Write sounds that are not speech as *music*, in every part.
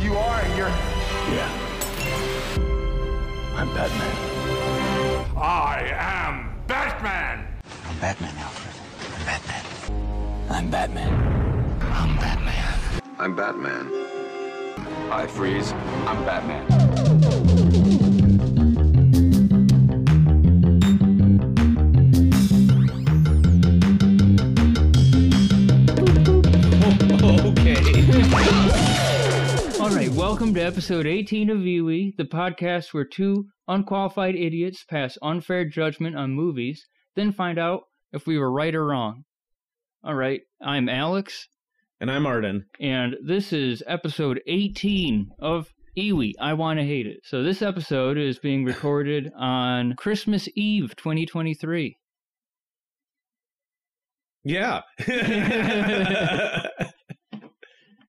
Savior? Yeah. I'm Batman. I am Batman! I'm Batman, Alfred. I'm Batman. I'm Batman. I'm Batman. I'm Batman. I freeze. I'm Batman. Okay. All right, welcome to episode 18 of Viewee, the podcast where two unqualified idiots pass unfair judgment on movies, then find out if we were right or wrong. All right, I'm Alex, *laughs* And I'm Arden. and this is episode 18 of Iwi, I Want to Hate It. So this episode is being recorded on Christmas Eve 2023. *laughs* Yeah.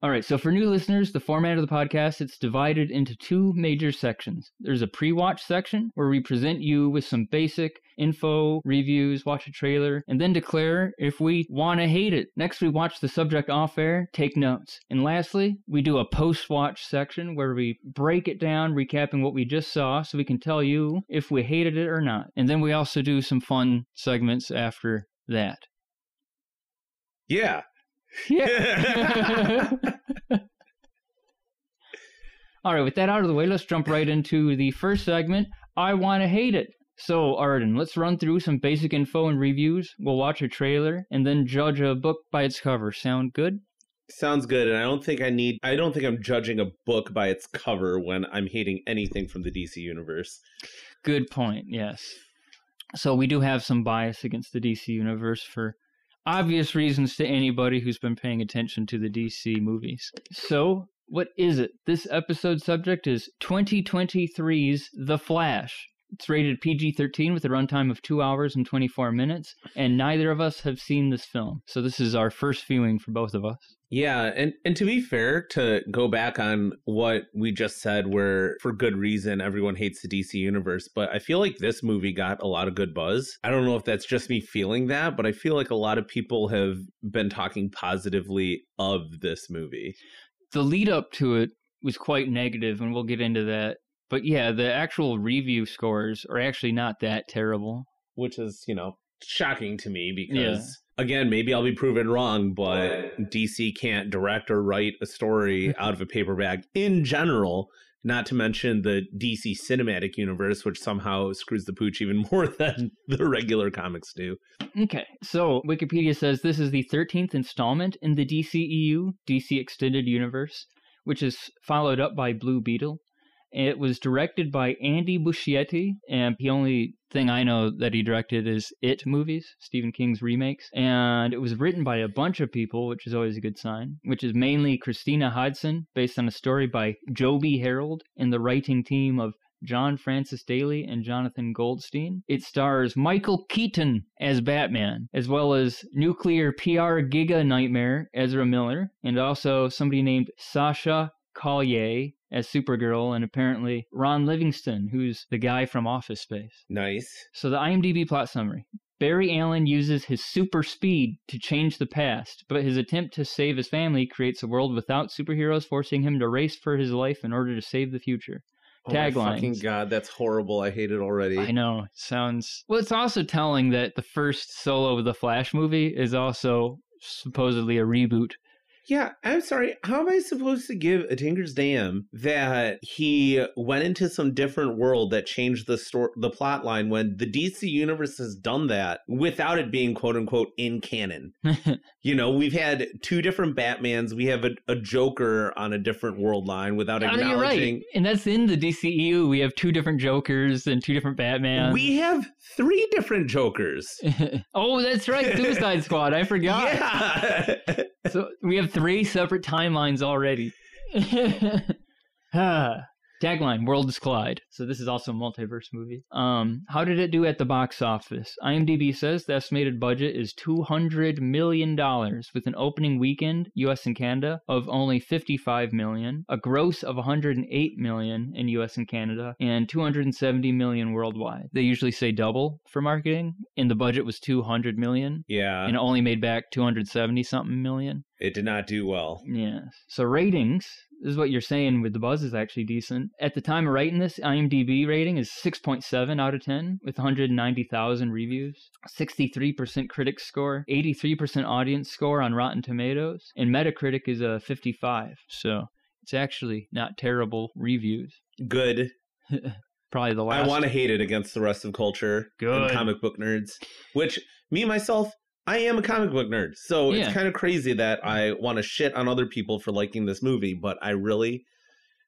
All right, so for new listeners, the format of the podcast it's divided into two major sections. There's a pre-watch section where we present you with some basic info, reviews, watch a trailer, and then declare if we want to hate it. Next, we watch the subject off air, take notes. And lastly, we do a post-watch section where we break it down, recapping what we just saw so we can tell you if we hated it or not. And then we also do some fun segments after that. yeah. Yeah. All right, with that out of the way, let's jump right into the first segment. I want to hate it. So, Arden, let's run through some basic info and reviews. We'll watch a trailer and then judge a book by its cover. Sound good? Sounds good. And I don't think I need, I don't think I'm judging a book by its cover when I'm hating anything from the DC universe. Good point, yes. So, we do have some bias against the DC universe for obvious reasons to anybody who's been paying attention to the DC movies. So, what is it? This episode subject is 2023's The Flash. It's rated PG 13 with a runtime of 2 hours and 24 minutes, and neither of us have seen this film. So this is our first viewing for both of us. Yeah, and and to be fair, to go back on what we just said, where for good reason everyone hates the DC universe, but I feel like this movie got a lot of good buzz. I don't know if that's just me feeling that, but I feel like a lot of people have been talking positively of this movie. The lead up to it was quite negative, and we'll get into that. But yeah, the actual review scores are actually not that terrible. which is you know shocking to me because again maybe i'll be proven wrong but dc can't direct or write a *laughs* story out of a paper bag in general not to mention the dc cinematic universe which somehow screws the pooch even *laughs* more than the regular comics do Okay, so Wikipedia says this is the 13th installment in the E DCEU, DC Extended Universe, which is followed up by Blue Beetle. It was directed by Andy Muschietti, and the only thing I know that he directed is It movies, Stephen King's remakes. And it was written by a bunch of people, which is always a good sign, which is mainly Christina Hodson, based on a story by Joby Harold and the writing team of John Francis Daly and Jonathan Goldstein. It stars Michael Keaton as Batman, as well as nuclear PR giga nightmare Ezra Miller, and also somebody named Sasha Collier as Supergirl, and apparently Ron Livingston, who's the guy from Office Space. nice So the IMDb plot summary. Barry Allen uses his super speed to change the past, but his attempt to save his family creates a world without superheroes, forcing him to race for his life in order to save the future. oh my fucking Taglines. god that's horrible i hate it already I know. It sounds well. It's also telling that the first solo of the Flash movie is also supposedly a reboot. Yeah, I'm sorry. How am I supposed to give a Tinker's Dam that he went into some different world that changed the story, the plot line when the DC universe has done that without it being quote unquote in *laughs* canon? You know, we've had two different Batmans. We have a, a Joker on a different world line without Oh, you're acknowledging. right. And that's in the DCEU. We have two different Jokers and two different Batmans. We have three different *laughs* Jokers. oh, that's right. Suicide Squad. *laughs* I forgot. Yeah. So we have three separate timelines already. Ah. Tagline: Worlds collide. So this is also a multiverse movie. Um, how did it do at the box office? IMDb says the estimated budget is two hundred million dollars, with an opening weekend U.S. and Canada of only fifty-five million, a gross of one hundred and eight million in U.S. and Canada, and two hundred and seventy million worldwide. They usually say double for marketing, and the budget was two hundred million, yeah. and it only made back two hundred seventy something million. It did not do well. Yes. So ratings This is what you're saying with the buzz is actually decent. At the time of writing this, IMDb rating is 6.7 out of 10 with 190,000 reviews, 63% critic score, 83% audience score on Rotten Tomatoes, and Metacritic is a 55. So it's actually not terrible reviews. Good. Probably the last. I want to hate it against the rest of culture Good. and comic book nerds, which me myself, I am a comic book nerd. So Yeah. it's kind of crazy that I want to shit on other people for liking this movie, but I really,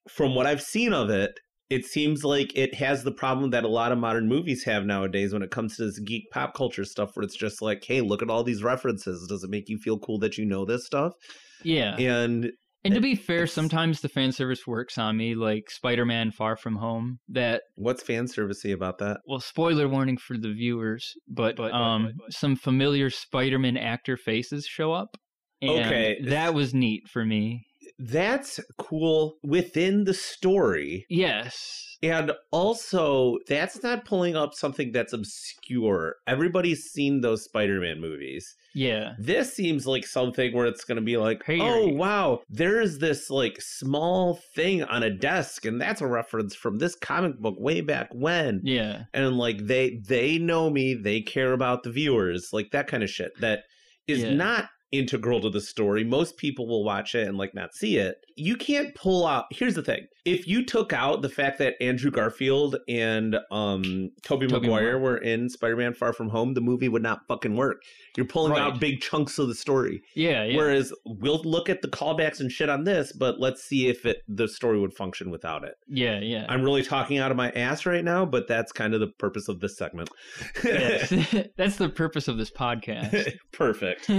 from what I've seen of it, it seems like it has the problem that a lot of modern movies have nowadays when it comes to this geek pop culture stuff, where it's just like, hey, look at all these references. Does it make you feel cool that you know this stuff? Yeah. And And to be fair, it's- sometimes the fan service works on me, like Spider Man Far From Home. That, what's fan servicey about that? well, spoiler warning for the viewers, but, But- but- um, but- but- some familiar Spider Man actor faces show up. And Okay. That was neat for me. That's cool within the story. Yes. And also, that's not pulling up something that's obscure. Everybody's seen those Spider Man movies. Yeah. This seems like something where it's going to be like, Period. oh, wow, there's this like small thing on a desk, and that's a reference from this comic book way back when. Yeah. And like, they they know me, they care about the viewers, like that kind of shit that is Yeah. not integral to the story. Most people will watch it and like not see it. You can't pull out. Here's the thing: if you took out the fact that Andrew Garfield and um Tobey Tobey Maguire Maguire. were in Spider-Man: Far From Home, the movie would not fucking work. You're pulling Right. out big chunks of the story. Yeah. Yeah. Whereas we'll look at the callbacks and shit on this, but let's see if it the story would function without it. yeah. Yeah. *laughs* I'm really talking out of my ass right now, but that's kind of the purpose of this segment. Yes. *laughs* That's the purpose of this podcast. *laughs* Perfect.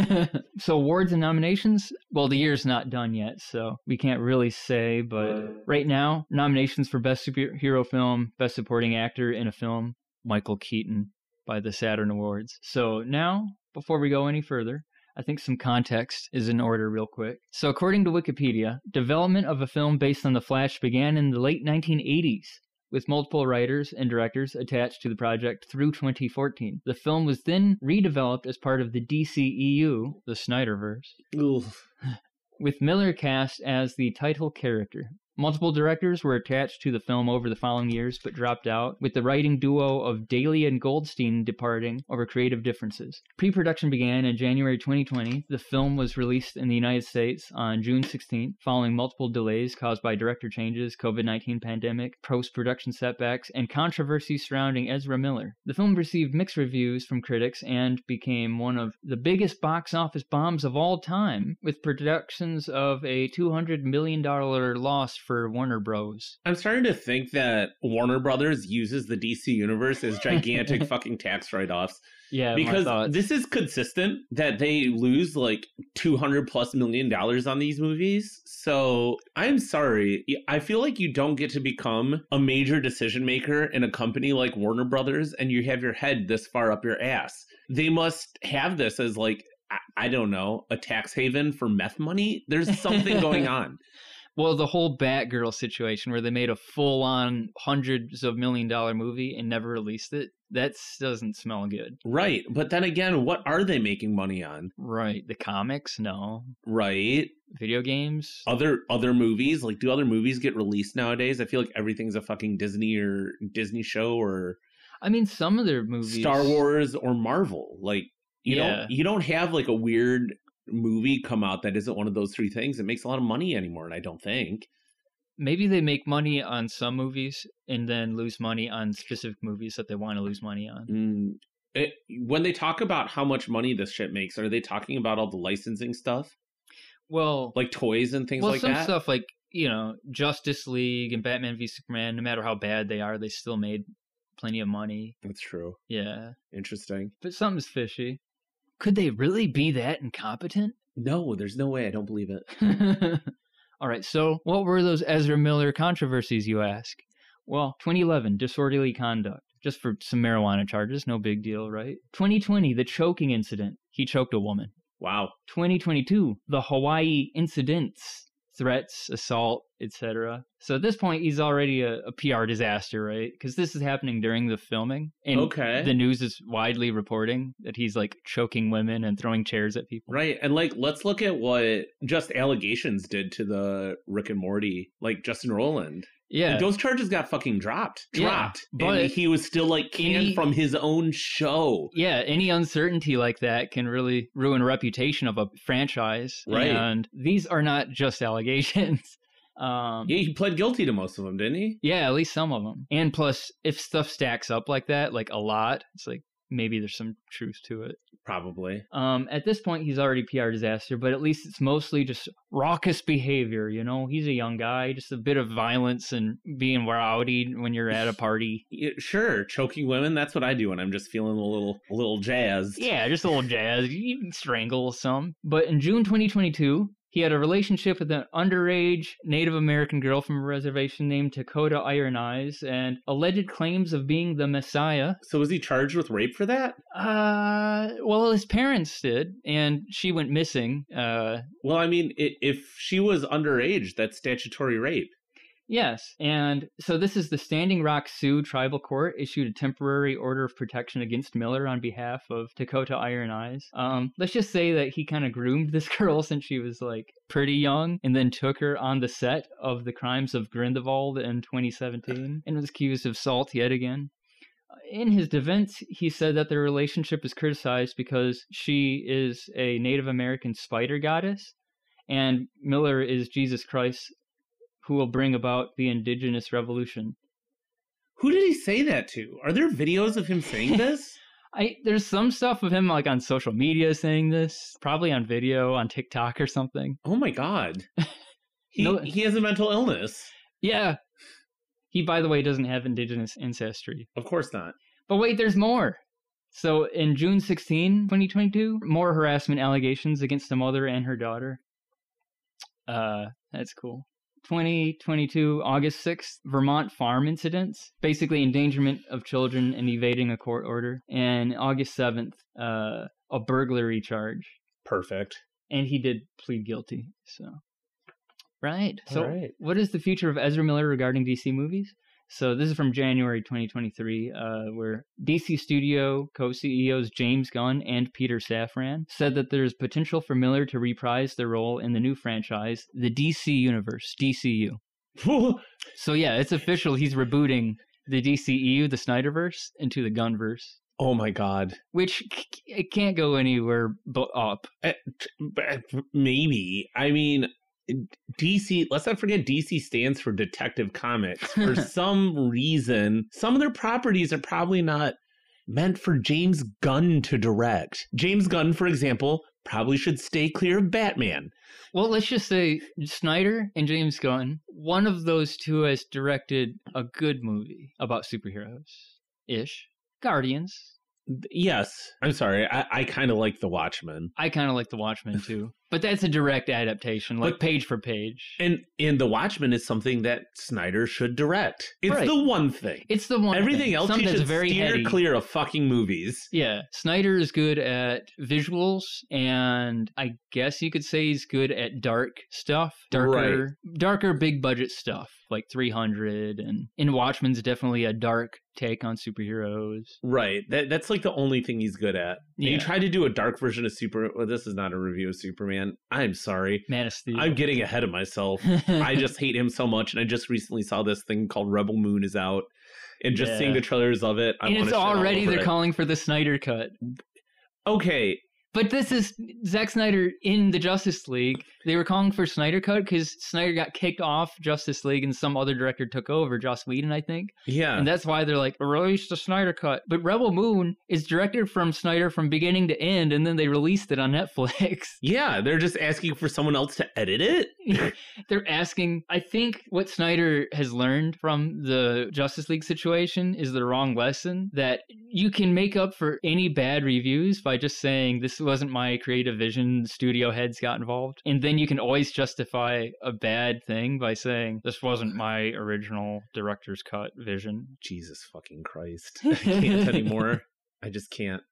so awards and nominations well the year's not done yet so we can't really say but right now nominations for best superhero film best supporting actor in a film michael keaton by the saturn awards so now before we go any further I think some context is in order, real quick. So, according to Wikipedia, development of a film based on The Flash began in the late 1980s with multiple writers and directors attached to the project through 2014. The film was then redeveloped as part of the DCEU, the Snyderverse, Oof. with Miller cast as the title character. Multiple directors were attached to the film over the following years but dropped out, with the writing duo of Daly and Goldstein departing over creative differences. Pre production began in January 2020. The film was released in the United States on June 16th, following multiple delays caused by director changes, COVID 19 pandemic, post production setbacks, and controversy surrounding Ezra Miller. The film received mixed reviews from critics and became one of the biggest box office bombs of all time, with productions of a $200 million loss for Warner Bros. I'm starting to think that Warner Brothers uses the DC universe as *laughs* gigantic fucking tax write-offs Yeah, because my thoughts. this is consistent that they lose like 200 plus million dollars on these movies. So, I'm sorry, I feel like you don't get to become a major decision maker in a company like Warner Brothers and you have your head this far up your ass. They must have this as like I- I don't know, a tax haven for meth money. There's something going on. well, the whole Batgirl situation where they made a full on hundreds of million dollar movie and never released it, that doesn't smell good. Right. But then again, what are they making money on? Right. The comics? No. Right. Video games? Other other movies, like do other movies get released nowadays? I feel like everything's a fucking Disney or Disney show or I mean, some of their movies. Star Wars or Marvel. Like you Yeah. don't you don't have like a weird movie come out that isn't one of those three things. It makes a lot of money anymore, and I don't think. Maybe they make money on some movies and then lose money on specific movies that they want to lose money on. Mm, it- when they talk about how much money this shit makes, are they talking about all the licensing stuff, Well, like toys and things well, like some that? stuff like you know Justice League and Batman v Superman. No matter how bad they are, they still made plenty of money. That's true. Yeah, Interesting. but something's fishy. Could they really be that incompetent? No, there's no way. I don't believe it. *laughs* All right, so what were those Ezra Miller controversies, you ask? Well, 2011, disorderly conduct, just for some marijuana charges, no big deal, right? 2020, the choking incident, he choked a woman. Wow. 2022, the Hawaii incidents, threats, assault, etc. So at this point, he's already a, a PR disaster, right? Because this is happening during the filming, and okay. the news is widely reporting that he's like choking women and throwing chairs at people. Right. And like, let's look at what just allegations did to the Rick and Morty, like Justin Roland. Yeah, Like, those charges got fucking dropped. Yeah, Dropped. but- and he was still like canned Any- from his own show. yeah. Any uncertainty like that can really ruin a reputation of a franchise. Right. And these are not just *laughs* allegations. Um, Yeah, he pled guilty to most of them, didn't he? Yeah, at least some of them. And plus, if stuff stacks up like that, like a lot, it's like maybe there's some truth to it. Probably. Um, at this point, he's already PR disaster, but at least it's mostly just raucous behavior. You know, he's a young guy, just a bit of violence and being rowdy when you're at a party. Yeah, sure, choking women, that's what I do when I'm just feeling a little a little *laughs* jazzed. Yeah, just a little jazz. You can strangle some. But in June 2022, he had a relationship with an underage Native American girl from a reservation named Dakota Iron Eyes, and alleged claims of being the Messiah So was he charged with rape for that? Uh, well, his parents did, and she went missing. Uh, Well, I mean, i if she was underage, that's statutory rape. yes, and so this is the Standing Rock Sioux Tribal Court issued a temporary order of protection against Miller on behalf of Dakota Iron Eyes. Um, let's just say that he kind of groomed this *laughs* girl since she was like pretty young, and then took her on the set of the crimes of Grindelwald in 2017, and was accused of assault yet again. in his defense, he said that their relationship is criticized because she is a Native American spider goddess, and Miller is Jesus Christ, who will bring about the indigenous revolution. Who did he say that to? Are there videos of him *laughs* saying this? I there's some stuff of him like on social media saying this, probably on video on TikTok or something. Oh my god. He No- he has a mental illness. Yeah. He, by the way, doesn't have indigenous ancestry. Of course not. *laughs* But wait, there's more. So in June 16, 2022, more harassment allegations against the mother and her daughter. Uh, that's cool. 2022, August 6th, Vermont farm incidents, basically endangerment of children and evading a court order. And August 7th, uh, a burglary charge. Perfect. And he did plead guilty. So, right. So, Alright. what is the future of Ezra Miller regarding DC movies? So this is from January 2023, uh, where DC Studio co-CEOs James Gunn and Peter Safran said that there's potential for Miller to reprise their role in the new franchise, the DC Universe (DCU). Oh So yeah, it's official. He's rebooting the DCEU, the Snyderverse, into the Gunverse, oh my god. which c- c- it can't go anywhere but up. But maybe. I mean, DC, let's not forget DC stands for Detective Comics. For some reason, some of their properties are probably not meant for James Gunn to direct. James Gunn, for example, probably should stay clear of Batman. Well, let's just say Snyder and James Gunn, one of those two has directed a good movie about superheroes ish. Guardians. Yes, I'm sorry. I, I kind of like The Watchmen. I kind of like The *laughs* Watchmen too, but that's a direct adaptation, like But- page for page. And and The Watchmen is something that Snyder should direct. It's Right. the one thing. It's the one. Everything thing, else something he that's should very steer heady. clear of fucking movies. Yeah, Snyder is good at visuals, and I guess you could say he's good at dark stuff, darker, darker, big budget stuff like 300, and in Watchmen's definitely a dark take on superheroes. Right. That that's like the only thing he's good at. And Yeah. You try to do a dark version of Super. Well, this is not a review of Superman. I'm sorry. Man of Steel. *laughs* I'm getting ahead of myself. I just hate him so much, and I just recently saw this thing called Rebel Moon is out, and just Yeah. seeing the trailers of it, I and wanna it's shit all already over they're it. calling for the Snyder cut. okay. But this is Zack Snyder in the Justice League. They were calling for Snyder cut because Snyder got kicked off Justice League and some other director took over, Joss Whedon, I think. Yeah. And that's why they're like, release the Snyder cut. But Rebel Moon is directed from Snyder from beginning to end, and then they released it on Netflix. *laughs* yeah, they're just asking for someone else to edit it. *laughs* they're asking, I think what Snyder has learned from the Justice League situation is the wrong lesson that you can make up for any bad reviews by just saying, this wasn't my creative vision, studio heads got involved. And then you can always justify a bad thing by saying, this wasn't my original director's cut vision. Jesus fucking Christ! *laughs* I can't anymore. I just can't.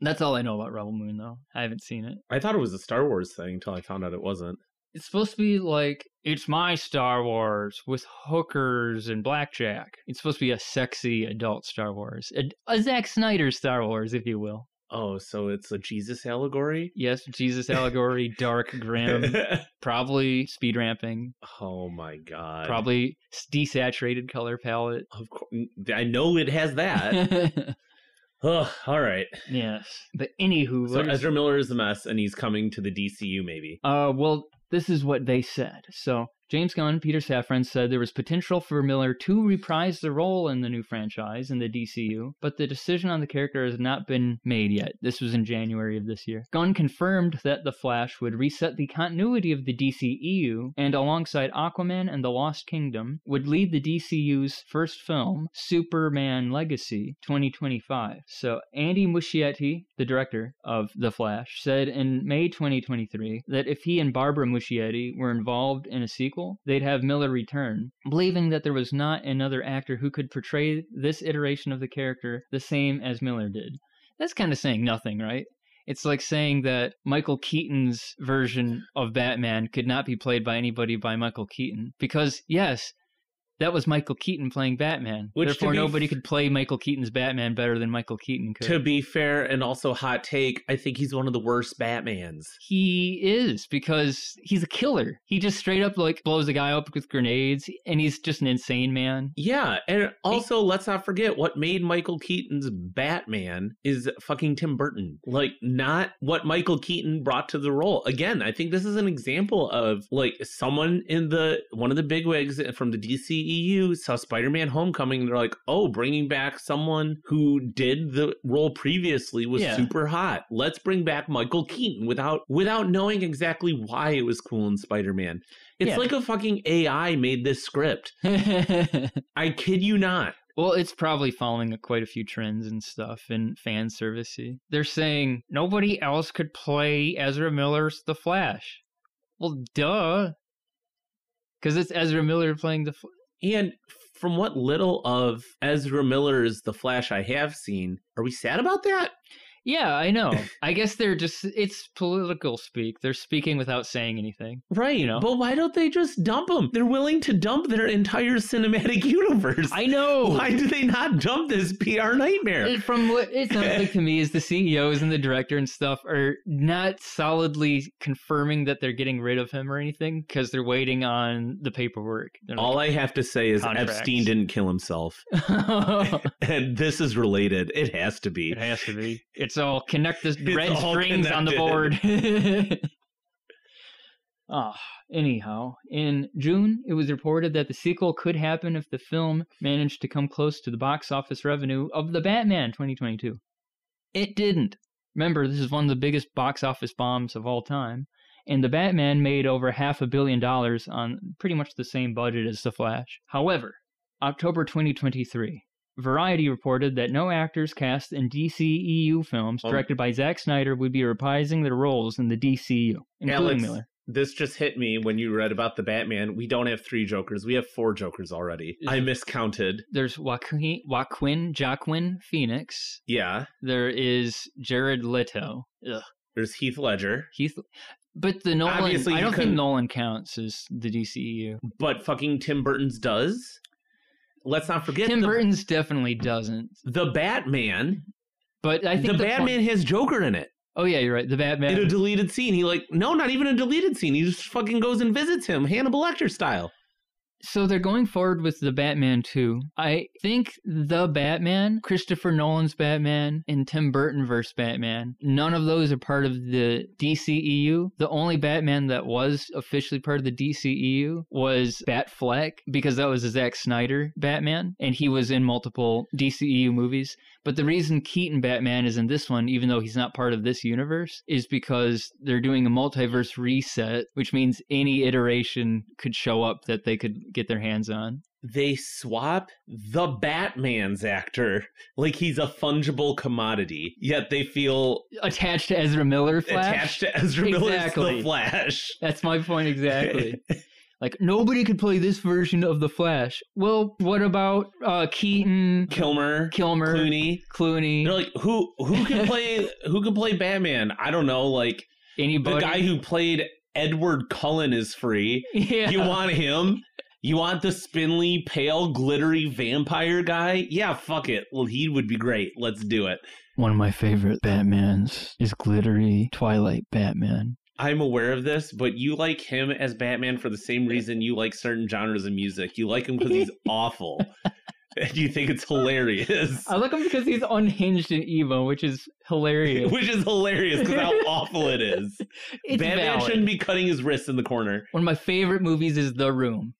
That's all I know about Rebel Moon, though. I haven't seen it. I thought it was a Star Wars thing until I found out it wasn't. It's supposed to be like it's my Star Wars with hookers and blackjack. It's supposed to be a sexy adult Star Wars, a, a Zack Snyder Star Wars, if you will. Oh, so it's a Jesus allegory? Yes, Jesus *laughs* allegory, dark, grim, probably speed *laughs* ramping, *laughs* oh my god. probably s- desaturated color palette. Of course, I know it has *laughs* that. yes, Ugh, all right. but anywho, So let us- Ezra Miller is a mess, and he's coming to the DCU. Maybe Uh, well, this is what they said. So James Gunn, Peter Safran said there was potential for Miller to reprise the role in the new franchise in the DCU, but the decision on the character has not been made yet. This was in January of this year. Gunn confirmed that The Flash would reset the continuity of the DCEU and alongside Aquaman and The Lost Kingdom would lead the DCU's first film, Superman Legacy 2025. So Andy Muschietti, the director of The Flash, said in May 2023 that if he and Barbara Muschietti were involved in a sequel, they'd have Miller return, believing that there was not another actor who could portray this iteration of the character the same as Miller did. That's kind of saying nothing, right? It's like saying that Michael Keaton's version of Batman could not be played by anybody by Michael Keaton because yes, that was Michael Keaton playing Batman. Which, to Therefore, be nobody f- could play Michael Keaton's Batman better than Michael Keaton could. to be fair, and also hot take, I think he's one of the worst Batmans. he is because he's a killer. He just straight up like blows a guy up with grenades, and he's just an insane man. *laughs* Yeah, and also let's not forget what made Michael Keaton's Batman is fucking Tim Burton. Like not what Michael Keaton brought to the role. Again, I think this is an example of like someone in the one of the bigwigs from the DCEU saw Spider-Man Homecoming and they're like, "Oh, bringing back someone who did the role previously was Yeah. super hot. Let's bring back Michael Keaton without without knowing exactly why it was cool in Spider-Man." It's Yeah. like a fucking AI made this script. I kid you not. Well, it's probably following a- quite a few trends and stuff and fan servicey. They're saying nobody else could play Ezra Miller's The Flash. Well, duh. Because it's Ezra Miller playing the. Fl- And from what little of Ezra Miller's The Flash I have seen, are we sad about that? yeah, I know. I guess they're just. It's political speak. They're speaking without saying anything. Right. You know. But why don't they just dump him? They're willing to dump their entire cinematic *laughs* universe. I know. why do they not dump this PR nightmare? It- from what it sounds like to me is the CEOs and the director and stuff are not solidly confirming that they're getting rid of him or anything because they're waiting on the paperwork. They're *laughs* All I have to say is Contracts. Epstein didn't kill *laughs* himself. like, And this is related. It has to *laughs* be. It has to be. *laughs* It's all connect the red all strings on the board. *laughs* Ah, anyhow, in June, it was reported that the sequel could happen if the film managed to come close to the box office revenue of The Batman 2022. It didn't. Remember, this is one of the biggest box office bombs of all time, and The Batman made over half a billion dollars on pretty much the same budget as The Flash. However, October 2023, Variety reported that no actors cast in DCEU films Um, directed by Zack Snyder would be reprising their roles in the DCU, including Alex, Miller. This just hit me when you read about the Batman. We don't have three Jokers. We have four Jokers already. I miscounted. There's Joaquin, Joaquin, Joaquin Phoenix. Yeah. There is Jared Leto. Ugh. There's Heath Ledger. Heath. But the Nolan, Obviously, I you don't think couldn't- Nolan counts as the E DCEU. but fucking Tim Burton's does. Let's not forget Tim the, Burton's definitely doesn't. the Batman. But I think the, the, point- Batman has Joker in it oh yeah, you're right. The in a Batman. deleted scene. He like no, not even a deleted scene. He just fucking goes and visits him, Hannibal Lecter style. So they're going forward with the Batman 2. I think the Batman, Christopher Nolan's Batman, and Tim Burton verse Batman, none of those are part of the DCEU. The only Batman that was officially part of the DCEU was Batfleck, because that was a Zack Snyder Batman, and he was in multiple DCEU movies. But the reason Keaton Batman is in this one, even though he's not part of this universe, is because they're doing a multiverse reset, which means any iteration could show up that they could get their hands on. They swap the Batman's actor like he's a fungible commodity, yet they feel Attached to Ezra Miller Flash. attached to Ezra Miller's Exactly. The Flash. That's my point *laughs* exactly. like nobody could play this version of the Flash. Well, what about uh, Keaton, Kilmer, Kilmer, Clooney. Clooney, They're like *laughs* who who can play who can play Batman? I don't know, like anybody? the guy who played Edward Cullen is free. *laughs* Yeah. You want him? You want the spindly, pale, glittery vampire guy? Yeah, fuck it. Well, he would be great. Let's do it. One of my favorite Batmans is glittery Twilight Batman. I'm aware of this, but you like him as Batman for the same reason you like certain genres of music. You like him because *laughs* he's awful. And you think it's *laughs* hilarious. I like him because he's unhinged and evil, which is *laughs* hilarious. Which is hilarious because *laughs* how awful it is. It's Batman valid. shouldn't be cutting his wrists in the corner. One of my favorite movies is *laughs* The Room.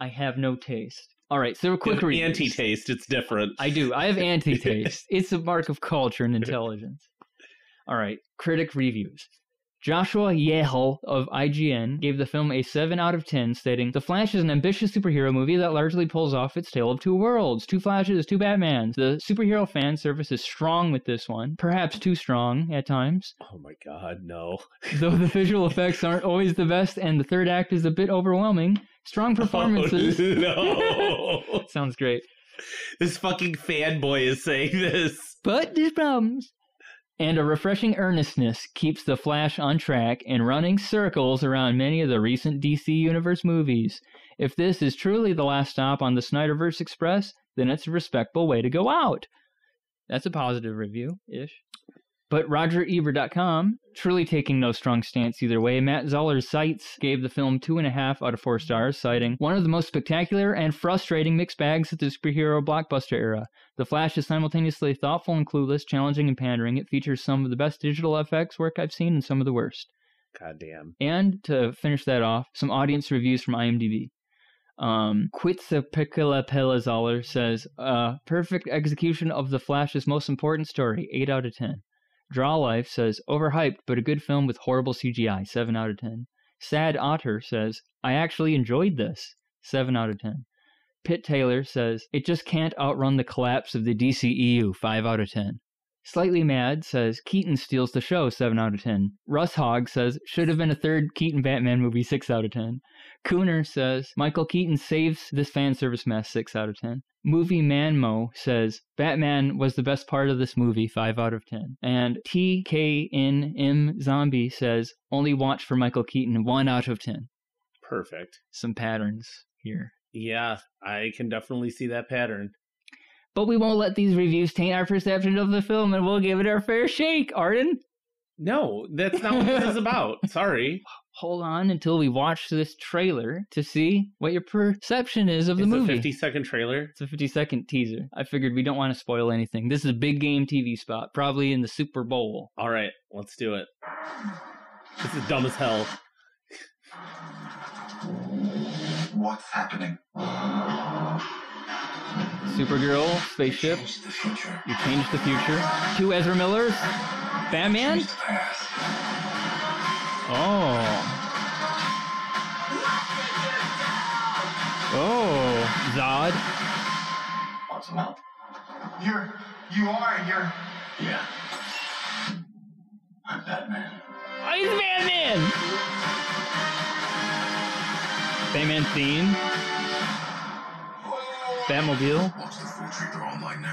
I have no taste. All right, so a quick review. Anti taste, it's different. I do. I have anti taste. it's a mark of culture and intelligence. All right, critic reviews. Joshua Yehel of IGN gave the film a 7 out of 10, stating, The Flash is an ambitious superhero movie that largely pulls off its tale of two worlds, two Flashes, two Batmans. The superhero fan service is strong with this one, perhaps too strong at times, Oh my god, no. though the visual effects aren't always the best and the third act is a bit overwhelming. Strong performances. Oh, *laughs* no. Sounds great. this fucking fanboy is saying this. but there's problems. And a refreshing earnestness keeps the Flash on track and running circles around many of the recent DC Universe movies. If this is truly the last stop on the Snyderverse Express, then it's a respectable way to go out. That's a positive review ish. But RogerEbert.com, truly taking no strong stance either way, Matt Zoller's Sights gave the film two and a half out of four stars, citing one of the most spectacular and frustrating mixed bags of the superhero blockbuster era. The Flash is simultaneously thoughtful and clueless, challenging and pandering. It features some of the best digital effects work I've seen and some of the worst. God damn. And to finish that off, some audience reviews from IMDb. Um, Quetzalcoatl Pelazoller says, uh, perfect execution of The Flash's most important story, 8 out of 10. Draw Life says, overhyped, but a good film with horrible CGI, 7 out of 10. Sad Otter says, I actually enjoyed this, 7 out of 10. Pitt Taylor says, it just can't outrun the collapse of the DCEU, 5 out of 10. Slightly Mad says Keaton steals the show, 7 out of 10. Russ Hogg says should have been a third Keaton Batman movie, 6 out of 10. Cooner says Michael Keaton saves this fan service mess, 6 out of 10. Movie Manmo says Batman was the best part of this movie, 5 out of 10. And TKNM Zombie says only watch for Michael Keaton, 1 out of 10. Perfect. Some patterns here. Yeah, I can definitely see that pattern. But we won't let these reviews taint our perception of the film and we'll give it our fair shake, Arden. No, that's not what *laughs* this is about. Sorry. hold on until we watch this trailer to see what your perception is of the it's movie. a 50 second trailer. it's a 50 second teaser. I figured we don't want to spoil anything. This is a big game TV spot, probably in the Super Bowl. All right, let's do it. This is dumb as hell. What's happening? Supergirl, spaceship, Change the future. you change the future. Two Ezra Millers, Batman. Past. Oh. Oh, Zod. What's up? You're, you are, you're, Yeah. I'm Batman. Oh, he's Batman! Batman theme. Batmobile. Watch the full trailer online now.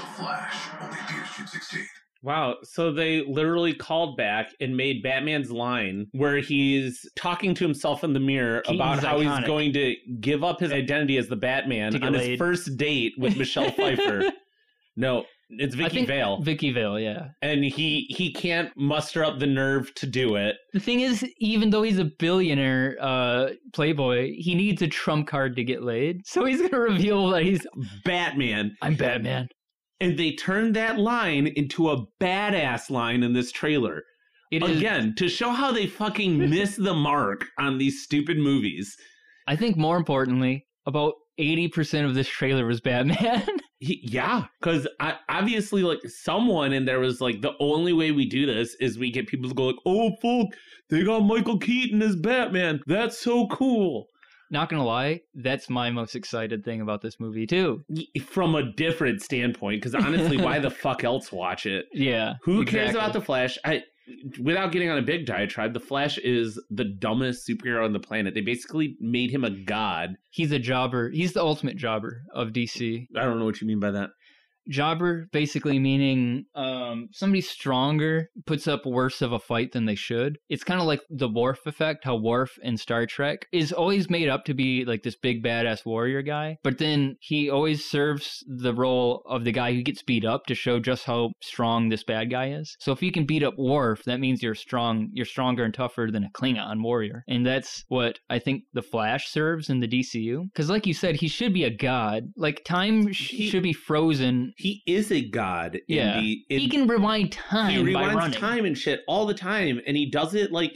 The Flash, only appears June 16th. Wow. So they literally called back and made Batman's line where he's talking to himself in the mirror Keaton's about how iconic. he's going to give up his identity as the Batman To get on his laid. first date with *laughs* Michelle Pfeiffer. No, it's I Vicky think Vale. Vicky Vale, yeah. and he he can't muster up the nerve to do it. The thing is, even though he's a billionaire uh, playboy, he needs a trump card to get laid. So he's gonna reveal that he's Batman. I'm Batman. And they turned that line into a badass line in this trailer. It is. Again, to show how they *laughs* fucking miss the mark on these stupid movies. I think more importantly, about eighty percent of this trailer was *laughs* Batman. He, yeah, because obviously, like someone in there was like, the only way we do this is we get people to go like, "Oh, fuck, they got Michael Keaton as Batman. That's so cool." Not gonna lie, that's my most excited thing about this movie too. Y- From a different standpoint, because honestly, why *laughs* the fuck else watch it? Yeah. Who cares about exactly. the Flash? I, without getting on a big diatribe, the Flash is the dumbest superhero on the planet. They basically made him a god. He's a jobber. He's the ultimate jobber of DC. I don't know what you mean by that. Jobber basically meaning um, somebody stronger puts up worse of a fight than they should. It's kind of like the Worf effect, how Worf in Star Trek is always made up to be like this big badass warrior guy, but then he always serves the role of the guy who gets beat up to show just how strong this bad guy is. So if you can beat up Worf, that means you're strong, you're stronger and tougher than a Klingon warrior, and that's what I think the Flash serves in the DCU. Because like you said, he should be a god. Like time sh- He- should be frozen He is a god. Yeah. In the, in, he can rewind time he by rewinds running. time and shit all the time, and he does it like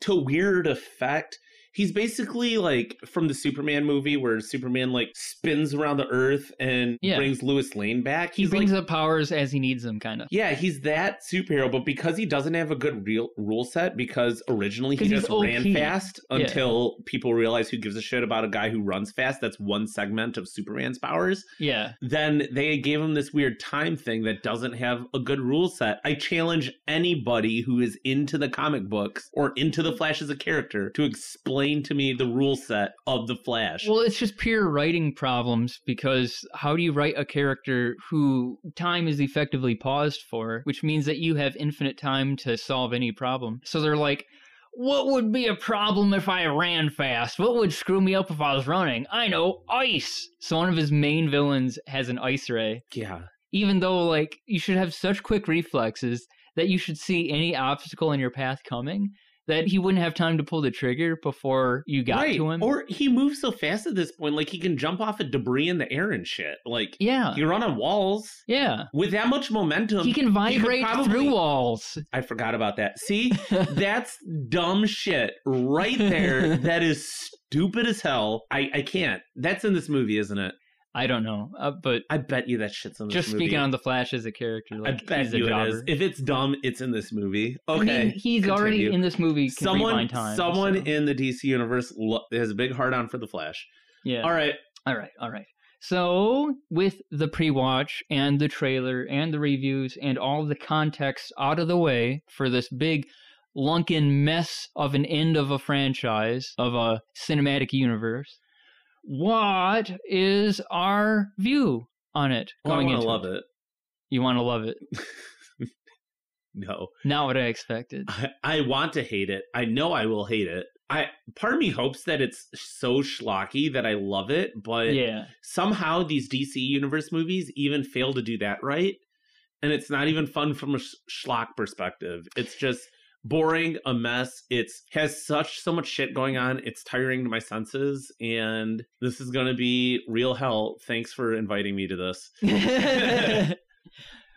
to weird effect. He's basically like from the Superman movie where Superman like spins around the Earth and Yeah. brings Lois Lane back. He He's like brings up powers as he needs them, kind of. Yeah, he's that superhero, but because he doesn't have a good real rule set, because originally he 'Cause he's just OP. ran fast Yeah. until people realize who gives a shit about a guy who runs fast. That's one segment of Superman's powers. Yeah, Then they gave him this weird time thing that doesn't have a good rule set. I challenge anybody who is into the comic books or into the Flash as a character to explain to me the rule set of the Flash. Well, it's just pure writing problems because how do you write a character who time is effectively paused for, which means that you have infinite time to solve any problem? So they're like, what would be a problem if I ran fast? What would screw me up if I was running? I know, ice. So one of his main villains has an ice ray, yeah. even though, like, you should have such quick reflexes that you should see any obstacle in your path coming. That he wouldn't have time to pull the trigger before you got right. to him. Or he moves so fast at this point, like he can jump off of debris in the air and shit. Like yeah. You run on walls Yeah. with that much momentum. He can vibrate probably- through *laughs* walls. I forgot about that. See, that's dumb shit right *laughs* there. that is stupid as hell. I, I can't. That's in this movie, isn't it? I don't know, uh, but I bet you that shit's in this just movie. speaking on the Flash as a character, like I bet he's a you it jobber. is. If it's dumb, it's in this movie. I Okay. mean, he's already continue. in this movie. Can someone rewind time, someone so- in the DC universe lo- has a big hard on for the Flash. yeah. All right. All right, all right. So, with the pre watch and the trailer and the reviews and all the context out of the way for this big lunken mess of an end of a franchise, of a cinematic universe, what is our view on it Well, I going want into to love it. You want to love it. No. Not what I expected. I, I want to hate it. I know I will hate it. I part of me hopes that it's so schlocky that I love it, *laughs* but yeah. somehow these DC universe movies even fail to do that right, and it's not even fun from a sh- schlock perspective. It's just boring, a mess. It's has such so much shit going on. It's tiring to my senses, and this is going to be real hell. Thanks for inviting me to this. *laughs*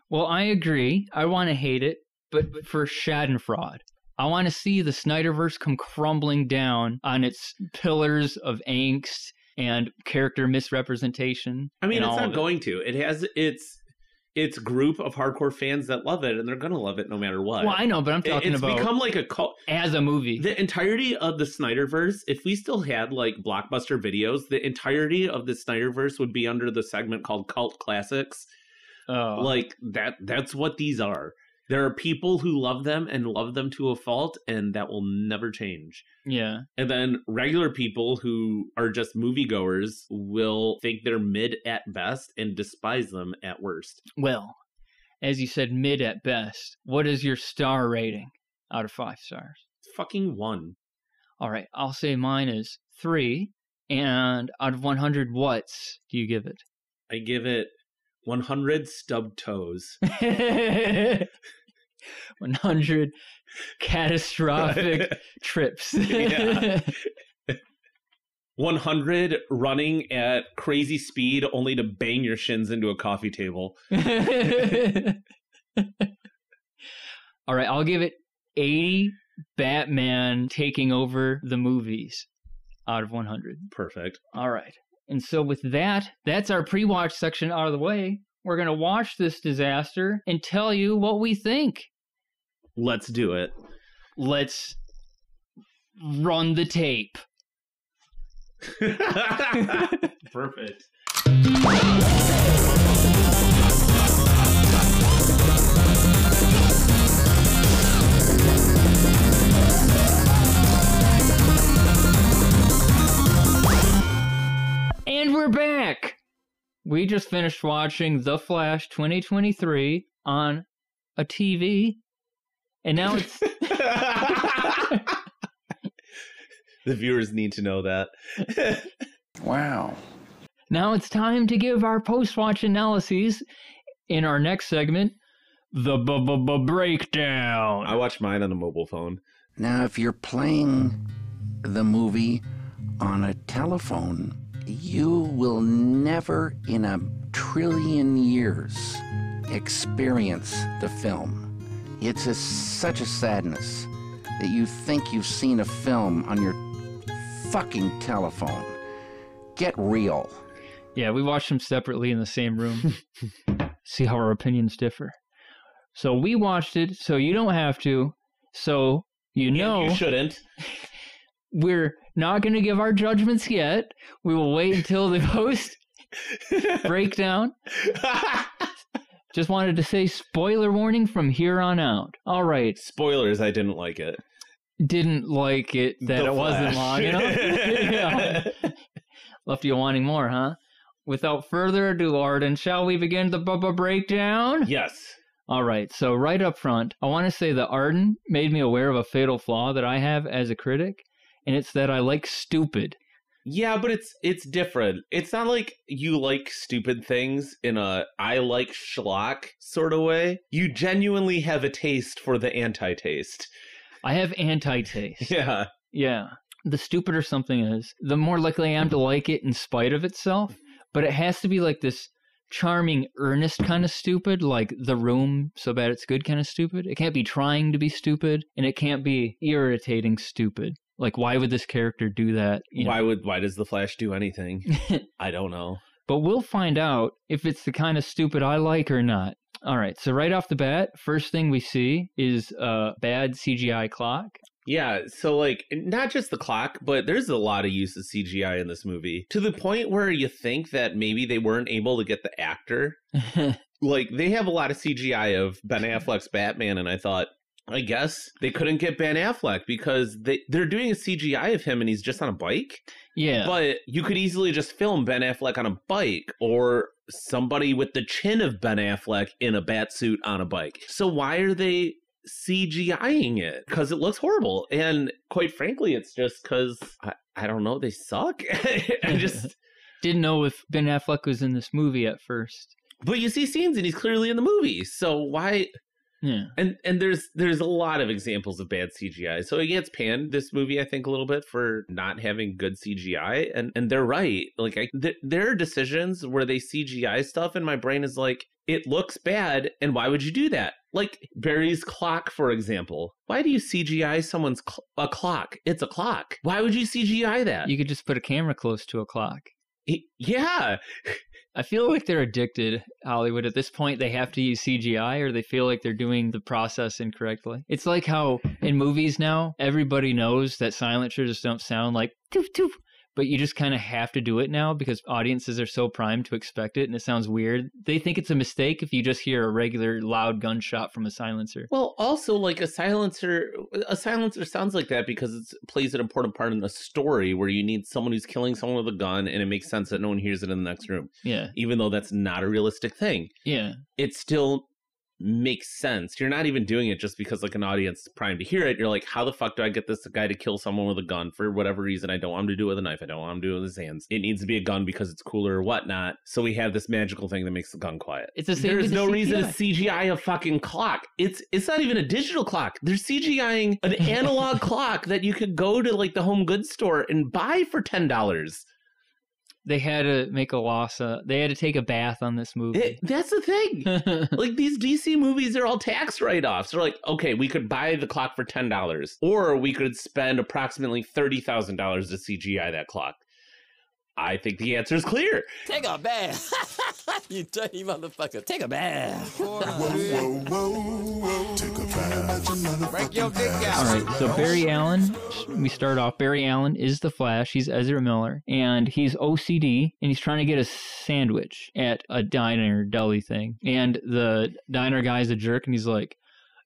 well, I agree. I want to hate it, but but for Schadenfreude. I want to see the Snyderverse come crumbling down on its pillars of angst and character misrepresentation. I mean, and it's all of not it. going to. It has its its group of hardcore fans that love it, and they're going to love it no matter what. Well, I know, but I'm It- talking it's about become like a cult. as a movie. The entirety of the Snyderverse, if we still had like blockbuster videos, the entirety of the Snyderverse would be under the segment called cult classics. oh. Like that that's what these are. There are people who love them and love them to a fault and that will never change. yeah. And then regular people who are just moviegoers will think they're mid at best and despise them at worst. Well, as you said, mid at best. What is your star rating out of five stars? Fucking one. All right, I'll say mine is three. And out of 100 what's do you give it? I give it 100 stub toes. *laughs* 100 Ah, *laughs* catastrophic trips. Yeah. 100 running at crazy speed only to bang your shins into a coffee table. *laughs* All right, I'll give it 80 Batman taking over the movies out of 100. Perfect. All right. And so with that, that's our pre-watch section out of the way. We're going to watch this disaster and tell you what we think. Let's do it. *laughs* Let's run the tape. *laughs* Perfect. And we're back. We just finished watching The Flash 2023 on a TV, and now it's the viewers need to know that. Wow. now it's time to give our post-watch analyses in our next segment, the b- b- b- breakdown. I watched mine on a mobile phone. Now, if you're playing the movie on a telephone, you will never in a trillion years experience the film. It's a, such a sadness that you think you've seen a film on your fucking telephone. Get real. Yeah, we watched them separately in the same room. See how our opinions differ. So we watched it, so you don't have to. So you know You *laughs* shouldn't. we're not going to give our judgments yet. We will wait until the *laughs* post breakdown. Just wanted to say spoiler warning from here on out. All right, Spoilers, I didn't like it. didn't like it that The it wasn't Flash. *laughs* long enough. Yeah. Left you wanting more, huh? Without further ado, Arden, shall we begin the Bubba breakdown? Yes. All right, so right up front, I want to say that Arden made me aware of a fatal flaw that I have as a critic, and it's that I like stupid. Yeah, but it's it's different. It's not like you like stupid things in a I like schlock sort of way. You genuinely have a taste for the anti-taste. I have anti taste. Yeah. *laughs* yeah. The stupider something is, the more likely I am to like it in spite of itself, but it has to be like this charming, earnest kind of stupid, like the room so bad it's good kind of stupid. It can't be trying to be stupid, and it can't be irritating stupid. Like, why would this character do that? You know? Why would why does the Flash do anything? I don't know. *laughs* But we'll find out if it's the kind of stupid I like or not. All right, so right off the bat, first thing we see is a bad CGI clock. *laughs* Yeah, so like not just the clock, but there's a lot of use of CGI in this movie to the point where you think that maybe they weren't able to get the actor. Like they have a lot of CGI of Ben Affleck's Batman, and I thought, I guess they couldn't get Ben Affleck because they they're doing a CGI of him and he's just on a bike. yeah. But you could easily just film Ben Affleck on a bike or somebody with the chin of Ben Affleck in a bat suit on a bike. So why are they CGIing it? Because it looks horrible. And quite frankly, it's just because I, I don't know, they suck. *laughs* I just, Didn't know if Ben Affleck was in this movie at first. but you see scenes and he's clearly in the movie. So why? Yeah. And and there's there's a lot of examples of bad CGI. So it gets panned this movie, I think, a little bit for not having good CGI. And and they're right. Like I, th- there are decisions where they CGI stuff, and my brain is like, it looks bad, and why would you do that? Like Barry's clock, for example. Why do you CGI someone's cl- a clock? It's a clock. Why would you CGI that? You could just put a camera close to a clock. Y- yeah, I feel like they're addicted, Hollywood. At this point, they have to use CGI or they feel like they're doing the process incorrectly. It's like how in movies now, everybody knows that silencers don't sound like toof toof, but you just kind of have to do it now because audiences are so primed to expect it and it sounds weird. They think it's a mistake if you just hear a regular loud gunshot from a silencer. Well, also like a silencer, a silencer sounds like that because it plays an important part in the story where you need someone who's killing someone with a gun, and it makes sense that no one hears it in the next room, Yeah, even though that's not a realistic thing. yeah, It still makes sense. You're not even doing it just because like an audience is primed to hear it. You're like, how the fuck do I get this guy to kill someone with a gun for whatever reason? I don't want him to do it with a knife. I don't want him to do it with his hands. It needs to be a gun because it's cooler or whatnot. So we have this magical thing that makes the gun quiet. It's the same There's with the no reason to CGI. CGI a fucking clock. It's it's not even a digital clock. They're CGIing *laughs* an analog clock that you could go to like the home goods store and buy for ten dollars. They had to make a loss. Uh, they had to take a bath on this movie. That's the *laughs* thing. like these DC movies are all tax write-offs. They're like, okay, we could buy the clock for ten dollars, or we could spend approximately thirty thousand dollars to CGI that clock. I think the answer is clear. Take a bath. *laughs* you dirty motherfucker. Take a bath. Break your dick All out. right, so Barry Allen, we start off. Barry Allen is the Flash. He's Ezra Miller, and he's OCD, and he's trying to get a sandwich at a diner deli thing. And the diner guy's a jerk, and he's like,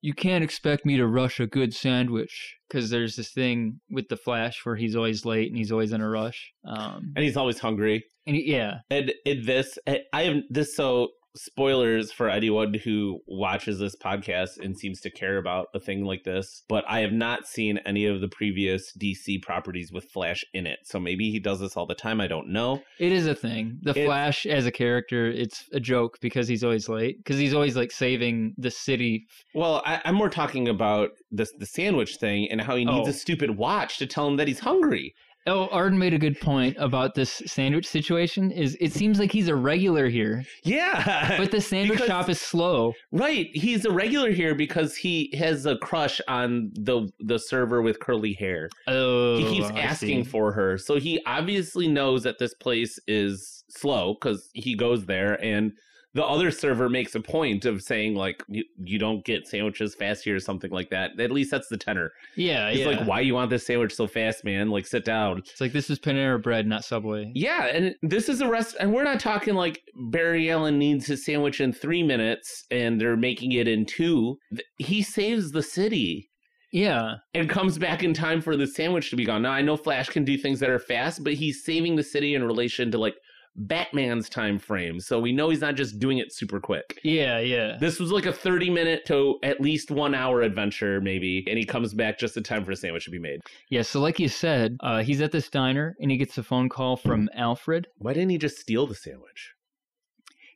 you can't expect me to rush a good sandwich because there's this thing with the Flash where he's always late and he's always in a rush. Um, and he's always hungry. and he- yeah, And in this, I I am this so spoilers for anyone who watches this podcast and seems to care about a thing like this. But I have not seen any of the previous DC properties with Flash in it, so maybe he does this all the time. I don't know. it is a thing. The It- Flash as a character, it's a joke because he's always late because he's always like saving the city. Well, I, I'm more talking about this the sandwich thing and how he needs Oh. a stupid watch to tell him that he's hungry. Oh, Arden made a good point about this sandwich situation. Is it seems like he's a regular here, Yeah, but the sandwich Because- shop is slow. *laughs* right. He's a regular here because he has a crush on the the server with curly hair. Oh, he keeps I asking see. for her. So he obviously knows that this place is slow because he goes there and the other server makes a point of saying like you, you don't get sandwiches fast here or something like that. At least that's the tenor. Yeah, He's Uh, yeah. like, why you want this sandwich so fast, man? Like sit down. It's like this is Panera Bread, not Subway. Yeah, and this is a rest and we're not talking like Barry Allen needs his sandwich in three minutes and they're making it in two. Th- He saves the city. Yeah, and comes back in time for the sandwich to be gone. Now I know Flash can do things that are fast, but he's saving the city in relation to like Batman's time frame. So we know he's not just doing it super quick. yeah, yeah. This was like a 30 minute to at least one hour adventure, maybe, and he comes back just in time for a sandwich to be made. Yeah, so like you said, uh, he's at this diner and he gets a phone call from Alfred. Why didn't he just steal the sandwich?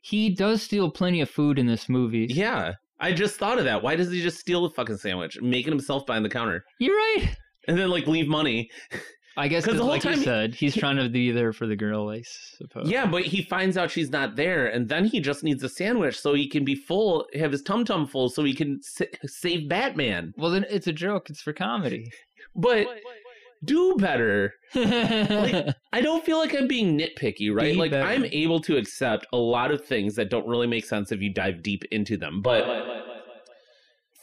He does steal plenty of food in this movie. Yeah. I just thought of that. Why does he just steal the fucking sandwich, making himself behind the counter, You're right. and then like leave money? I guess 'Cause because the whole like time you he- said, he's trying to be there for the girl, I suppose. Yeah, but he finds out she's not there, and then he just needs a sandwich so he can be full, have his tum tum full, so he can sa- save Batman. Well, then it's a joke. It's *laughs* for comedy. But do better. I don't feel like I'm being nitpicky, right? Be like better. I'm able to accept a lot of things that don't really make sense if you dive deep into them, but.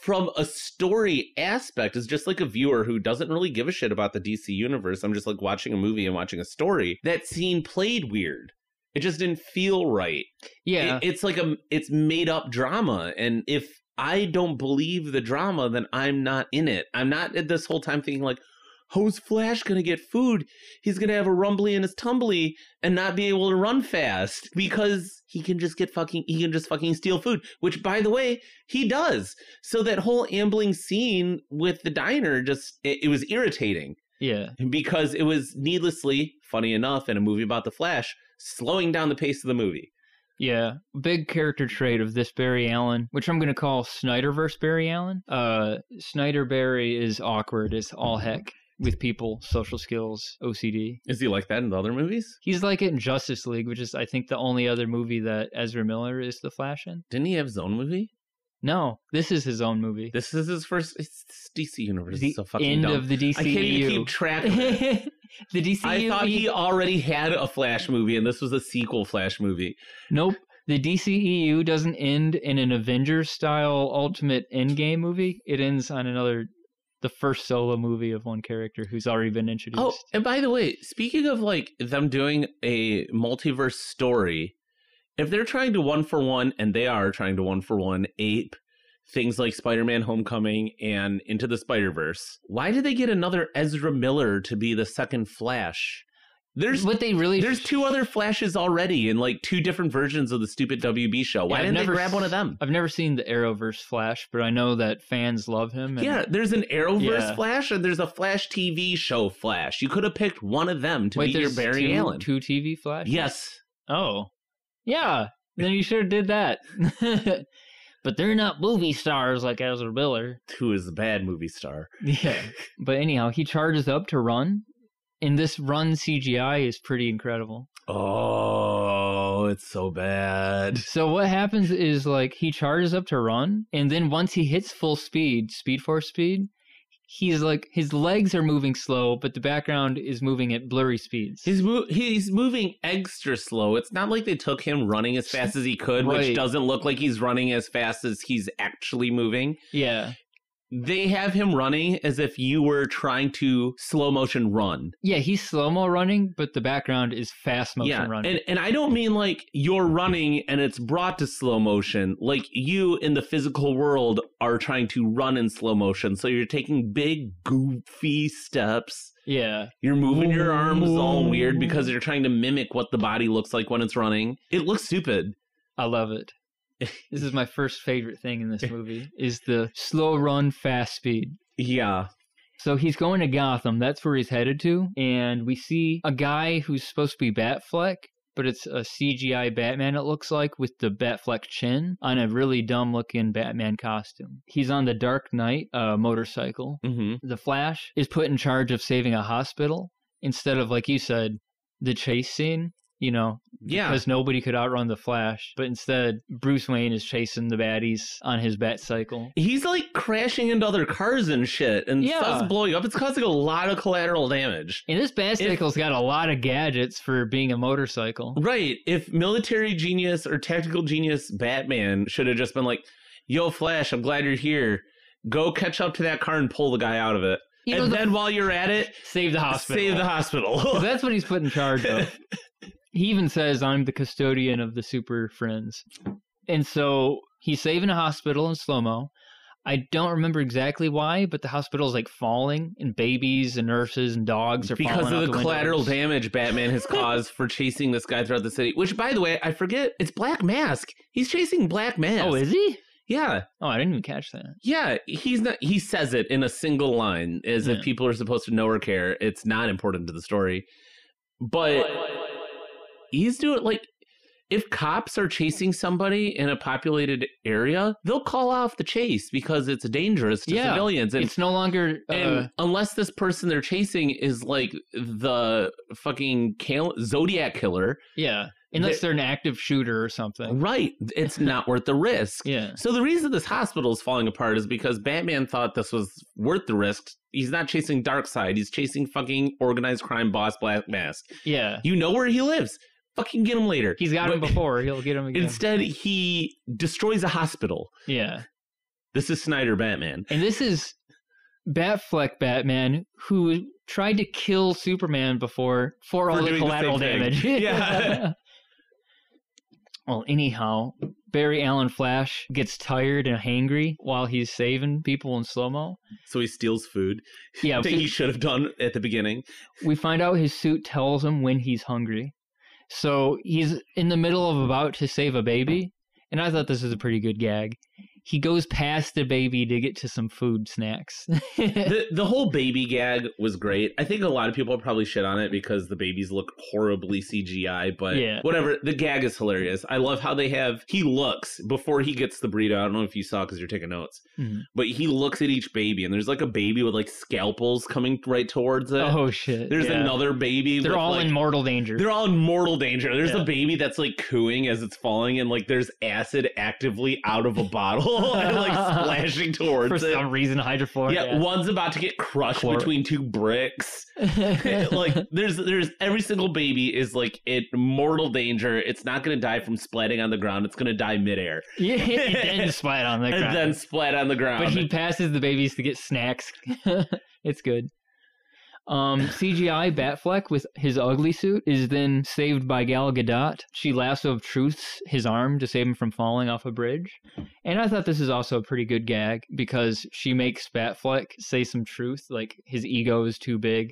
From a story aspect, is just like a viewer who doesn't really give a shit about the DC universe. I'm just like watching a movie and watching a story. That scene played weird. It just didn't feel right. yeah. It- it's like a it's made up drama and if i don't believe the drama then i'm not in it i'm not uh, this whole time thinking like how's flash gonna get food he's gonna have a rumbly in his tumbly and not be able to run fast because he can just get fucking he can just fucking steal food which by the way he does so that whole ambling scene with the diner just it, it was irritating yeah. because it was needlessly funny enough in a movie about the flash slowing down the pace of the movie Yeah, big character trait of this Barry Allen, which I'm going to call Snyderverse Barry Allen. Uh, Snyder Barry is awkward as all heck with people, social skills, OCD. Is he like that in the other movies? He's like it in Justice League, which is I think the only other movie that Ezra Miller is the Flash in. Didn't he have his own movie? No, this is his own movie. This is his first. It's it's DC Universe. the it's so fucking end dumb. of the E DCU. I can't even keep track. Of it. *laughs* the E DCU. I thought he already had a Flash movie, and this was a sequel Flash movie. Nope. The DCEU doesn't end in an Avengers style ultimate endgame movie. It ends on another the first solo movie of one character who's already been introduced. Oh, and by the way, speaking of like them doing a multiverse story, if they're trying to one for one, and they are trying to one for one ape things like Spider-Man: Homecoming and Into the Spider-Verse, why did they get another Ezra Miller to be the second Flash? There's what they really There's two other flashes already in like two different versions of the stupid WB show. Why I've didn't never they grab one of them? I've never seen the Arrowverse Flash, but I know that fans love him. And Yeah, there's an Arrowverse Yeah. Flash and there's a Flash TV show Flash. You could have picked one of them to wait, be your there's Barry two, Allen. two TV Flash. Yes. Oh, yeah. Then you sure did that. *laughs* but they're not movie stars like Ezra Miller. Who is a bad movie star? Yeah. But anyhow, he charges up to run, and this run CGI is pretty incredible. Oh, it's so bad. So what happens is like he charges up to run, and then once he hits full speed, speed force speed, he's like his legs are moving slow, but the background is moving at blurry speeds. He's mo- he's moving extra slow. It's not like they took him running as fast as he could, Right. which doesn't look like he's running as fast as he's actually moving. yeah. They have him running as if you were trying to slow motion run. Yeah, he's slow mo running, but the background is fast motion yeah, running. and and I don't mean like you're running and it's brought to slow motion. Like you in the physical world are trying to run in slow motion, so you're taking big goofy steps. yeah, You're moving your arms all weird because you're trying to mimic what the body looks like when it's running. It looks stupid. I *laughs* love it. this is my first favorite thing in this movie is the slow run, fast speed. Yeah. So he's going to Gotham. That's where he's headed to. And we see a guy who's supposed to be Batfleck, but it's a CGI Batman, it looks like, with the Batfleck chin on a really dumb looking Batman costume. He's on the Dark Knight uh, motorcycle. Mm-hmm. The Flash is put in charge of saving a hospital instead of, like you said, the chase scene. You know, Yeah. because nobody could outrun the Flash, but instead Bruce Wayne is chasing the baddies on his Batcycle. He's like crashing into other cars and shit and Yeah. stuff's blowing up. It's causing a lot of collateral damage. And this bicycle's got a lot of gadgets for being a motorcycle. Right. If military genius or tactical genius Batman should have just been like, yo, Flash, I'm glad you're here. Go catch up to that car and pull the guy out of it. You know, and the- then while you're at it, save the hospital. save the hospital. *laughs* *laughs* 'Cause that's what he's put in charge of. he even says, "I'm the custodian of the Super Friends," and so he's saving a hospital in slow mo. I don't remember exactly why, but the hospital's like falling, and babies and nurses and dogs are because falling of out the, collateral windows. damage Batman *laughs* has caused for chasing this guy throughout the city. Which, by the way, I forget it's Black Mask. He's chasing Black Mask. Oh, is he? yeah, Oh, I didn't even catch that. yeah. He's not. He says it in a single line, as Yeah. if people are supposed to know or care. It's not important to the story, but he's doing like. If cops are chasing somebody in a populated area, they'll call off the chase because it's dangerous to Yeah. civilians. And it's no longer. Uh, and unless this person they're chasing is like the fucking Cal- Zodiac killer, yeah, unless they're an active shooter or something. right? It's not worth the risk. Yeah. So the reason this hospital is falling apart is because Batman thought this was worth the risk. He's not chasing Darkseid. He's chasing fucking organized crime boss Black Mask. Yeah. You know where he lives. Fucking get him later. He's got him But before. He'll get him again. Instead, he destroys a hospital. yeah. This is Snyder Batman. And this is Batfleck Batman who tried to kill Superman before for, all the doing the collateral same thing. *laughs* damage. Yeah. well, anyhow, Barry Allen Flash gets tired and hangry while he's saving people in slow mo. So he steals food. *laughs* Yeah, Thing he should have done at the beginning. we find out his suit tells him when he's hungry. So he's in the middle of about to save a baby, and I thought this was a pretty good gag. He goes past the baby to get to some food snacks. *laughs* the the whole baby gag was great. I think a lot of people probably shit on it because the babies look horribly CGI, but Yeah. whatever. The gag is hilarious. I love how they have he looks before he gets the burrito. I don't know if you saw because you're taking notes, Mhm. but he looks at each baby, and there's like a baby with like scalpels coming right towards it. oh shit. there's yeah. another baby. They're with, all like- in mortal danger. They're all in mortal danger. There's Yeah. a baby that's like cooing as it's falling, and like there's acid actively out of a bottle *laughs* and *laughs* like splashing towards for it. some reason hydrofluoric. Yeah, one's about to get crushed Chlor- between two bricks. acid. like there's there's every single baby is like in mortal danger. It's not gonna die from splatting on the ground. It's gonna die midair *laughs* yeah, and then splat on *laughs* the and ground. then splat on the ground. but he passes the babies to get snacks. *laughs* it's good. Um, CGI Batfleck with his ugly suit is then saved by Gal Gadot. She lasso of truths his arm to save him from falling off a bridge. And I thought this is also a pretty good gag because she makes Batfleck say some truth, like his ego is too big.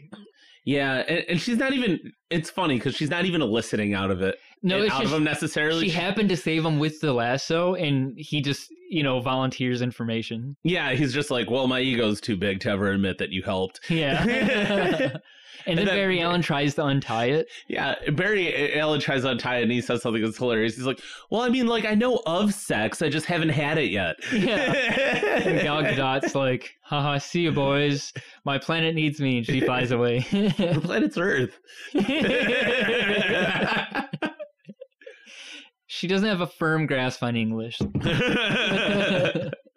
yeah, and, and she's not even. It's funny because she's not even eliciting out of it. No, and it's out just of him necessarily. she happened to save him with the lasso, and he just, you know, volunteers information. yeah, he's just like, well, my ego's too big to ever admit that you helped. *laughs* Yeah. *laughs* and then that- Barry Allen tries to *laughs* untie it. Yeah, Barry Allen tries to untie it and he says something that's hilarious. He's like, well, I mean, like I know of sex, I just haven't had it yet. Yeah. And Gal Gadot's like, haha, see you boys. My planet needs me. And she flies away. *laughs* The planet's Earth. she doesn't have a firm grasp on English.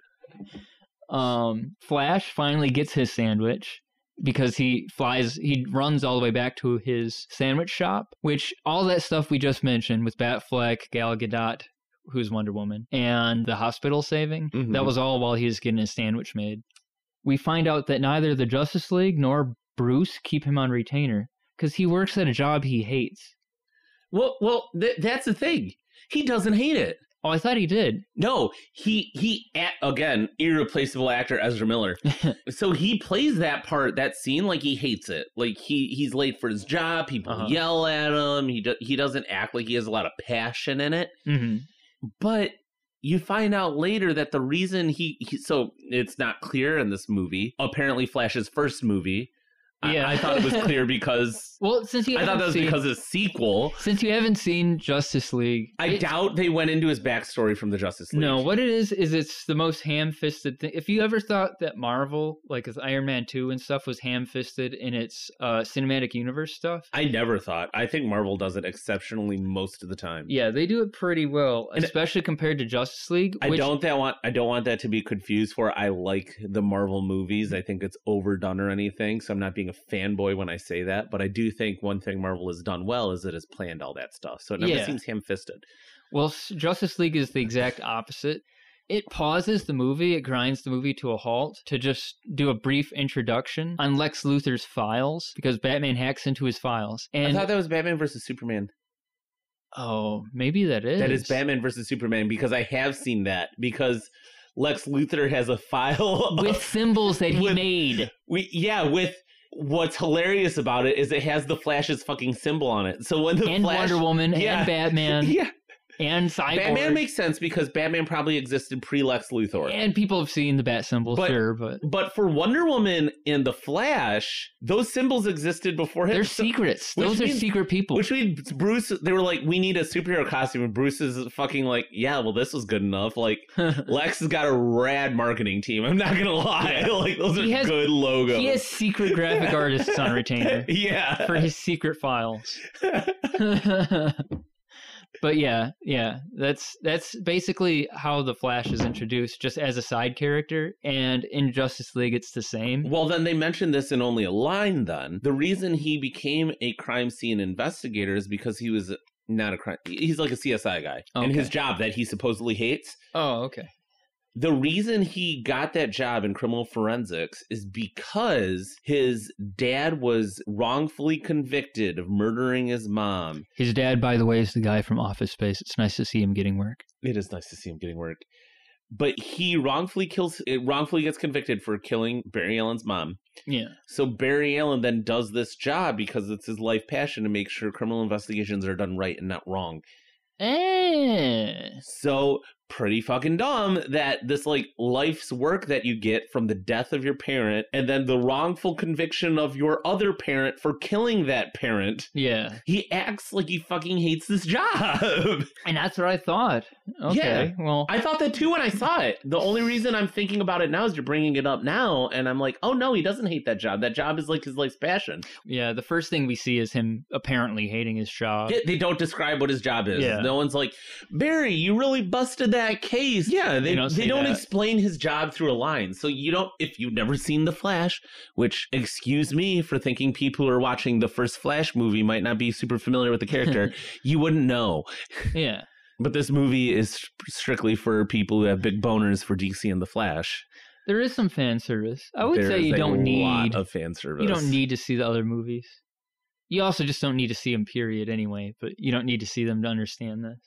*laughs* um, Flash finally gets his sandwich because he flies, he runs all the way back to his sandwich shop, which all that stuff we just mentioned with Batfleck, Gal Gadot, who's Wonder Woman, and the hospital saving, Mhm. that was all while he was getting his sandwich made. we find out that neither the Justice League nor Bruce keep him on retainer because he works at a job he hates. Well, well, th- that's the thing. He doesn't hate it. Oh, I thought he did. No, he he a- again irreplaceable actor Ezra Miller. so he plays that part, that scene like he hates it. Like he he's late for his job. People Uh-huh. yell at him. He do, he doesn't act like he has a lot of passion in it. hmm But you find out later that the reason he, he so it's not clear in this movie. Apparently, Flash's first movie. I- Yeah. I, thought it was *laughs* clear because Well, since you I thought haven't that was seen, because of the sequel. since you haven't seen Justice League, I it- doubt they went into his backstory from the Justice League. No, what it is is it's the most ham-fisted thing. If you ever thought that Marvel, like with Iron Man two and stuff, was ham-fisted in its uh, cinematic universe stuff, I never thought. I think Marvel does it exceptionally most of the time. yeah, they do it pretty well, And- especially compared to Justice League. I which, don't that want I don't want that to be confused for I like the Marvel movies. I think it's overdone or anything, so I'm not being a fanboy when I say that, but I do think one thing Marvel has done well is it has planned all that stuff. So it never Yeah. seems ham-fisted. Well, s- Justice League is *laughs* the exact opposite. It pauses the movie, it grinds the movie to a halt to just do a brief introduction on Lex Luthor's files because Batman hacks into his files. And I thought that was Batman versus Superman. oh, maybe that is That is Batman versus Superman because I have seen that because Lex Luthor has a *laughs* file of- *laughs* with symbols that he With- *laughs* made. We yeah, with what's hilarious about it is it has the Flash's fucking symbol on it. So when the And Flash Wonder Woman Yeah. and Batman *laughs* Yeah, and Cyborg. Batman makes sense because Batman probably existed pre Lex Luthor. and people have seen the bat symbol, But- sure, but but for Wonder Woman and the Flash, those symbols existed before him. they're So- secrets. which Those are means- secret people. Which means Bruce, they were like, we need a superhero costume. And Bruce is fucking like, yeah, well, this was good enough. *laughs* Like, Lex has got a rad marketing team. I'm not going to lie. *laughs* like, those He are has- good logos. *laughs* he has *laughs* secret graphic artists on *laughs* retainer. yeah. *laughs* for his secret files. *laughs* but yeah, yeah, that's that's basically how the Flash is introduced, just as a side character. And in Justice League, it's the same. Well, then they mentioned this in only a line. Then the reason he became a crime scene investigator is because he was not a crime. He's like a CSI guy, and his Okay. job that he supposedly hates. Oh, okay. The reason he got that job in criminal forensics is because his dad was wrongfully convicted of murdering his mom. His dad, by the way, is the guy from Office Space. It's nice to see him getting work. It is nice to see him getting work. But he wrongfully kills, wrongfully gets convicted for killing Barry Allen's mom. Yeah. So Barry Allen then does this job because it's his life passion to make sure criminal investigations are done right and not wrong. Eh. So pretty fucking dumb that this like life's work that you get from the death of your parent and then the wrongful conviction of your other parent for killing that parent. Yeah, He acts like he fucking hates this job. *laughs* and that's what I thought. Okay, well, I thought that too when I saw it. The only reason I'm thinking about it now is you're bringing it up now, and I'm like, oh no, he doesn't hate that job. That job is like his life's passion. yeah. The first thing we see is him apparently hating his job. Yeah, they don't describe what his job is. Yeah. No one's like, Barry, you really busted that case. Yeah, they, don't They don't they say don't that. explain his job through a line. So you don't if you've never seen The Flash, which excuse me for thinking people who are watching the first Flash movie might not be super familiar with the *laughs* character, you wouldn't know. yeah. But this movie is strictly for people who have big boners for DC and The Flash. There is some fan service. I would There say is you a don't lot need of fan service. You don't need to see the other movies. You also just don't need to see them, period, anyway. But you don't need to see them to understand this.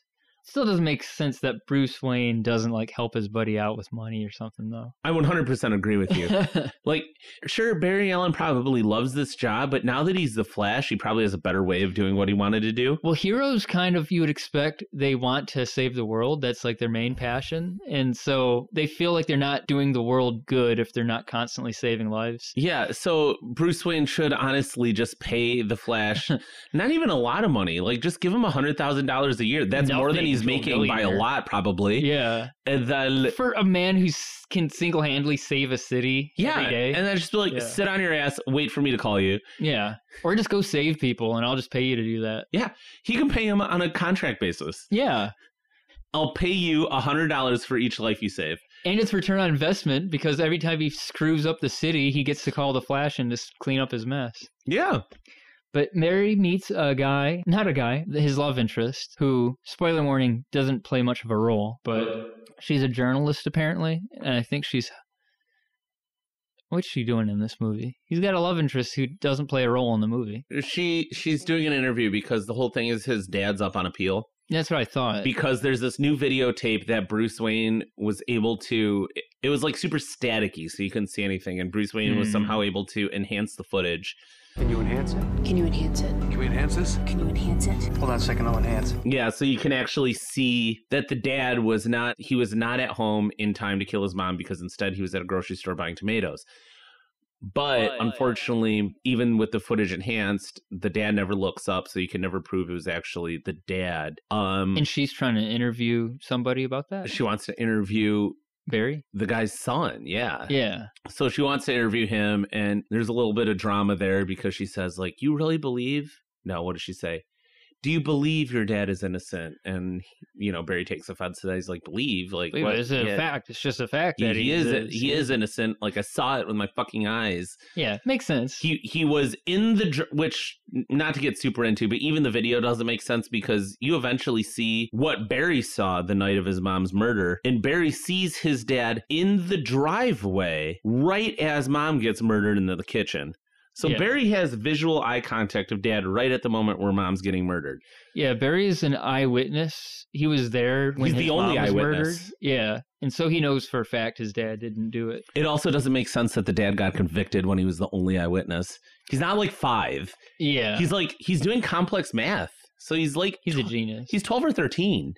Still doesn't make sense that Bruce Wayne doesn't like help his buddy out with money or something, though. I 100% agree with you. *laughs* Like, sure, Barry Allen probably loves this job, but now that he's the Flash, he probably has a better way of doing what he wanted to do. well, heroes kind of you would expect they want to save the world. That's like their main passion, and so they feel like they're not doing the world good if they're not constantly saving lives. Yeah, so Bruce Wayne should honestly just pay the *laughs* Flash not even a lot of money. Like, just give him $100,000 a year. That's more than Nothing he's to a making by a billionaire. lot, probably. Yeah, And then, for a man who s- can single-handedly save a city yeah. every day. And then just be like, Yeah. sit on your ass, wait for me to call you. yeah, or just go save people, and I'll just pay you to do that. He can pay him on a contract basis. Yeah. I'll pay you $100 for each life you save. And it's return on investment because every time he screws up the city, he gets to call the Flash and just clean up his mess. Yeah. But Mary meets a guy, not a guy, his love interest, who, spoiler warning, doesn't play much of a role, but she's a journalist apparently, and I think she's What's she doing in this movie? He's got a love interest who doesn't play a role in the movie. She she's doing an interview because the whole thing is his dad's up on appeal. That's what I thought. because there's this new videotape that Bruce Wayne was able to. It was like super staticky, so you couldn't see anything, and Bruce Wayne was Hmm. somehow able to enhance the footage. Can you enhance it? Can we enhance this? Can you enhance it? Hold on a second, I'll enhance. Yeah, so you can actually see that the dad was not. He was not at home in time to kill his mom because instead he was at a grocery store buying tomatoes. But unfortunately, even with the footage enhanced, the dad never looks up, so you can never prove it was actually the dad. Um, and she's trying to interview somebody about that. she wants to interview *laughs* Barry. the guy's son. Yeah, Yeah. so she wants to interview him and there's a little bit of drama there because she says like you really believe no what does she say do you believe your dad is innocent and you know barry takes offense to that he's like believe like Wait, what? it's a Yeah. fact. It's just a fact he, that he he's is a- he is innocent like i saw it with my fucking eyes Yeah, makes sense. he he was in the dr- which n- not to get super into but even the video doesn't make sense because you eventually see what barry saw the night of his mom's murder and barry sees his dad in the driveway right as mom gets murdered in the kitchen so Yeah. barry has visual eye contact of dad right at the moment where mom's getting murdered yeah, Barry is an eyewitness. He was there when He's his the only mom was eyewitness. murdered. Yeah, and so he knows for a fact his dad didn't do it. it also doesn't make sense that the dad got convicted when he was the only eyewitness he's not like five Yeah, he's, he's like he's doing complex math so he's like a tw- genius. Eh, he's 12 or 13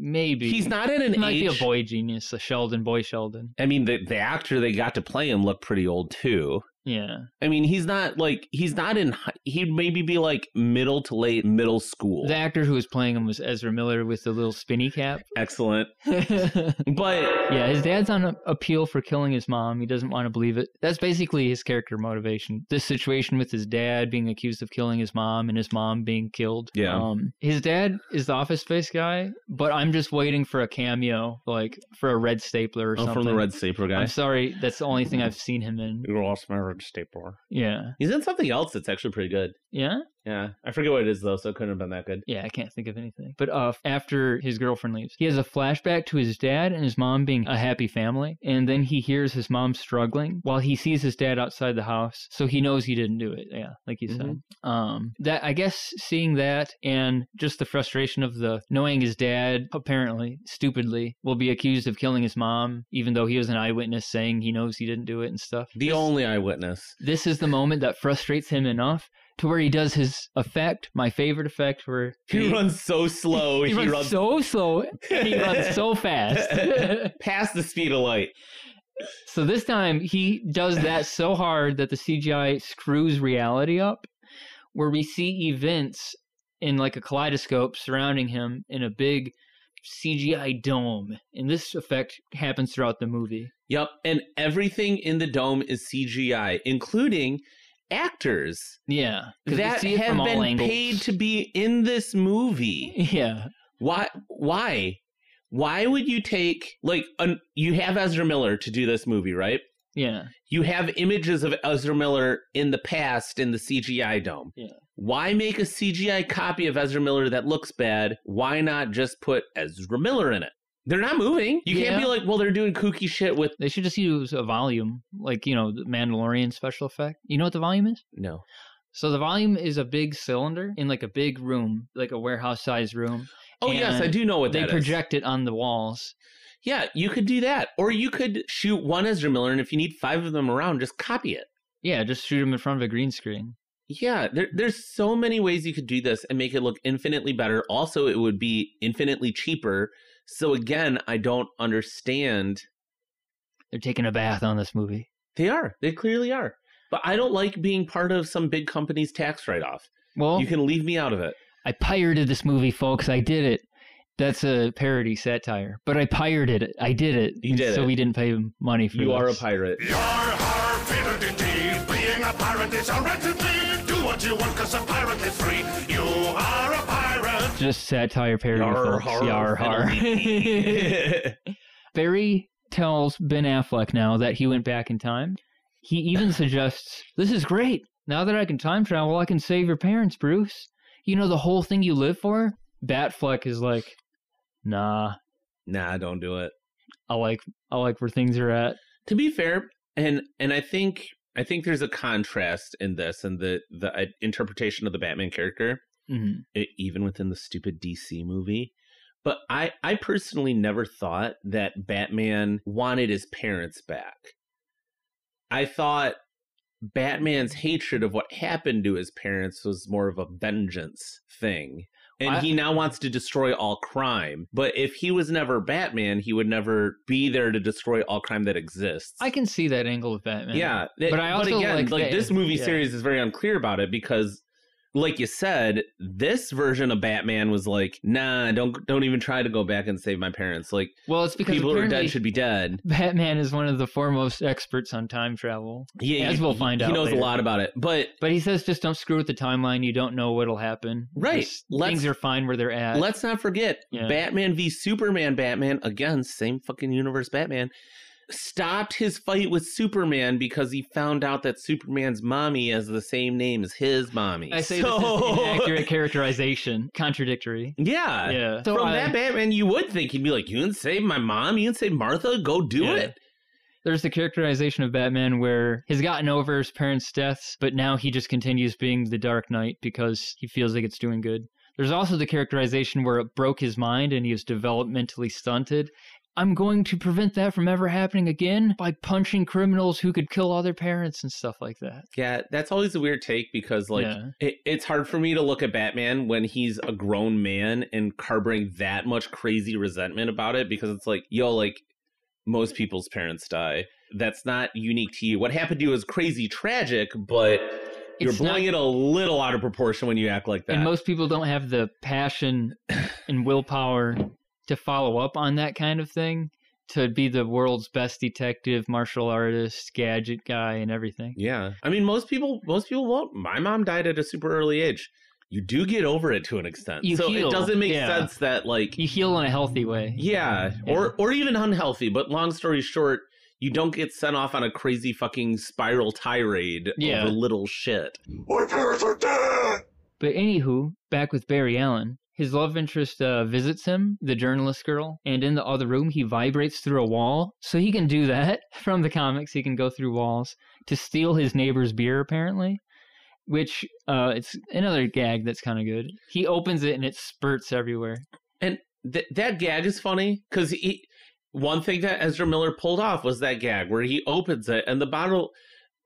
maybe he's not at an He might age be a boy genius, a Sheldon, boy Sheldon. I mean, the the actor they got to play him looked pretty old too. Yeah, I mean, he's not like he's not in. hi- He'd maybe be like middle to late middle school. the actor who was playing him was Ezra Miller with the little *laughs* spinny cap. Excellent, yeah, but his dad's on a- appeal for killing his mom. He doesn't want to believe it. That's basically his character motivation. This situation with his dad being accused of killing his mom and his mom being killed. Yeah. Um, his dad is the Office Space guy, but I'm just waiting for a cameo, like for a red stapler or oh, something. from the Red Stapler guy. I'm sorry, that's the only thing I've seen him in. You lost my Red Stapler. Yeah. He's in something else that's actually pretty good. Yeah? Yeah, I forget what it is though, so it couldn't have been that good. Yeah, I can't think of anything. But uh, after his girlfriend leaves, he has a flashback to his dad and his mom being a happy family. And then he hears his mom struggling while he sees his dad outside the house. So he knows he didn't do it. Yeah, like you said. Mm-hmm. Um, that I guess seeing that and just the frustration of the knowing his dad apparently stupidly will be accused of killing his mom, even though he was an eyewitness saying he knows he didn't do it and stuff. The This- only eyewitness. this is the moment that frustrates him enough to where he does his effect, my favorite effect, where He runs so slow. *laughs* he runs so slow and he runs *laughs* so fast. *laughs* past the speed of light. so this time he does that so hard that the CGI screws reality up, where we see events in like a kaleidoscope surrounding him in a big CGI dome, and this effect happens throughout the movie. Yep, and everything in the dome is CGI, including actors. Yeah, 'cause we that see it have from all been angles. paid to be in this movie. *laughs* Yeah, Why? Why? Why would you take like an, you have Ezra Miller to do this movie, right? yeah. You have images of Ezra Miller in the past in the CGI dome. Yeah. Why make a CGI copy of Ezra Miller that looks bad? Why not just put Ezra Miller in it? They're not moving. You Yeah. can't be like, well, they're doing kooky shit with They should just use a volume, like, you know, the Mandalorian special effect. You know what the volume is? no. So the volume is a big cylinder in like a big room, like a warehouse sized room. Oh yes, And I do know what they that is. project it on the walls. Yeah, you could do that, or you could shoot one Ezra Miller, and if you need five of them around, just copy it. Yeah, just shoot them in front of a green screen. Yeah, there, there's so many ways you could do this and make it look infinitely better. Also, it would be infinitely cheaper. So again, I don't understand. They're taking a bath on this movie. They are. They clearly are. But I don't like being part of some big company's tax write-off. Well, You can leave me out of it. I pirated this movie, folks. I did it. That's a parody satire, but I pirated it. I did it. You And did so it. we didn't pay him money for You are a this. pirate. You're our fidelity. Being a pirate is a rarity. Do what you want, cause a pirate is free. You are a pirate. Just satire parody. Yar, folks. har, Yar, har. Barry tells Ben Affleck now that he went back in time. *laughs* He even suggests, This is great. Now that I can time travel, I can save your parents, Bruce. You know the whole thing you live for? Batfleck is like, Nah, *laughs* nah, don't do it. I like I like where things are at. To be fair, and and I think I think there's a contrast in this and the the uh, interpretation of the Batman character, hmm e- even within the stupid DC movie. But I I personally never thought that Batman wanted his parents back. I thought Batman's hatred of what happened to his parents was more of a vengeance thing. And I- he now wants to destroy all crime. But if he was never Batman, he would never be there to destroy all crime that exists. I can see that angle of Batman. Yeah, that- But I also again, like like, that- this movie yeah. series is very unclear about it because, like you said, this version of Batman was like, nah, don't don't even try to go back and save my parents. Like Well, it's because people who are apparently dead should be dead. Batman is one of the foremost experts on time travel, Yeah, as he- we'll find out. he knows later. a lot about it, but. But he says just don't screw with the timeline. You don't know what'll happen. Right. Just Let's- things are fine where they're at. Let's not forget Uh, Yeah. Batman v Superman. Batman again, same fucking universe. Batman stopped his fight with Superman because he found out that Superman's mommy has the same name as his *laughs* mommy. I say this is So- *laughs* inaccurate characterization, contradictory. Yeah. Yeah. So From I- that Batman, you would think he'd be like, "You didn't save my mom. You didn't save Martha. Go do Yeah. it." There's the characterization of Batman where he's gotten over his parents' deaths, but now he just continues being the Dark Knight because he feels like it's doing good. There's also the characterization where it broke his mind and he was developmentally stunted. I'm going to prevent that from ever happening again by punching criminals who could kill all their parents and stuff like that. Yeah, that's always a weird take because like Yeah. it, it's hard for me to look at Batman when he's a grown man and harboring that much crazy resentment about it because it's like, yo, like most people's parents die. That's not unique to you. What happened to you is crazy tragic, but you're It's not- blowing it a little out of proportion when you act like that. And most people don't have the passion and willpower to follow up on that kind of thing, to be the world's best detective, martial artist, gadget guy, and everything. Yeah. I mean, most people, most people won't. My mom died at a super early age. You do get over it to an extent. You so heal, it doesn't make yeah. sense that like, You heal in a healthy way. yeah, or, or even unhealthy, but long story short, you don't get sent off on a crazy fucking spiral tirade Yeah. over little shit. My parents are dead! But anywho, back with Barry Allen. His love interest uh, visits him, the journalist girl, and in the other room, he vibrates through a wall. So he can do that *laughs* from the comics. He can go through walls to steal his neighbor's beer, apparently. Which uh, it's another gag that's kind of good. He opens it and it spurts everywhere. Th- that gag is funny because he, one thing that Ezra Miller pulled off was that gag where he opens it and the bottle.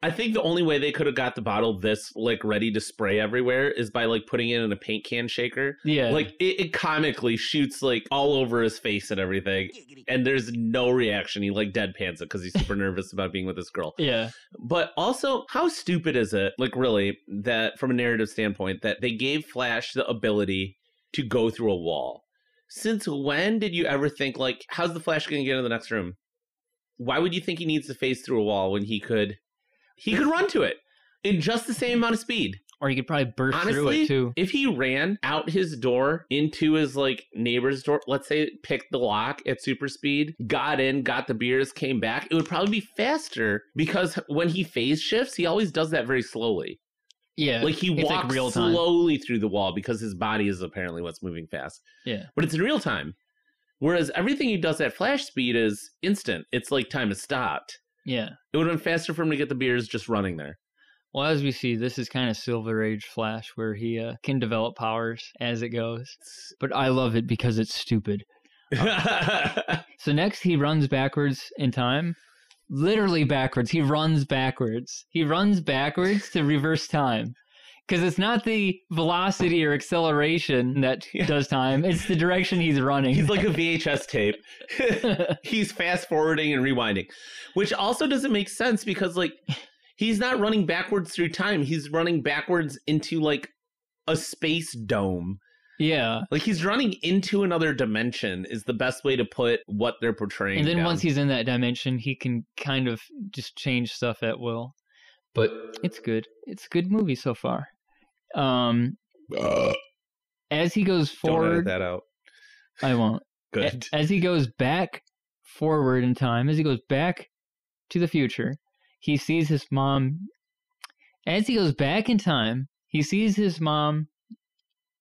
I think the only way they could have got the bottle this like ready to spray everywhere is by like putting it in a paint can shaker. Yeah, Like it, it comically shoots like all over his face and everything, and there's no reaction. He like deadpans it because he's super nervous about being with this girl. yeah, But also, how stupid is it? Like really, that from a narrative standpoint, that they gave Flash the ability to go through a wall. Since when did you ever think like, how's the Flash going to get into the next room? Why would you think he needs to phase through a wall when he could, he could run to it in just the same amount of speed? or you could probably burst through Honestly, it too. if he ran out his door into his like neighbor's door, let's say picked the lock at super speed, got in, got the beers, came back, it would probably be faster because when he phase shifts, he always does that very slowly. Yeah, Like he it's like walks real time. slowly through the wall because his body is apparently what's moving fast. Yeah. But it's in real time. Whereas everything he does at flash speed is instant. It's like time is stopped. yeah. It would have been faster for him to get the beers just running *laughs* there. *laughs* Well, as we see, this is kind of Silver Age Flash, where he uh, can develop powers as it goes. But I love it because it's stupid. So next, he runs backwards in time. Literally backwards. He runs backwards. He runs backwards to reverse time. Because it's not the velocity or acceleration that *laughs* does time, it's the direction he's running. He's like a VHS *laughs* tape. he's fast forwarding and rewinding, which also doesn't make sense because like he's not running backwards through time. He's running backwards into like a space dome. yeah. Like he's running into another dimension is the best way to put what they're portraying. And then down. once he's in that dimension, he can kind of just change stuff at will. But it's good. It's a good movie so far. Um, as he goes don't edit forward, that out. I won't. A- Good. As he goes back forward in time, as he goes back to the future, he sees his mom. As he goes back in time, he sees his mom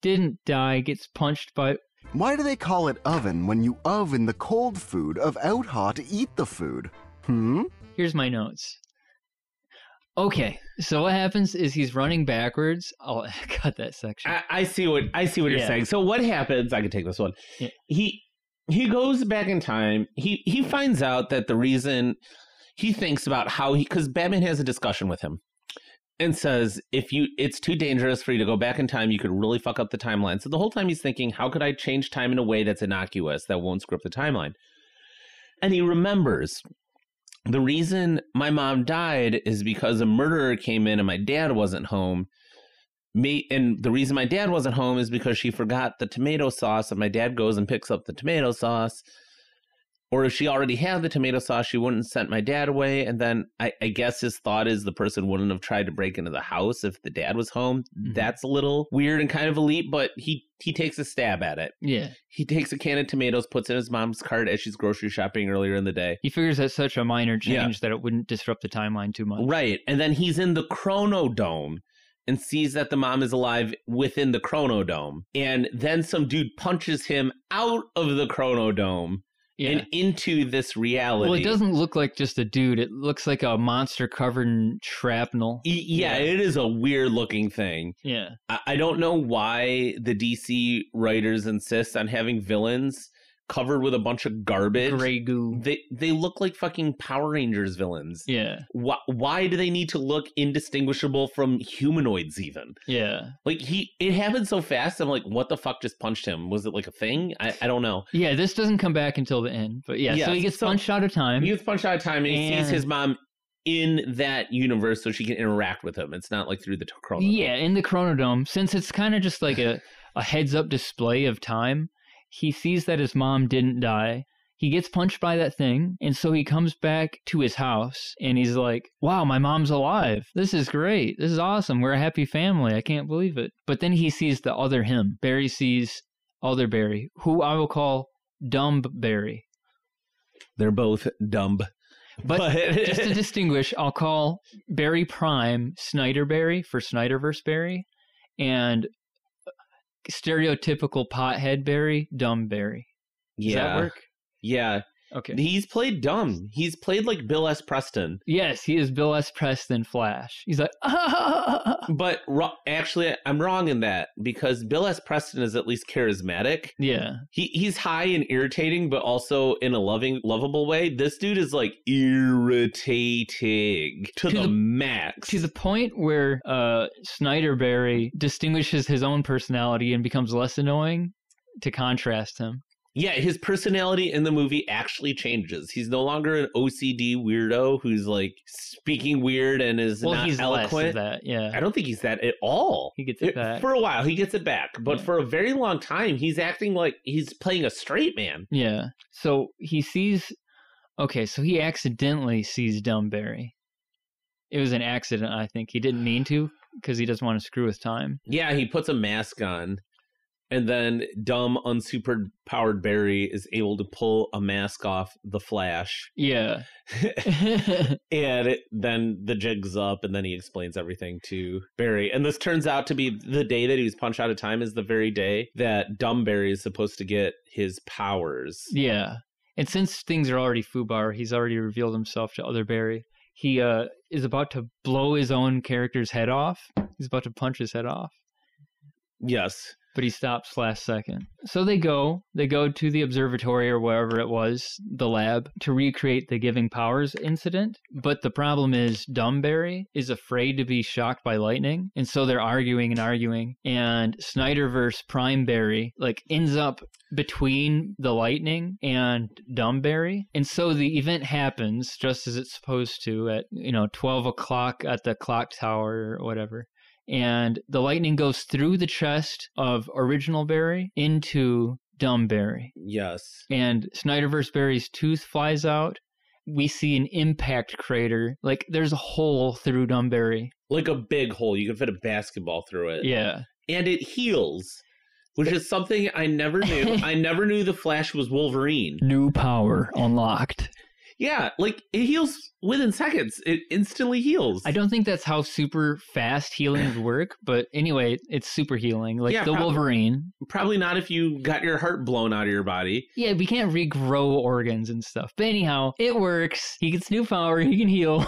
didn't die, gets punched by. Why do they call it oven when you oven the cold food of out hot to eat the food? Hmm? Here's my notes. Okay, so what happens is he's running backwards. I'll *laughs* cut that section. I, I see what I see what Yeah. you're saying. So what happens? I can take this one. Yeah. He he goes back in time. He he finds out that the reason he thinks about how he because Batman has a discussion with him and says if you it's too dangerous for you to go back in time you could really fuck up the timeline so the whole time he's thinking how could i change time in a way that's innocuous that won't script the timeline and he remembers the reason my mom died is because a murderer came in and my dad wasn't home me and the reason my dad wasn't home is because she forgot the tomato sauce and my dad goes and picks up the tomato sauce or if she already had the tomato sauce she wouldn't have sent my dad away and then I, I guess his thought is the person wouldn't have tried to break into the house if the dad was home Mhm. that's a little weird and kind of a leap but he he takes a stab at it yeah, he takes a can of tomatoes puts it in his mom's cart as she's grocery shopping earlier in the day he figures that's such a minor Yeah. change that it wouldn't disrupt the timeline too much. Right. And then he's in the chronodome and sees that the mom is alive within the chronodome. And then some dude punches him out of the chronodome Yeah. and into this reality. well, it doesn't look like just a dude. It looks like a monster covered in shrapnel. Y- E, yeah, Yeah. it is a weird looking thing. Yeah. I-, I don't know why the DC writers insist on having villains covered with a bunch of garbage. Gray goo. They they look like fucking Power Rangers villains. Yeah. Why, why do they need to look indistinguishable from humanoids even? Yeah. Like he, it happened so fast. I'm like, what the fuck just punched him? Was it like a thing? I, I don't know. Yeah, this doesn't come back until the end. But yeah, so Yes, he gets so- punched out of time. He gets punched out of time, and, he sees And- his mom in that universe, so she can interact with him. It's not like through the chrono. Yeah, in the chronodome, since it's kind of just like a, a heads up display of time, he sees that his mom didn't die. He gets punched by that thing, and so he comes back to his house and he's like, Wow, my mom's alive. This is great. This is awesome. We're a happy family. I can't believe it. But then he sees the other him. Barry sees other Barry, who I will call Dumb Barry. they're both dumb. But just to distinguish, I'll call Barry Prime Snyder Barry for Snyderverse Barry, and stereotypical pothead Barry, dumb Barry. Does yeah, that work? yeah, Okay. he's played dumb. He's played like Bill S. Preston, yes, he is Bill S. Preston Flash. He's like, *laughs* but ro- actually, I'm wrong in that because Bill S. Preston is at least charismatic. yeah, He he's high and irritating, but also in a loving, lovable way. This dude is like irritating to, To the, the- max. to the point where uh, Snyder Barry distinguishes his own personality and becomes less annoying to contrast him. yeah, his personality in the movie actually changes. He's no longer an OCD weirdo who's like speaking weird and is Well, not he's less of eloquent. that. Yeah, I don't think he's that at all. he gets it It- back. For a while, he gets it back, but Yeah. for a very long time, he's acting like he's playing a straight man. Yeah. So he sees. Okay, so he accidentally sees Dumberry. It was an accident, I think. He didn't mean to because he doesn't want to screw with time. Yeah, he puts a mask on, and then dumb, unsuper powered Barry is able to pull a mask off the Flash, Yeah. and it, then the jig's up, and then he explains everything to Barry. And this turns out to be the day that he was punched out of time is the very day that dumb Barry is supposed to get his powers. *laughs* yeah. And since things are already foobar, he's already revealed himself to other Barry. He uh, is about to blow his own character's head off. He's about to punch his head off. Yes, but he stops last second. So they go, they go to the observatory or wherever it was, the lab, to recreate the giving powers incident. But the problem is Dumberry is afraid to be shocked by lightning, and so they're arguing and arguing. And Snyderverse Primeberry like ends up between the lightning and Dumberry, and so the event happens just as it's supposed to at you know twelve o'clock at the clock tower or whatever and the lightning goes through the chest of original Barry into Dumb Barry. yes. And Snyderverse Barry's tooth flies out. We see an impact crater. Like there's a hole through Dumb Barry. Like a big hole, you can fit a basketball through it. Yeah. and it heals, which is something I never knew. I never knew the Flash was Wolverine. New power unlocked. Yeah, like it heals within seconds. It instantly heals. I don't think that's how super fast healings work, but anyway, it's super healing, like Yeah, the probably. Wolverine. Probably not if you got your heart blown out of your body. Yeah, we can't regrow organs and stuff. But anyhow, it works. He gets new power. *laughs* He can heal.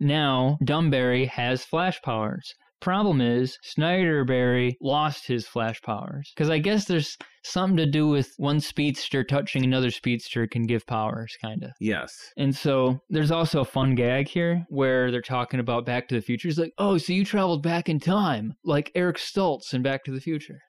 now, Dumberry has flash powers. Problem is, Snyderberry lost his flash powers. Because I guess there's something to do with one speedster touching another speedster can give powers, kind of. Yes. And so there's also a fun gag here where they're talking about Back to the Future. It's like, oh, so you traveled back in time, like Eric Stoltz in Back to the Future.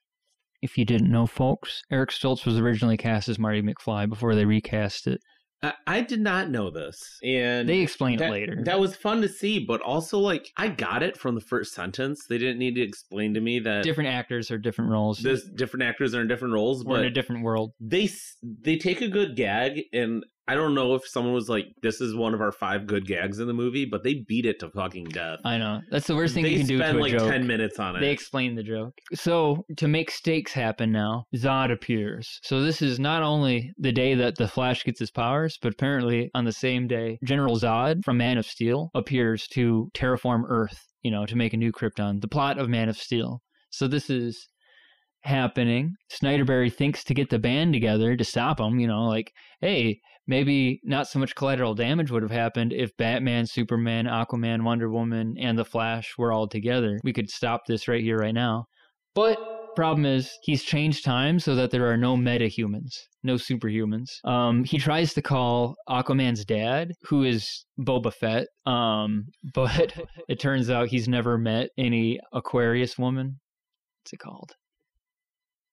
If you didn't know, folks, Eric Stoltz was originally cast as Marty McFly before they recast it. I, I did not know this. And They explain that, it later. That was fun to see, but also like I got it from the first sentence. They didn't need to explain to me that different actors are different roles. this different actors are in different roles, We're in a but different world. they s- they take a good gag and I don't know if someone was like, "This is one of our five good gags in the movie," but they beat it to fucking death. I know. That's the worst Uh, thing they you can do spend to a like joke. ten minutes on it. They explain the joke. So, to make stakes happen now, Zod appears. So, this is not only the day that the Flash gets his powers, but apparently on the same day, General Zod from Man of Steel appears to terraform Earth, you know, to make a new Krypton, the plot of Man of Steel. So, this is happening. Snyderberry thinks to get the band together to stop him, you know, like, hey, maybe not so much collateral damage would have happened if Batman, Superman, Aquaman, Wonder Woman, and The Flash were all together. We could stop this right here, right now. But problem is, he's changed time so that there are no metahumans, no superhumans. Um, he tries to call Aquaman's dad, who is Boba Fett, um, *laughs* but it turns out he's never met any Aquarius woman. What's it called?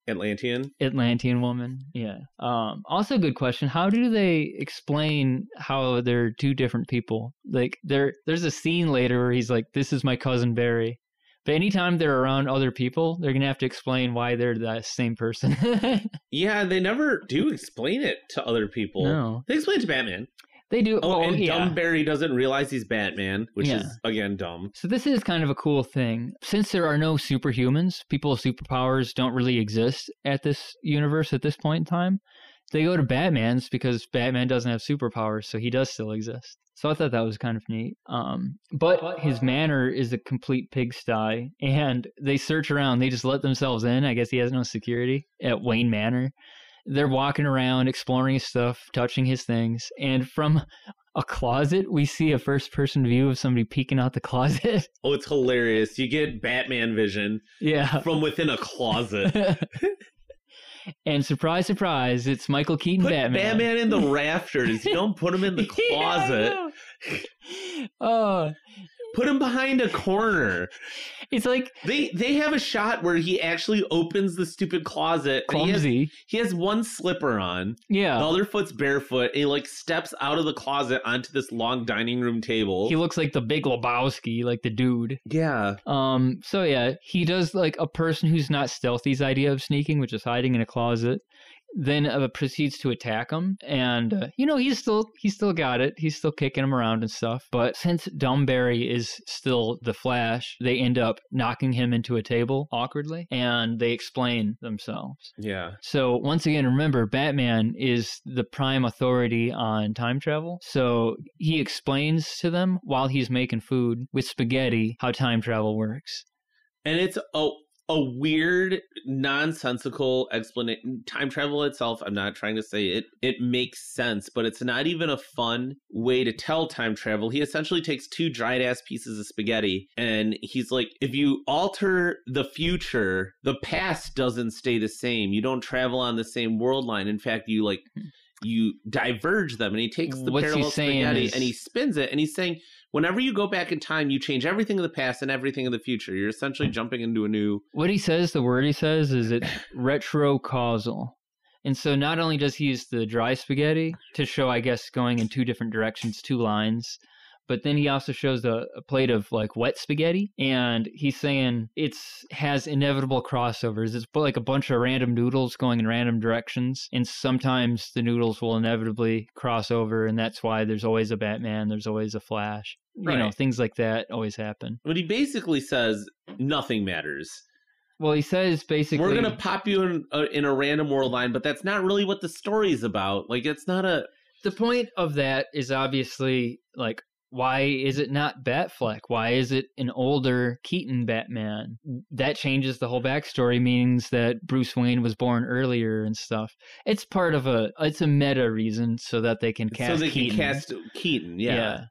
Atlantean. Atlantean woman. Yeah. Um, also, good question. How do they explain how they're two different people? Like, there, there's a scene later where he's like, "This is my cousin Barry," but anytime they're around other people, they're gonna have to explain why they're the same person. *laughs* Yeah, they never do explain it to other people. No. They explain it to Batman. they do. Oh, well, and yeah. dumb Barry doesn't realize he's Batman, which Yeah. is again dumb. So this is kind of a cool thing. Since there are no superhumans, people with superpowers don't really exist at this universe at this point in time. They go to Batman's because Batman doesn't have superpowers, so he does still exist. So I thought that was kind of neat. Um, but his manor is a complete pigsty, and they search around. They just let themselves in. I guess he has no security at Wayne Manor. They're walking around, exploring his stuff, touching his things, and from a closet, we see a first person view of somebody peeking out the *laughs* closet. Oh, it's hilarious. You get Batman vision yeah. from within a closet. *laughs* and surprise, surprise, it's Michael Keaton Put Batman. Batman. in the rafters. You don't put him in the *laughs* Yeah, I closet. know. oh, put him behind a corner. it's like They they have a shot where he actually opens the stupid closet. and he has- clumsy. Oh. He has, one slipper on. yeah. The other foot's barefoot. And he like steps out of the closet onto this long dining room table. He looks like the big Lebowski, like the dude. yeah. Um, so yeah, he does like a person who's not stealthy's idea of sneaking, which is hiding in a closet. Then uh, proceeds to attack him, and uh, you know he's still he's still got it. He's still kicking him around and stuff. But since Dumberry is still the Flash, they end up knocking him into a table awkwardly, and they explain themselves. Yeah. So once again, remember, Batman is the prime authority on time travel. So he explains to them while he's making food with spaghetti how time travel works. And it's a a weird nonsensical explanation time travel itself i'm not trying to say it it makes sense but it's not even a fun way to tell time travel he essentially takes two dried ass pieces of spaghetti and he's like if you alter the future the past doesn't stay the same you don't travel on the same world line in fact you like you diverge them and he takes the What's he parallel Hmm. saying spaghetti is- and he spins it and he's saying whenever you go back in time you change everything of the past and everything of the future you're essentially jumping into a new What he says, the word he says, is it's retrocausal. And so not only does he use the dry spaghetti to show, I guess, going in two different directions, two lines, but then he also shows a, a plate of like wet spaghetti, and he's saying it's has inevitable crossovers. It's bu- like a bunch of random noodles going in random directions, and sometimes the noodles will inevitably cross over, and that's why there's always a Batman, there's always a Flash, you know, Right. things like that always happen. But he basically says nothing matters. Well, he says basically We're gonna pop you in a, in a random world line, but that's not really what the story's about. Like, it's not a the point of that is obviously like why is it not Batfleck? Why is it an older Keaton Batman? That changes the whole backstory, means that Bruce Wayne was born earlier and stuff. It's part of a it's a meta reason so that they can cast so they Keaton. can cast Keaton. Yeah.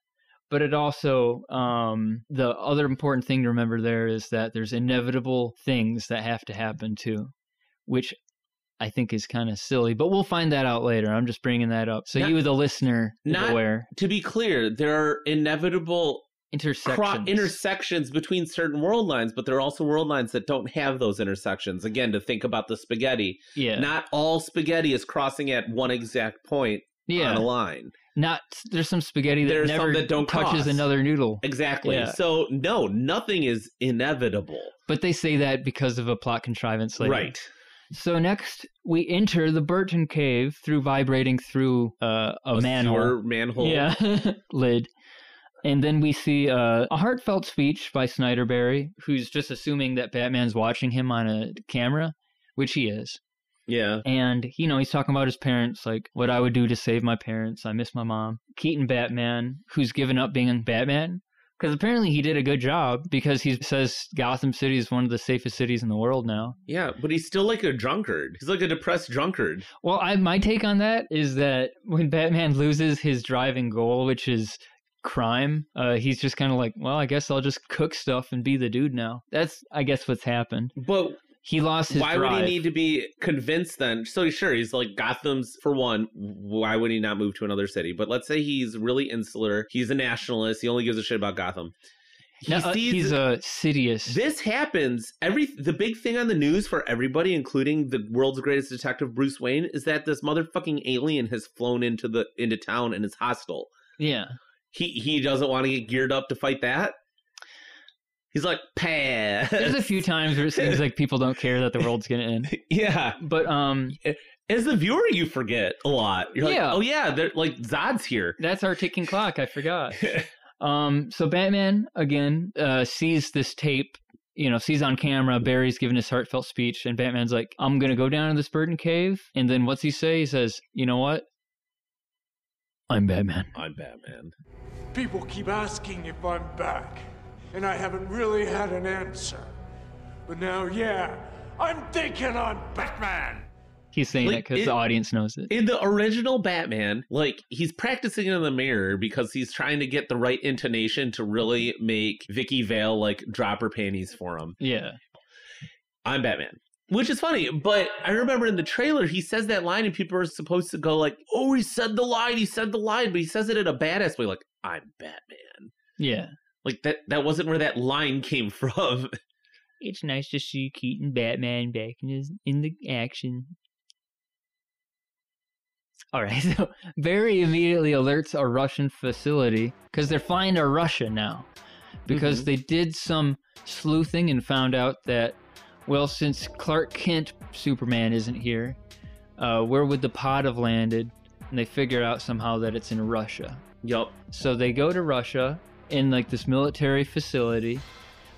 But it also, um, the other important thing to remember there is that there's inevitable things that have to happen too, which I think is kind of silly, but we'll find that out later. I'm just bringing that up. So Not- you, the listener, is not- aware. To be clear, there are inevitable Intersections. cro- intersections between certain world lines, but there are also world lines that don't have those intersections. Again, to think about the spaghetti, yeah. not all spaghetti is crossing at one exact point on a yeah. line. Not, there's some spaghetti that There's some never that don't touches cross. another noodle. Exactly. Yeah. So no, nothing is inevitable. But they say that because of a plot contrivance later. Right. So next, we enter the Burton Cave through vibrating through uh, a, manhole. sewer manhole. Yeah, *laughs* lid. And then we see uh, a heartfelt speech by Snyderberry, who's just assuming that Batman's watching him on a camera, which he is. Yeah. And, you know, he's talking about his parents, like what I would do to save my parents. I miss my mom. Keaton Batman, who's given up being Batman. Because apparently he did a good job because he says Gotham City is one of the safest cities in the world now. Yeah. But he's still like a drunkard. He's like a depressed drunkard. Well, I, my take on that is that when Batman loses his driving goal, which is crime, uh, he's just kind of like, well, I guess I'll just cook stuff and be the dude now. That's, I guess, what's happened. But He lost his why drive. would he need to be convinced then? So sure, he's like Gotham's for one. Why would he not move to another city? But let's say he's really insular. He's a nationalist. He only gives a shit about Gotham. He No, uh, sees he's a Sidious. this happens every the big thing on the news for everybody including the world's greatest detective Bruce Wayne is that this motherfucking alien has flown into the into town and is hostile. yeah. He he doesn't want to get geared up to fight that. He's like, "Pass." There's a few times where it seems like people don't care that the world's going to end. *laughs* yeah. But um, As the viewer, you forget a lot. You're Yeah. like, oh yeah, they're like Zod's here. that's our ticking clock. I forgot. *laughs* Um, so Batman again uh, sees this tape, you know, sees on camera Barry's giving his heartfelt speech, and Batman's like, "I'm gonna go down to this burden cave." And then what's he say? He says, "You know what? I'm Batman." I'm Batman. People keep asking if I'm back, and I haven't really had an answer. But now, yeah, I'm thinking I'm Batman. He's saying Like, it because it- the audience knows it. In the original Batman, like he's practicing in the mirror because he's trying to get the right intonation to really make Vicky Vale like drop her panties for him. yeah, I'm Batman. Which is funny, but I remember in the trailer he says that line and people are supposed to go like, "Oh, he said the line, he said the line," but he says it in a badass way, like, "I'm Batman." yeah. Like that that wasn't where that line came *laughs* from. It's nice to see Keaton Batman back in his, in the action. All right, *laughs* so Barry immediately alerts a Russian facility because they're flying to Russia now because they did some sleuthing and found out that well, since Clark Kent Superman isn't here, uh, where would the pod have landed? And they figure out somehow that it's in Russia. yup. So they go to Russia in like this military facility,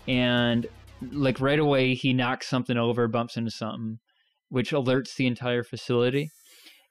and like right away he knocks something over, bumps into something, which alerts the entire facility.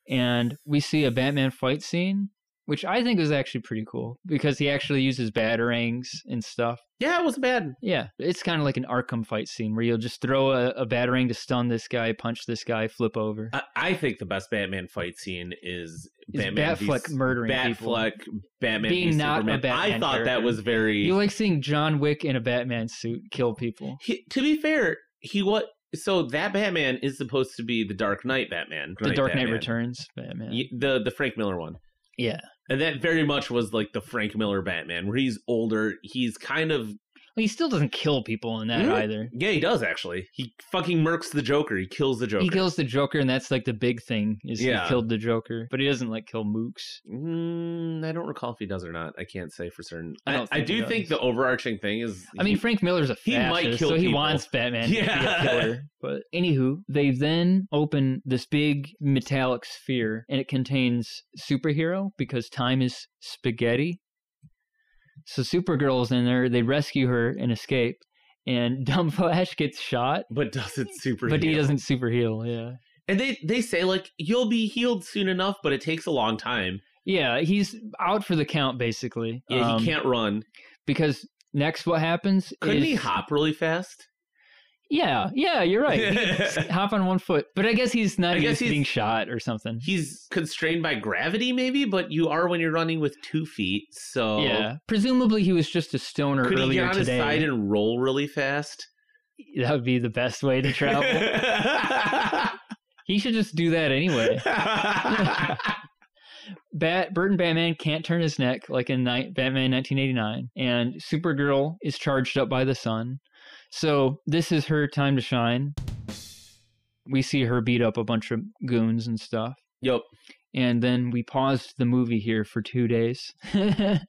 And we see a Batman fight scene, which I think was actually pretty cool because he actually uses batarangs and stuff. Yeah, it was bad. Yeah, it's kind of like an Arkham fight scene where you'll just throw a, a batarang to stun this guy, punch this guy, flip over. I, I think the best Batman fight scene is It's Batman v- Batfleck murdering people. Batfleck, Batman Being v not a Superman. I Batman thought that character. was very. You like seeing John Wick in a Batman suit kill people. he, to be fair, he what? So that Batman is supposed to be the Dark Knight Batman, The Dark Knight Batman. Returns, Batman. Y- the the Frank Miller one. Yeah. And that very much was like the Frank Miller Batman, where he's older. He's kind of Well, he still doesn't kill people in that Hmm? either. yeah, he does actually. He fucking murks the Joker. He kills the Joker. He kills the Joker, and that's like the big thing is Yeah. he killed the Joker, but he doesn't like kill mooks. Mm, I don't recall if he does or not. I can't say for certain. I I, don't I think he do think does. the overarching thing is. I mean, he- Frank Miller's a he fascist, might kill so he people. wants Batman Yeah. to be *laughs* a killer. But anywho, they then open this big metallic sphere, and it contains superhero because time is spaghetti. So Supergirl's in there. They rescue her and escape, and *laughs* Dumb Flash gets shot, but doesn't super. but he heal. doesn't super heal. Yeah. And they they say like you'll be healed soon enough, but it takes a long time. Yeah, he's out for the count basically. Yeah, Um, he can't run. because next what happens Couldn't is he hop really fast? Yeah, yeah, you're right. *laughs* He could hop on one foot, but I guess he's not I even guess he's- getting shot or something. He's constrained by gravity, maybe, but you are when you're running with two feet. So Yeah, presumably he was just a stoner could Oh. he get earlier on his side today. and roll really fast? That would be the best way *laughs* to travel. he should just do that anyway. Bat Burton Batman can't turn his neck like in ni- Batman 1989, and Supergirl is charged up by the sun. So this is her time to shine. We see her beat up a bunch of goons and stuff, yep. and then we paused the movie here for two days. *laughs*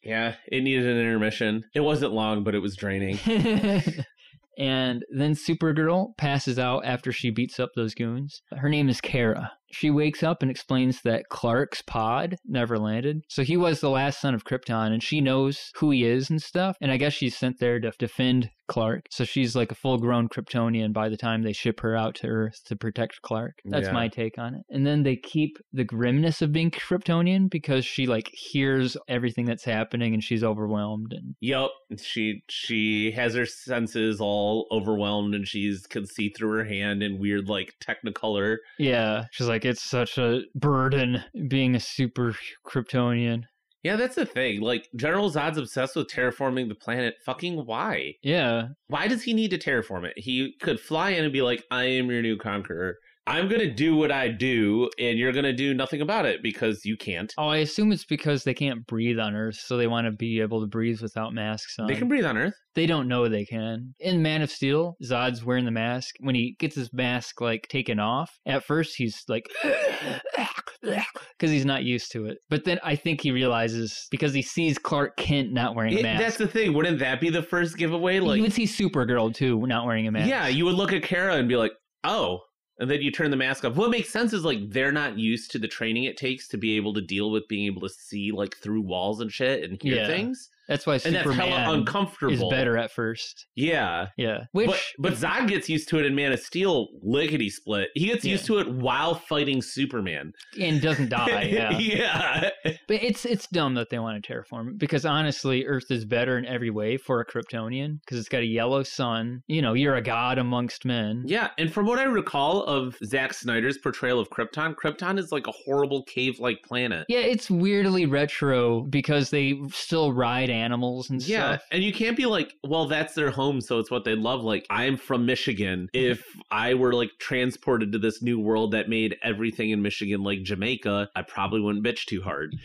Yeah, it needed an intermission. It wasn't long, but it was draining. *laughs* and then Supergirl passes out after she beats up those goons. Her name is Kara. She wakes up and explains that Clark's pod never landed. So he was the last son of Krypton, and she knows who he is and stuff. And I guess she's sent there to defend Clark. So she's like a full grown Kryptonian by the time they ship her out to Earth to protect Clark. That's Yeah. my take on it. And then they keep the grimness of being Kryptonian because she like hears everything that's happening and she's overwhelmed and Yep, she she has her senses all overwhelmed, and she's can see through her hand in weird like technicolor. Yeah, she's like, it's such a burden being a super Kryptonian. Yeah, that's the thing. Like General Zod's obsessed with terraforming the planet. Fucking why? Yeah, Why does he need to terraform it? He could fly in and be like, "I am your new conqueror. I'm gonna do what I do, and you're gonna do nothing about it because you can't." Oh, I assume it's because they can't breathe on Earth, so they want to be able to breathe without masks on. They can breathe on Earth. They don't know they can. In Man of Steel, Zod's wearing the mask. When he gets his mask like taken off, at first he's like *laughs* because he's not used to it. But then I think he realizes because he sees Clark Kent not wearing a It- mask. that's the thing. Wouldn't that be the first giveaway? Like, you would see Supergirl too not wearing a mask. Yeah, you would look at Kara and be like, oh. And then you turn the mask off. What makes sense is like they're not used to the training it takes to be able to deal with being able to see like through walls and shit and hear Yeah. things. that's why And Superman that's hella is uncomfortable. better at first. Yeah. Yeah. Which but but Zod gets used to it in Man of Steel, lickety split. He gets Yeah. used to it while fighting Superman. *laughs* and doesn't die, yeah. Ah, yeah. but it's it's dumb that they want to terraform it because honestly, Earth is better in every way for a Kryptonian because it's got a yellow sun. You know, you're a god amongst men. *laughs* Yeah. And from what I recall of Zack Snyder's portrayal of Krypton, Krypton is like a horrible cave like planet. Yeah, it's weirdly retro because they still ride animals and Yeah, stuff. and you can't be like, well, that's their home, so it's what they love. Like, I'm from *laughs* Michigan. If I were like transported to this new world that made everything in Michigan like Jamaica, I probably wouldn't bitch too hard.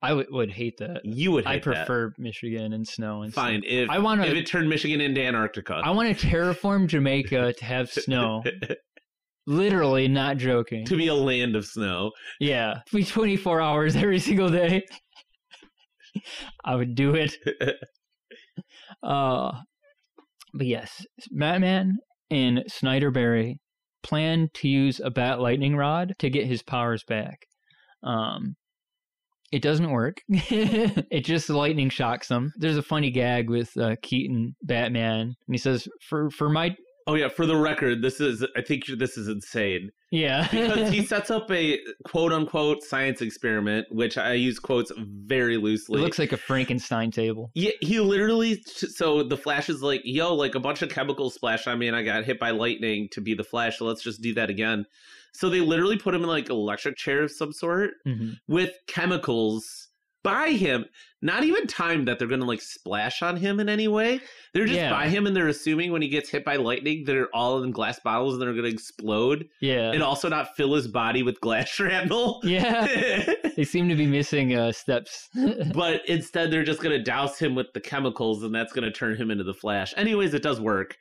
I would would hate that. You would. I hate that. prefer Michigan and snow and Fine. stuff. If I want if to it turned Michigan into Antarctica, I want to terraform Jamaica to have snow. *laughs* Literally, not joking. to be a land of snow. Yeah, *laughs* be 24 hours every single day. I would do *laughs* it. uh, but yes, Batman and Snyder Barry plan to use a bat lightning rod to get his powers back. Um, it doesn't work. *laughs* it just lightning shocks him. There's a funny gag with uh, Keaton Batman, and he says, "For for my Oh yeah. For the record, this is. I think this is insane. yeah." *laughs* because he sets up a quote unquote science experiment, which I use quotes very it loosely. looks like a *laughs* Frankenstein table. Yeah, he literally. So the Flash is like, "Yo, like a bunch of chemicals splashed on me, and I got hit by lightning to be the Flash. So let's just do that again." So they literally put him in like an electric chair of some sort hmm with chemicals by him. Not even timed that they're going to like splash on him in any way. They're just Yeah. by him, and they're assuming when he gets hit by lightning, they're all in glass bottles and they're going to explode, Yeah. and also not fill his body with glass *laughs* shrapnel. *laughs* yeah. They seem to be missing uh, steps. *laughs* *laughs* but instead they're just going to douse him with the chemicals and that's going to turn him into the flash anyways it does work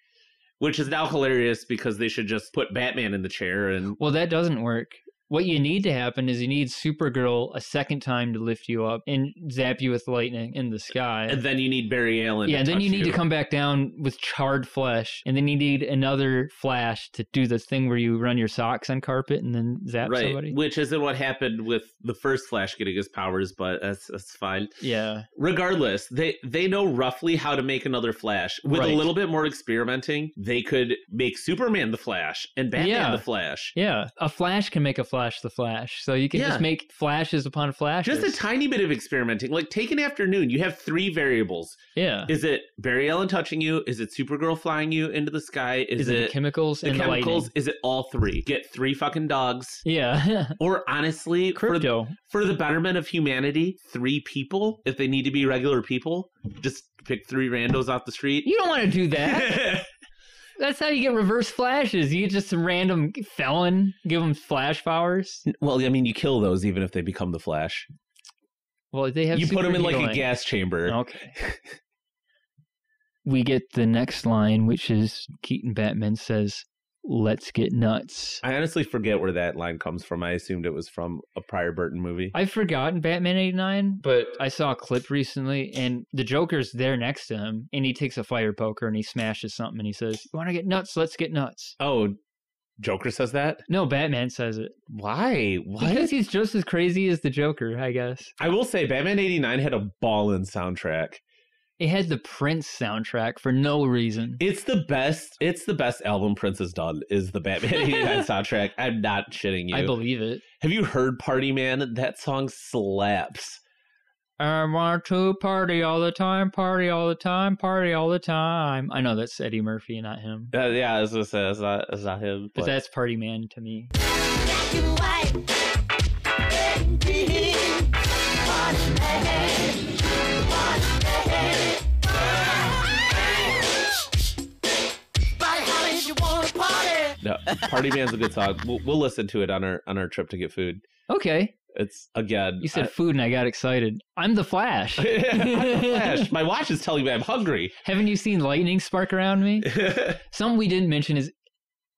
which is now hilarious because they should just put batman in the chair and well, that doesn't work. What you need to happen is you need Supergirl a second time to lift you up and zap you with lightning in the sky. and then you need barry allen yeah, to and then touch you need to come back down with charred flesh, and then you need another flash to do the thing where you run your socks on carpet and then zap right somebody. which isn't what happened with the first flash getting his powers but that's that's fine Yeah, regardless they they know roughly how to make another flash with Right. a little bit more experimenting they could make superman the flash and batman Yeah. the flash yeah. A flash can make a Flash the Flash. So you can Yeah. just make flashes upon flashes. Just a tiny bit of experimenting. Like take an afternoon. You have three variables. yeah. Is it Barry Allen touching you? Is it Supergirl flying you into the sky? Is, Is it the chemicals the and the chemicals? lighting? is it all three? Get three fucking dogs. Yeah. *laughs* Or honestly, for, Crypto. for the betterment of humanity, three people, if they need to be regular people, just pick three randos off the street. You don't want to do that. That's how you get reverse flashes. You get just some random felon, give them flash powers. *laughs* well, I mean, you kill those even if they become the Flash. Well, they have You put them in like superhero a line. gas chamber. Okay. we get the next line, which is Keaton Batman says, "Let's get nuts." I honestly forget where that line comes from. I assumed it was from a prior Burton movie. I've forgotten Batman 89, but I saw a clip recently and the Joker's there next to him and he takes a fire poker and he smashes something and he says, You want to get nuts? Let's get nuts. oh, Joker says that? No, Batman says it. Why? Because What? he's just as crazy as the Joker, I guess. I will say Batman 89 had a ballin' soundtrack. It had the Prince soundtrack for no reason. It's the best. It's the best album Prince has done is the Batman *laughs* 89 soundtrack. I'm not shitting you. I believe it. Have you heard Party Man? That song slaps. I want to party all the time, party all the time, party all the time. I know that's Eddie Murphy, not him. Uh, yeah, it's, it's, it's, not, it's not him. But but- that's Party Man to me. no, Party Man's a good song. We'll, we'll listen to it on our on our trip to get food. Okay. It's again. You said I- food and I got excited. I'm *laughs* the Flash. *laughs* Flash, *laughs* my watch is telling me I'm hungry. Haven't you seen lightning spark around me? *laughs* Something we didn't mention is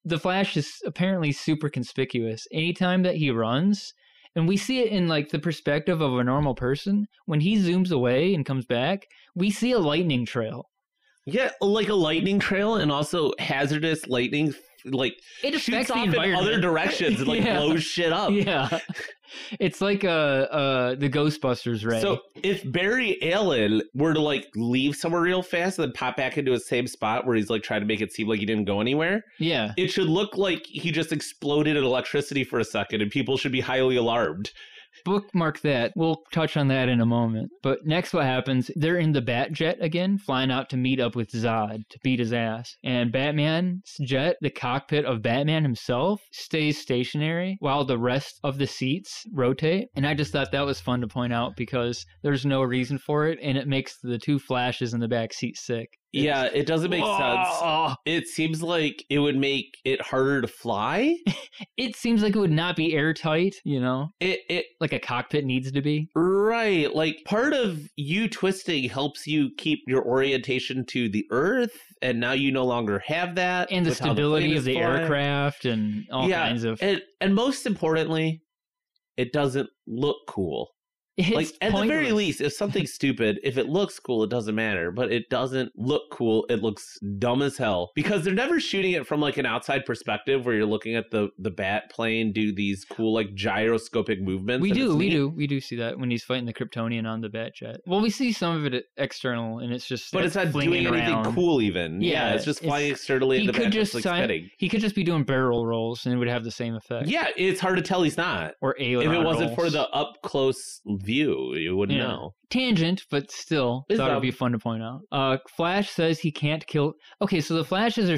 the Flash is apparently super conspicuous. Anytime that he runs, and we see it in like the perspective of a normal person, when he zooms away and comes back, we see a lightning trail. yeah, like a lightning trail and also hazardous lightning, like It affects shoots the off in environment. other directions and like *laughs* Yeah. blows shit up. Yeah, *laughs* it's like uh, uh, the Ghostbusters ray. So if Barry Allen were to like leave somewhere real fast and then pop back into his same spot where he's like trying to make it seem like he didn't go anywhere, yeah, it should look like he just exploded in electricity for a second and people should be highly alarmed. bookmark that. We'll touch on that in a moment. But next, what happens? They're in the Bat Jet again, flying out to meet up with Zod to beat his ass. And Batman's jet, the cockpit of Batman himself, stays stationary while the rest of the seats rotate. And I just thought that was fun to point out because there's no reason for it, and it makes the two flashes in the back seat sick. Yeah, it doesn't make sense. It seems like it would make it harder to *laughs* fly. It seems like it would not be airtight, you know, It it like a cockpit needs to be. Right. Like part of you twisting helps you keep your orientation to the earth, and now you no longer have that. And the with how stability plane of is the flying. aircraft and all Yeah, kinds of And, and most importantly, it doesn't look cool. *laughs* It's like at the very pointless. least, if *laughs* something's stupid, if it looks cool, it doesn't matter. But it doesn't look cool. It looks dumb as hell because they're never shooting it from like an outside perspective where you're looking at the the bat plane do these cool like gyroscopic movements. we and do, it's we neat. do, we do see that when he's fighting the Kryptonian on the bat jet. Well, we see some of it external, and it's just But it's not flinging doing anything around. cool, even. Yeah, Yeah, it's just it's- flying externally. He and the could bat just like si- spinning. he could just be doing barrel rolls, and it would have the same effect. Yeah, it's hard to tell he's not. or If aileron. it wasn't for rolls. the up close view, you wouldn't Yeah. know. tangent, but still It's thought dumb. it'd be fun to point out. Uh, Flash says he can't kill. Okay, so the Flashes are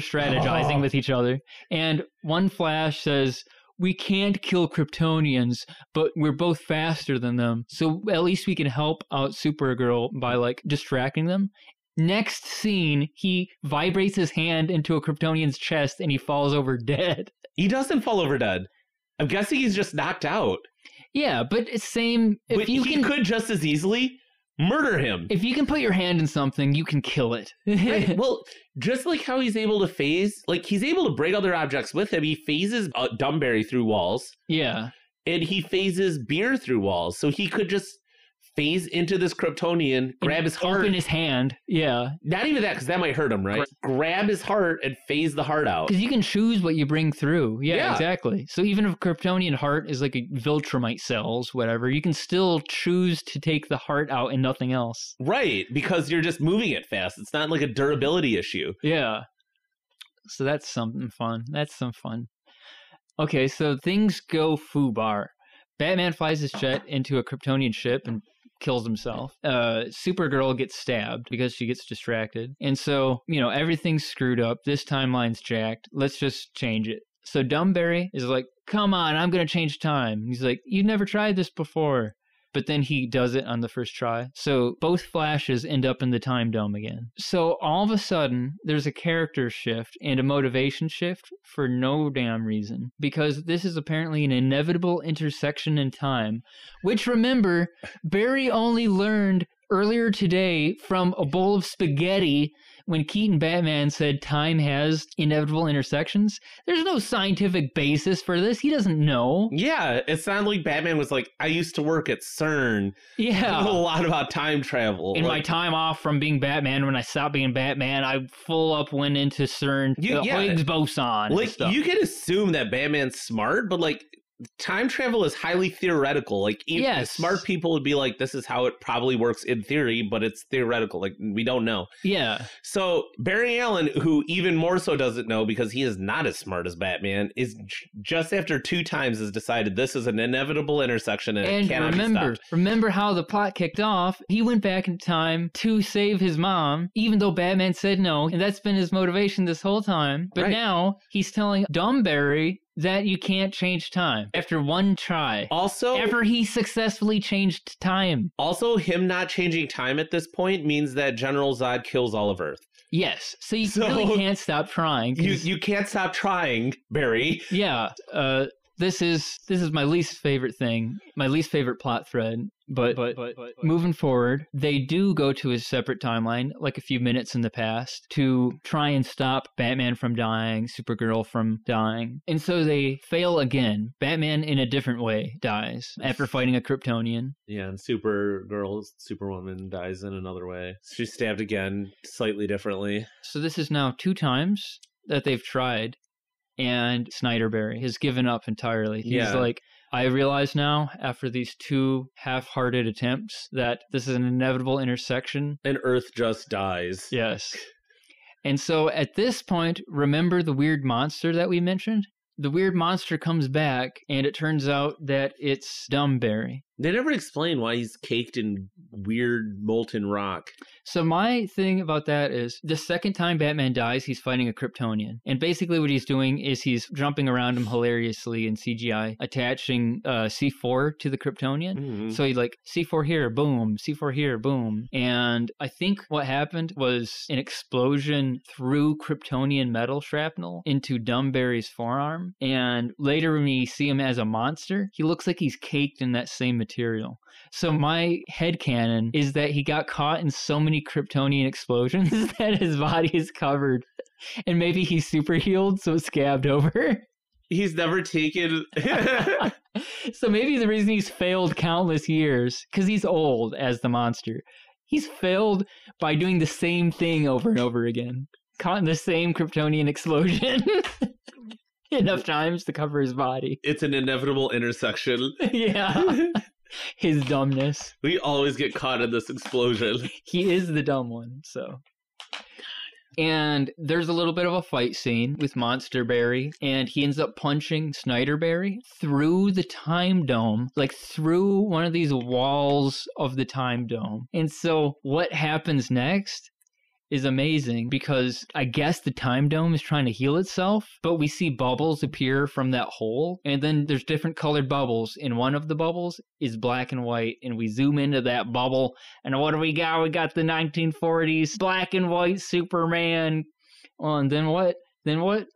*laughs* strategizing with each other, and one Flash says. We can't kill Kryptonians, but we're both faster than them. So at least we can help out Supergirl by like distracting them. Next scene, he vibrates his hand into a Kryptonian's chest and he falls over dead. *laughs* He doesn't fall over dead. I'm guessing he's just knocked out. Yeah, but it's same if but you he can could just as easily murder him. if you can put your hand in something, you can kill it. *laughs* Right? Well, just like how he's able to phase, like he's able to break other objects with him. He phases uh, Dumberry through walls, yeah. and he phases beer through walls. So he could just phase into this Kryptonian, grab his heart, open his hand. Yeah, Not even that, because that might hurt him, right? Grab his heart and phase the heart out. because you can choose what you bring through. Yeah, Yeah. exactly. So even if Kryptonian heart is like a Viltrumite cells, whatever, you can still choose to take the heart out and nothing else. Right, because you're just moving it fast. It's not like a durability issue. Yeah. So that's something fun. That's some fun. Okay, so things go foobar. Batman flies his jet into a Kryptonian ship and kills himself. Uh, Supergirl gets stabbed because she gets distracted. And so, you know, everything's screwed up. This timeline's jacked. Let's just change it. So Dumberry is like, come on, I'm going to change time. He's like, you've never tried this before. But then he does it on the first try. So both flashes end up in the time dome again. So all of a sudden, there's a character shift and a motivation shift for no damn reason. Because this is apparently an inevitable intersection in time, which remember, Barry only learned earlier today from a bowl of spaghetti when Keaton Batman said time has inevitable intersections. There's no scientific basis for this. He doesn't *laughs* know. Yeah, it sounded like Batman was like, I used to work at CERN. I know *laughs* a Yeah. lot about time travel. In my Like, time off from being Batman, when I stopped being Batman, I full up went into CERN, You- the yeah. Higgs boson. and Like, stuff. you can assume that Batman's smart, but like, time travel is highly theoretical. Like, even Yes. smart people would be like, this is how it probably works in theory, but it's theoretical. Like, we don't know. yeah. So Barry Allen, who even more so doesn't know because he is not as smart as Batman, is j- just after two times has decided this is an inevitable intersection and, it And cannot remember, be stopped. remember how the plot kicked off. He went back in time to save his mom, even though Batman said no, and that's been his motivation this whole time. But Right. now he's telling Dumberry that you can't change time after one try. Also, After he successfully changed time. also him not changing time at this point means that General Zod kills all of Earth. Yes. So you So- really can't stop trying. 'cause- You you can't stop trying, Barry. yeah. Uh, this is this is my least favorite thing, my least favorite plot thread. But, but, but, moving forward, they do go to a separate timeline, like a few minutes in the past, to try and stop Batman from dying, Supergirl from dying, and so they fail again. Batman, in a different way, dies after fighting a Kryptonian. Yeah, and Supergirl, Superwoman dies in another way. She's stabbed again, slightly differently. So this is now two times that they've tried, and Snyderberry has given up entirely. He's Yeah. like, I realize now after these two half-hearted attempts that this is an inevitable intersection. And Earth just dies. Yes. And so at this point, remember the weird monster that we mentioned? The weird monster comes back, and it turns out that it's Dumbberry. They never explain why he's caked in weird molten rock. So my thing about that is the second time Batman dies, he's fighting a Kryptonian, and basically what he's doing is he's jumping around him hilariously in CGI, attaching uh, C4 to the Kryptonian. Mm-hmm. So he like C4 here, boom, C4 here, boom. And I think what happened was an explosion through Kryptonian metal shrapnel into Dumberry's forearm. And later when we see him as a monster, he looks like he's caked in that same material. So my headcanon is that he got caught in so many Kryptonian explosions *laughs* that his body is covered. And maybe he's super healed, so it's scabbed over. *laughs* He's never taken. *laughs* so maybe the reason he's failed countless years, because he's old as the monster, he's failed by doing the same thing over and over again, caught in the same Kryptonian explosion *laughs* enough times to cover his body. *laughs* it's an inevitable intersection. yeah, his dumbness. We always get caught in this explosion. *laughs* He is the dumb one, so. And there's a little bit of a fight scene with Monster Barry, and he ends up punching Snyder Barry through the time dome, like through one of these walls of the time dome. And so, what happens next is amazing because I guess the time dome is trying to heal itself, but we see bubbles appear from that hole, and then there's different colored bubbles, and one of the bubbles is black and white, and we zoom into that bubble, and what do we got? We got the 1940s black and white Superman. Oh, and then what? Then what?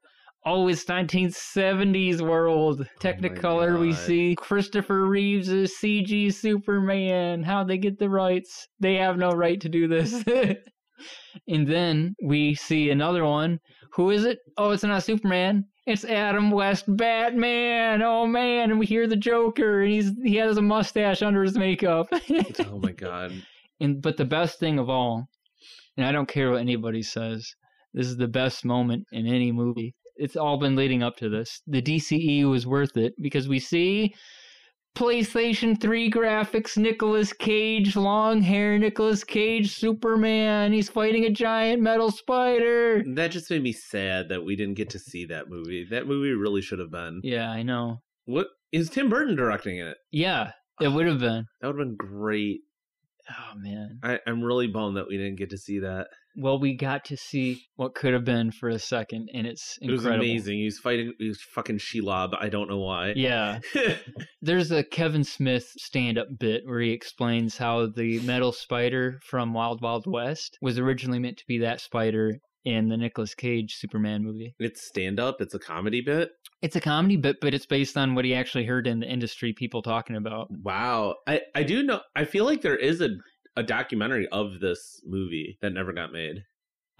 Oh, it's 1970s world. Technicolor, we God. see Christopher Reeves' CG Superman. How they get the rights? They have no right to do this. *laughs* and then we see another one. Who is it? Oh, it's not Superman. It's Adam West Batman. Oh man, and we hear the Joker, and he's he has a mustache under his makeup. *laughs* oh my god. And but the best thing of all, and I don't care what anybody says, this is the best moment in any E movie. It's all been leading up to this. The DCEU was worth it because we see PlayStation 3 graphics, Nicolas Cage, long hair, Nicolas Cage, Superman. He's fighting a giant metal spider. That just made me sad that we didn't get to see that movie. That movie really should have been. Yeah, I know. What is Tim Burton directing it? Yeah, it would have been. That would have been great. Oh, man. I, I'm really bummed that we didn't get to see that. Well, we got to see what could have been for a second, and it's It was incredible. amazing. He was fighting. He was fucking Shelob. I don't know why. Yeah. There's a Kevin Smith stand up bit where he explains how the metal spider from Wild Wild West was originally meant to be that spider in the Nicolas Cage Superman movie. *laughs* it's stand up. It's a comedy bit. It's a comedy bit, but it's based on what he actually heard in the industry people talking about. Wow. I I do know. I feel like there is a a documentary of this movie that never got made.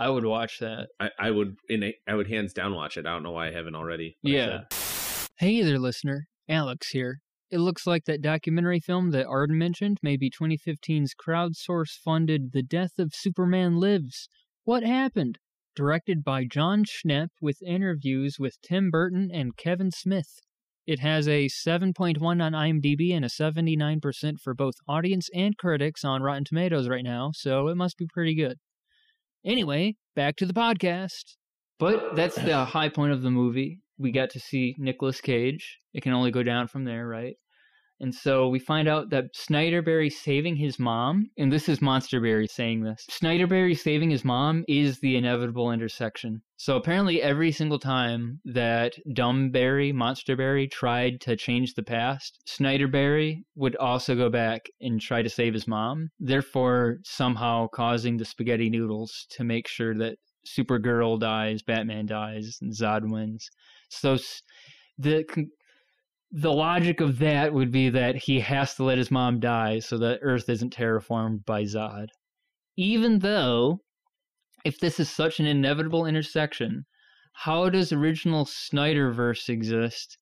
I would watch that. I, I would in a, I would hands down watch it. I don't know why I haven't already. but I Yeah. should. Hey there, listener. Alex here. It looks like that documentary film that Arden mentioned may be 2015's crowdsource funded The Death of Superman Lives. What happened? Directed by John Schnepp with interviews with Tim Burton and Kevin Smith. It has a 7.1 on IMDb and a 79% for both audience and critics on Rotten Tomatoes right now, so it must be pretty good. Anyway, back to the podcast. But that's the high point of the movie. We got to see Nicolas Cage. It can only go down from there, right? And so we find out that Snyderberry saving his mom, and this is Monsterberry saying this. Snyderberry saving his mom is the inevitable intersection. So apparently, every single time that Dumbberry, Monsterberry tried to change the past, Snyderberry would also go back and try to save his mom, therefore, somehow causing the spaghetti noodles to make sure that Supergirl dies, Batman dies, and Zod wins. So s- the con- the logic of that would be that he has to let his mom die so that Earth isn't terraformed by Zod. Even though, if this is such an inevitable intersection, how does original Snyderverse exist?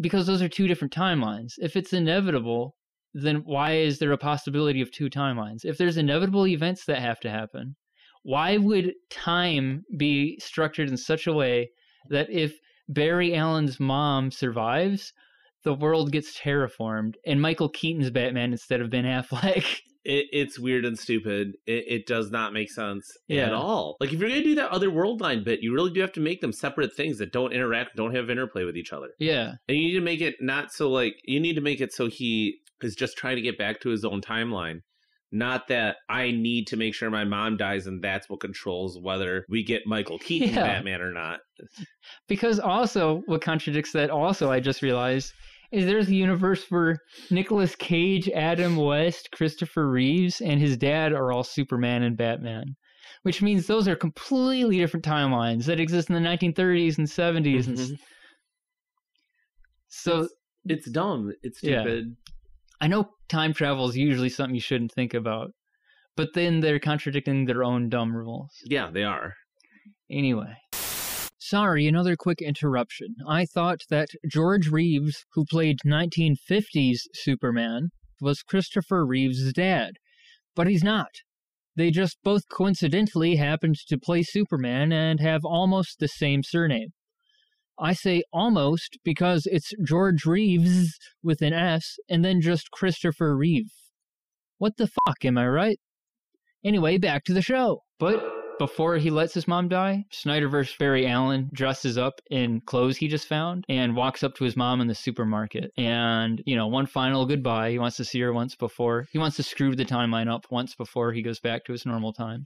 Because those are two different timelines. If it's inevitable, then why is there a possibility of two timelines? If there's inevitable events that have to happen, why would time be structured in such a way that if Barry Allen's mom survives, the world gets terraformed and Michael Keaton's Batman instead of Ben Affleck? *laughs* It, it's weird and stupid. It, it does not make sense Yeah. at all. Like if you're gonna do that other world line bit, you really do have to make them separate things that don't interact, don't have interplay with each other. yeah. And you need to make it not so like you need to make it so he is just trying to get back to his own timeline. Not that I need to make sure my mom dies and that's what controls whether we get *laughs* Michael Keaton Yeah. Batman or not. Because also, what contradicts that, also, I just realized, is there's a universe where Nicolas Cage, Adam West, Christopher Reeves, and his dad are all Superman and Batman. Which means those are completely different timelines that exist in the 1930s and 70s. And s- so It's dumb. It's Yeah. stupid. I know time travel is usually something you shouldn't think about, but then they're contradicting their own dumb rules. Yeah, they are. Anyway. Sorry, another quick interruption. I thought that George Reeves, who played 1950s Superman, was Christopher Reeves' dad, but he's not. They just both coincidentally happened to play Superman and have almost the same surname. I say almost because it's George Reeves with an S and then just Christopher Reeve. What the fuck, am I right? Anyway, back to the show. But before he lets his mom die, Snyderverse Barry Allen dresses up in clothes he just found and walks up to his mom in the supermarket. And, you know, one final goodbye. He wants to see her once before. He wants to screw the timeline up once before he goes back to his normal time.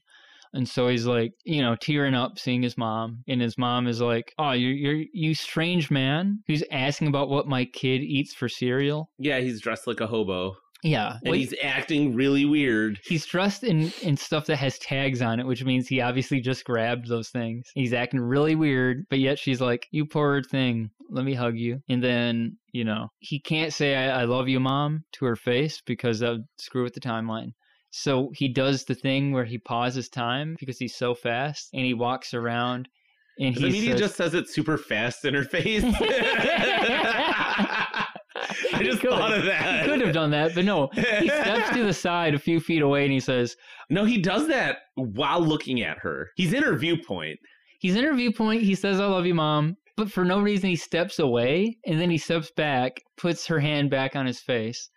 And so he's like, you know, tearing up seeing his mom. And his mom is like, Oh, you're, you're you strange man who's asking about what my kid eats for cereal. Yeah, he's dressed like a hobo. Yeah. And what- he's acting really weird. He's dressed in, in stuff that has tags on it, which means he obviously just grabbed those things. He's acting really weird, but yet she's like, You poor thing, let me hug you. And then, you know, he can't say, I, I love you, mom, to her face because that would screw with the timeline. So he does the thing where he pauses time because he's so fast and he walks around And and the he media says, just says it super fast in her face. I just He could. thought of that. He could have done that, but no. *laughs* *laughs* He steps to the side a few feet away and he says, No, he does that while looking at her. He's in her viewpoint. He's in her viewpoint. He says, I love you, mom. But for no reason, he steps away and then he steps back, puts her hand back on his face,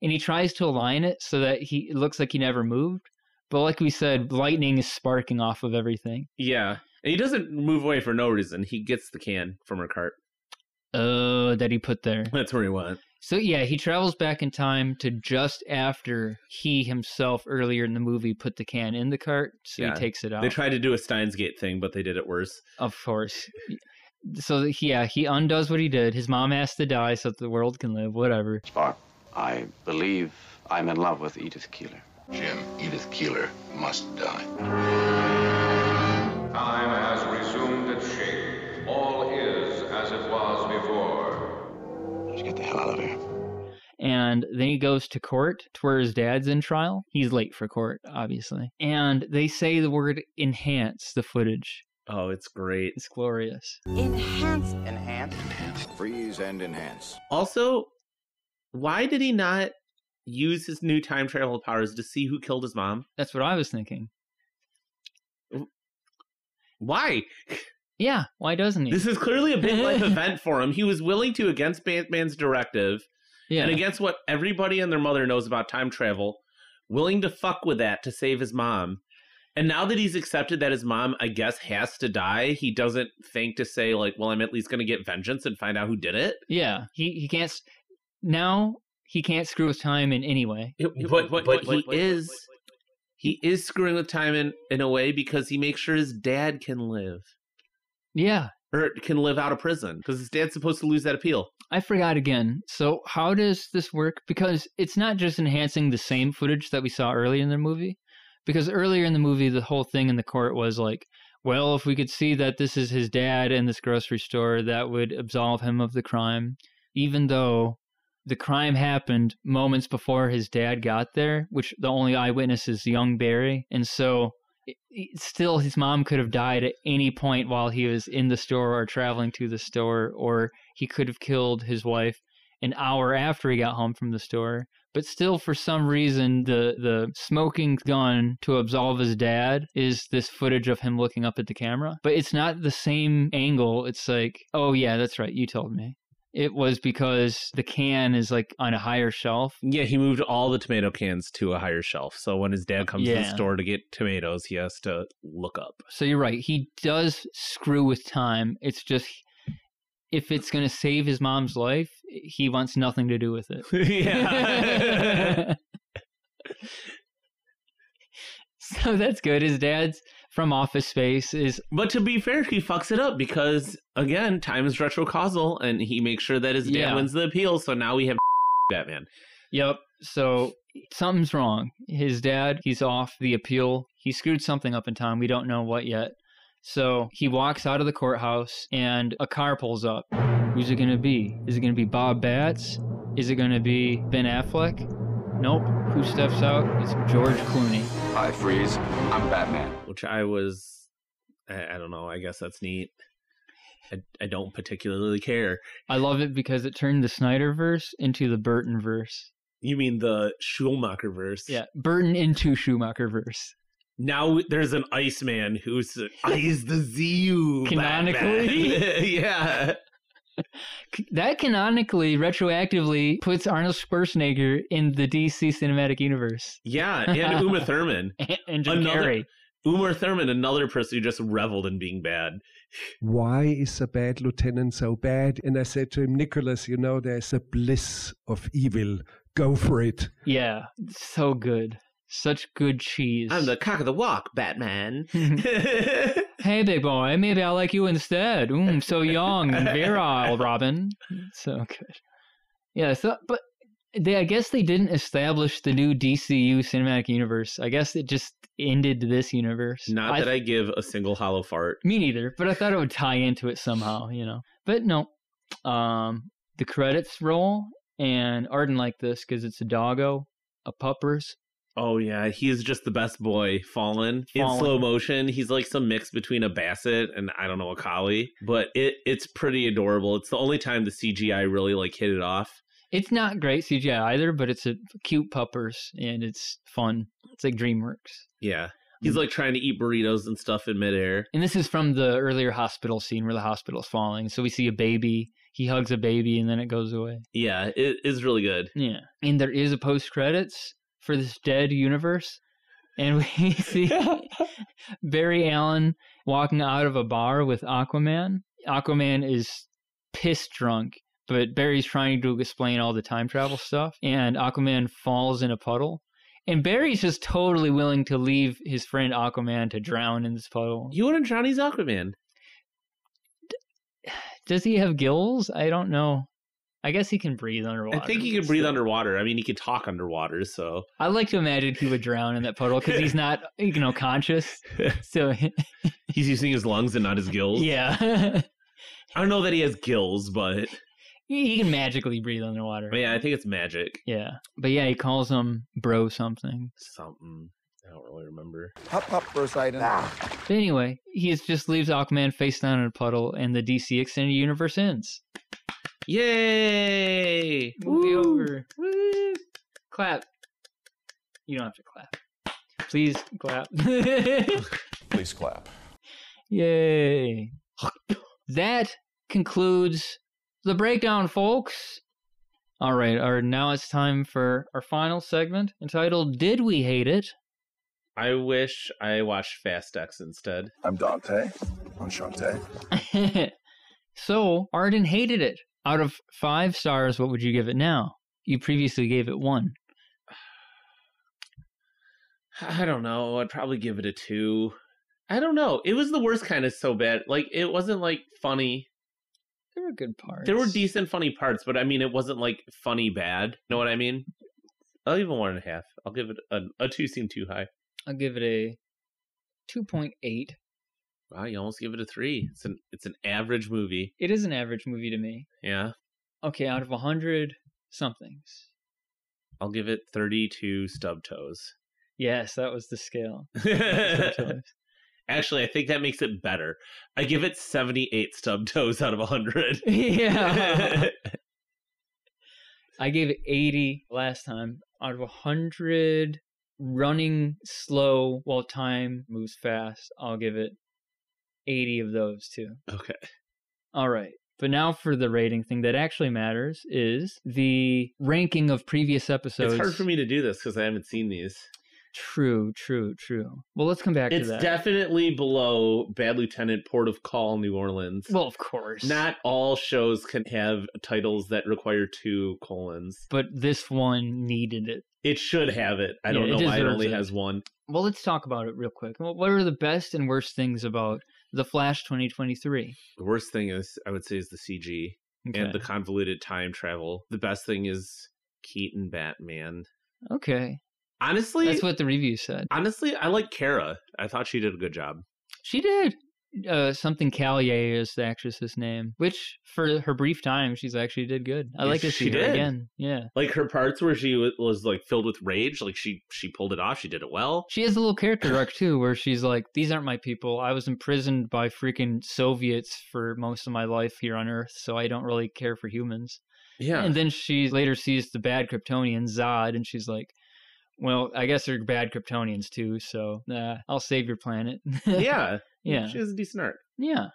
and he tries to align it so that he it looks like he never moved. But like we said, lightning is sparking off of everything. Yeah. And he doesn't move away for no reason. He gets the can from her cart. *laughs* Oh, that he put there. That's where he went. So yeah, he travels back in time to just after he himself earlier in the movie put the can in the cart, so Yeah. he takes it out. They tried to do a Steins Gate thing, but they did it worse. Of course. So that- yeah, he undoes what he did. His mom has to die so that the world can live. Whatever. Spark, I believe I'm in love with Edith Keeler. Jim, Edith Keeler must die. Time has resumed its shape. All is as it was before. Get the hell out of here. And then he goes to court to where his dad's in trial. He's late for court, obviously. And they say the word enhance the footage. Oh, it's great. It's glorious. Enhance. Enhance. Enhance. Freeze and enhance. Also, why did he not use his new time travel powers to see who killed his mom? That's what I was thinking. Why? Yeah, why doesn't he? This is clearly a big life event for him. He was willing to against Batman's directive Yeah. and against what everybody and their mother knows about time travel, willing to fuck with that to save his mom. And now that he's accepted that his mom, I guess, has to die, he doesn't think to say, like, well, I'm at least going to get vengeance and find out who did it. Yeah, he he can't s- now he can't screw with time in any way. but but, he is he is screwing with time in in a way because he makes sure his dad can live Yeah, or can live out of prison because his dad's supposed to lose that appeal. I forgot again. So how does this work? Because it's not just enhancing the same footage that we saw earlier in the movie. Because earlier in the movie, the whole thing in the court was like, well, if we could see that this is his dad in this grocery store, that would absolve him of the crime, even though the crime happened moments before his dad got there, which the only eyewitness is young Barry, and so. it- it- Still, his mom could have died at any point while he was in the store or traveling to the store, or he could have killed his wife an hour after he got home from the store. But still, for some reason, the the smoking gun to absolve his dad is this footage of him looking up at the camera. But it's not the same angle. It's like, oh yeah, that's right, you told me. It was because the can is like on a higher shelf. Yeah, he moved all the tomato cans to a higher shelf. So when his dad comes to the Yeah. store to get tomatoes, he has to look up. So you're right. He does screw with time. It's just if it's going to save his mom's life, he wants nothing to do with it. *laughs* Yeah. *laughs* so that's good. His dad's from Office Space is But to be fair, he fucks it up because again, time is retrocausal, and he makes sure that his dad Yeah. wins the appeal. So now we have *laughs* Batman. Yep. So something's wrong. His dad, he's off the appeal. He screwed something up in time. We don't know what yet. So he walks out of the courthouse and a car pulls up. Who's it going to be? Is it going to be Bob Batts? Is it going to be Ben Affleck? Nope. Who steps out? It's George Clooney. I freeze. I'm Batman. which I was, I, I don't know. I guess that's neat. I, I don't particularly care. I love it because it turned the Snyderverse into the Burton verse. You mean the Schumacher verse? Yeah, Burton into Schumacher verse. Now there's an Iceman *laughs* who's he's the ZU Canonically? Batman. *laughs* yeah. That canonically, retroactively, puts Arnold Schwarzenegger in the DC cinematic universe. Yeah, and *laughs* Uma Thurman. and Jim Carrey. Uma Thurman, another person who just reveled in being bad. Why is a bad lieutenant so bad? And I said to him, Nicholas, you know, there's a bliss of evil. Go for it. Yeah, so good. Such good cheese. I'm the cock of the walk, Batman. *laughs* *laughs* hey, big boy, maybe I like you instead. Mm, so young and virile, Robin. *laughs* So good. Yeah, so, but they, I guess they didn't establish the new DCU cinematic universe. I guess it just ended this universe. Not that I give a single hollow fart. Me neither, but I thought it would tie into it somehow, you know. But no. Um the credits roll and Arden like this cuz it's a doggo, a puppers. Oh yeah, he is just the best boy. Fallen, in Fallen. slow motion. He's like some mix between a basset and I don't know a collie, but it it's pretty adorable. It's the only time the CGI really like hit it off. It's not great CGI either, but it's a cute puppers and it's fun. It's like Dreamworks. Yeah. He's like trying to eat burritos and stuff in midair. And this is from the earlier hospital scene where the hospital's falling. So we see a baby. He hugs a baby and then it goes away. Yeah, it is really good. Yeah. And there is a post credits for this dead universe. And we *laughs* *laughs* see Barry Allen walking out of a bar with Aquaman. Aquaman is pissed drunk, but Barry's trying to explain all the time travel stuff. And Aquaman falls in a puddle. And Barry's just totally willing to leave his friend Aquaman to drown in this puddle. You want to drown? He's Aquaman. Does he have gills? I don't know. I guess he can breathe underwater. I think he could breathe underwater. I mean, he could talk underwater, so I like to imagine he would drown in that puddle because he's not, you know, conscious. So, *laughs* he's using his lungs and not his gills. yeah, *laughs* I don't know that he has gills, but he he can magically breathe underwater. but yeah, I think it's magic. Yeah, but yeah, he calls him bro something. Something. I don't really remember. Hop, hop, Poseidon. But anyway, he is- just leaves Aquaman face down in a puddle, and the DC extended universe ends. Yay! Movie over. Woo. Clap. You don't have to clap. Please clap. *laughs* Please clap. Yay. That concludes the breakdown, folks. All right, our, now it's time for our final segment entitled Did We Hate It? I wish I watched Fast X instead. I'm Dante. I'm Shantae. *laughs* so, Arden hated it. Out of five stars, what would you give it now? You previously gave it one. I don't know. I'd probably give it a two. I don't know. It was the worst kind of so bad. Like it wasn't like funny. There were good parts. There were decent funny parts, but I mean, it wasn't like funny bad. Know what I mean? I'll even one and a half. I'll give it a, a two. Seemed too high. I'll give it a 2.8. Wow, you almost give it a three. It's an it's an average movie. It is an average movie to me. Yeah, Okay, out of 100 somethings. I'll give it thirty-two stub toes. Yes, that was *laughs* the scale. Actually, I think that makes it better. I give it seventy-eight stub toes out of *laughs* hundred. Yeah. *laughs* I gave it 80 last time out of 100 running slow while time moves fast. I'll give it 80 of those too. okay. All right. But now for the rating thing that actually matters is the ranking of previous episodes. it's hard for me to do this because I haven't seen these. True, true, true. Well, let's come back It's to that. definitely below Bad Lieutenant, Port of Call, New Orleans. well, of course. Not all shows can have titles that require two colons. but this one needed it. It should have it. I Yeah, don't it know why it deserves only it. has one. Well, let's talk about it real quick. Well, What are the best and worst things about The Flash 2023? The worst thing is, I would say, is the CG Okay. and the convoluted time travel. The best thing is Keaton Batman. Okay. Honestly, That's what the review said. honestly, I like Kara. I thought she did a good job. She did. Uh, something Callier is the actress's name, which for her brief time, she's actually did good. I Yes, like to she see her did. again. Yeah. Like her parts where she wa- was like filled with rage, like she she pulled it off. She did it well. She has a little character arc too, where she's like, "These aren't my people. I was imprisoned by freaking Soviets for most of my life here on Earth, so I don't really care for humans." Yeah. And then she later sees the bad Kryptonian Zod, and she's like, "Well, I guess they're bad Kryptonians too, so nah, I'll save your planet." *laughs* yeah. *laughs* Yeah. She has a decent art. Yeah.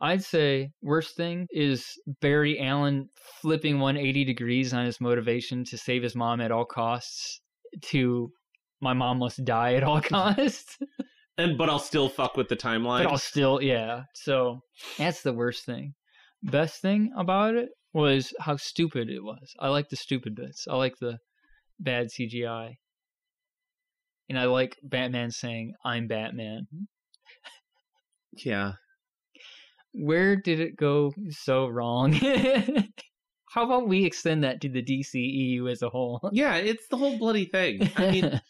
I'd say worst thing is Barry Allen flipping 180 degrees on his motivation to save his mom at all costs to my mom must die at all *laughs* costs. And but I'll still fuck with the timeline. but I'll still, yeah. So that's the worst thing. Best thing about it was how stupid it was. I like the stupid bits. I like the bad CGI. And I like Batman saying, I'm Batman. *laughs* yeah. where did it go so wrong? *laughs* How about we extend that to the DCEU as a whole? Yeah, it's the whole bloody thing. I mean,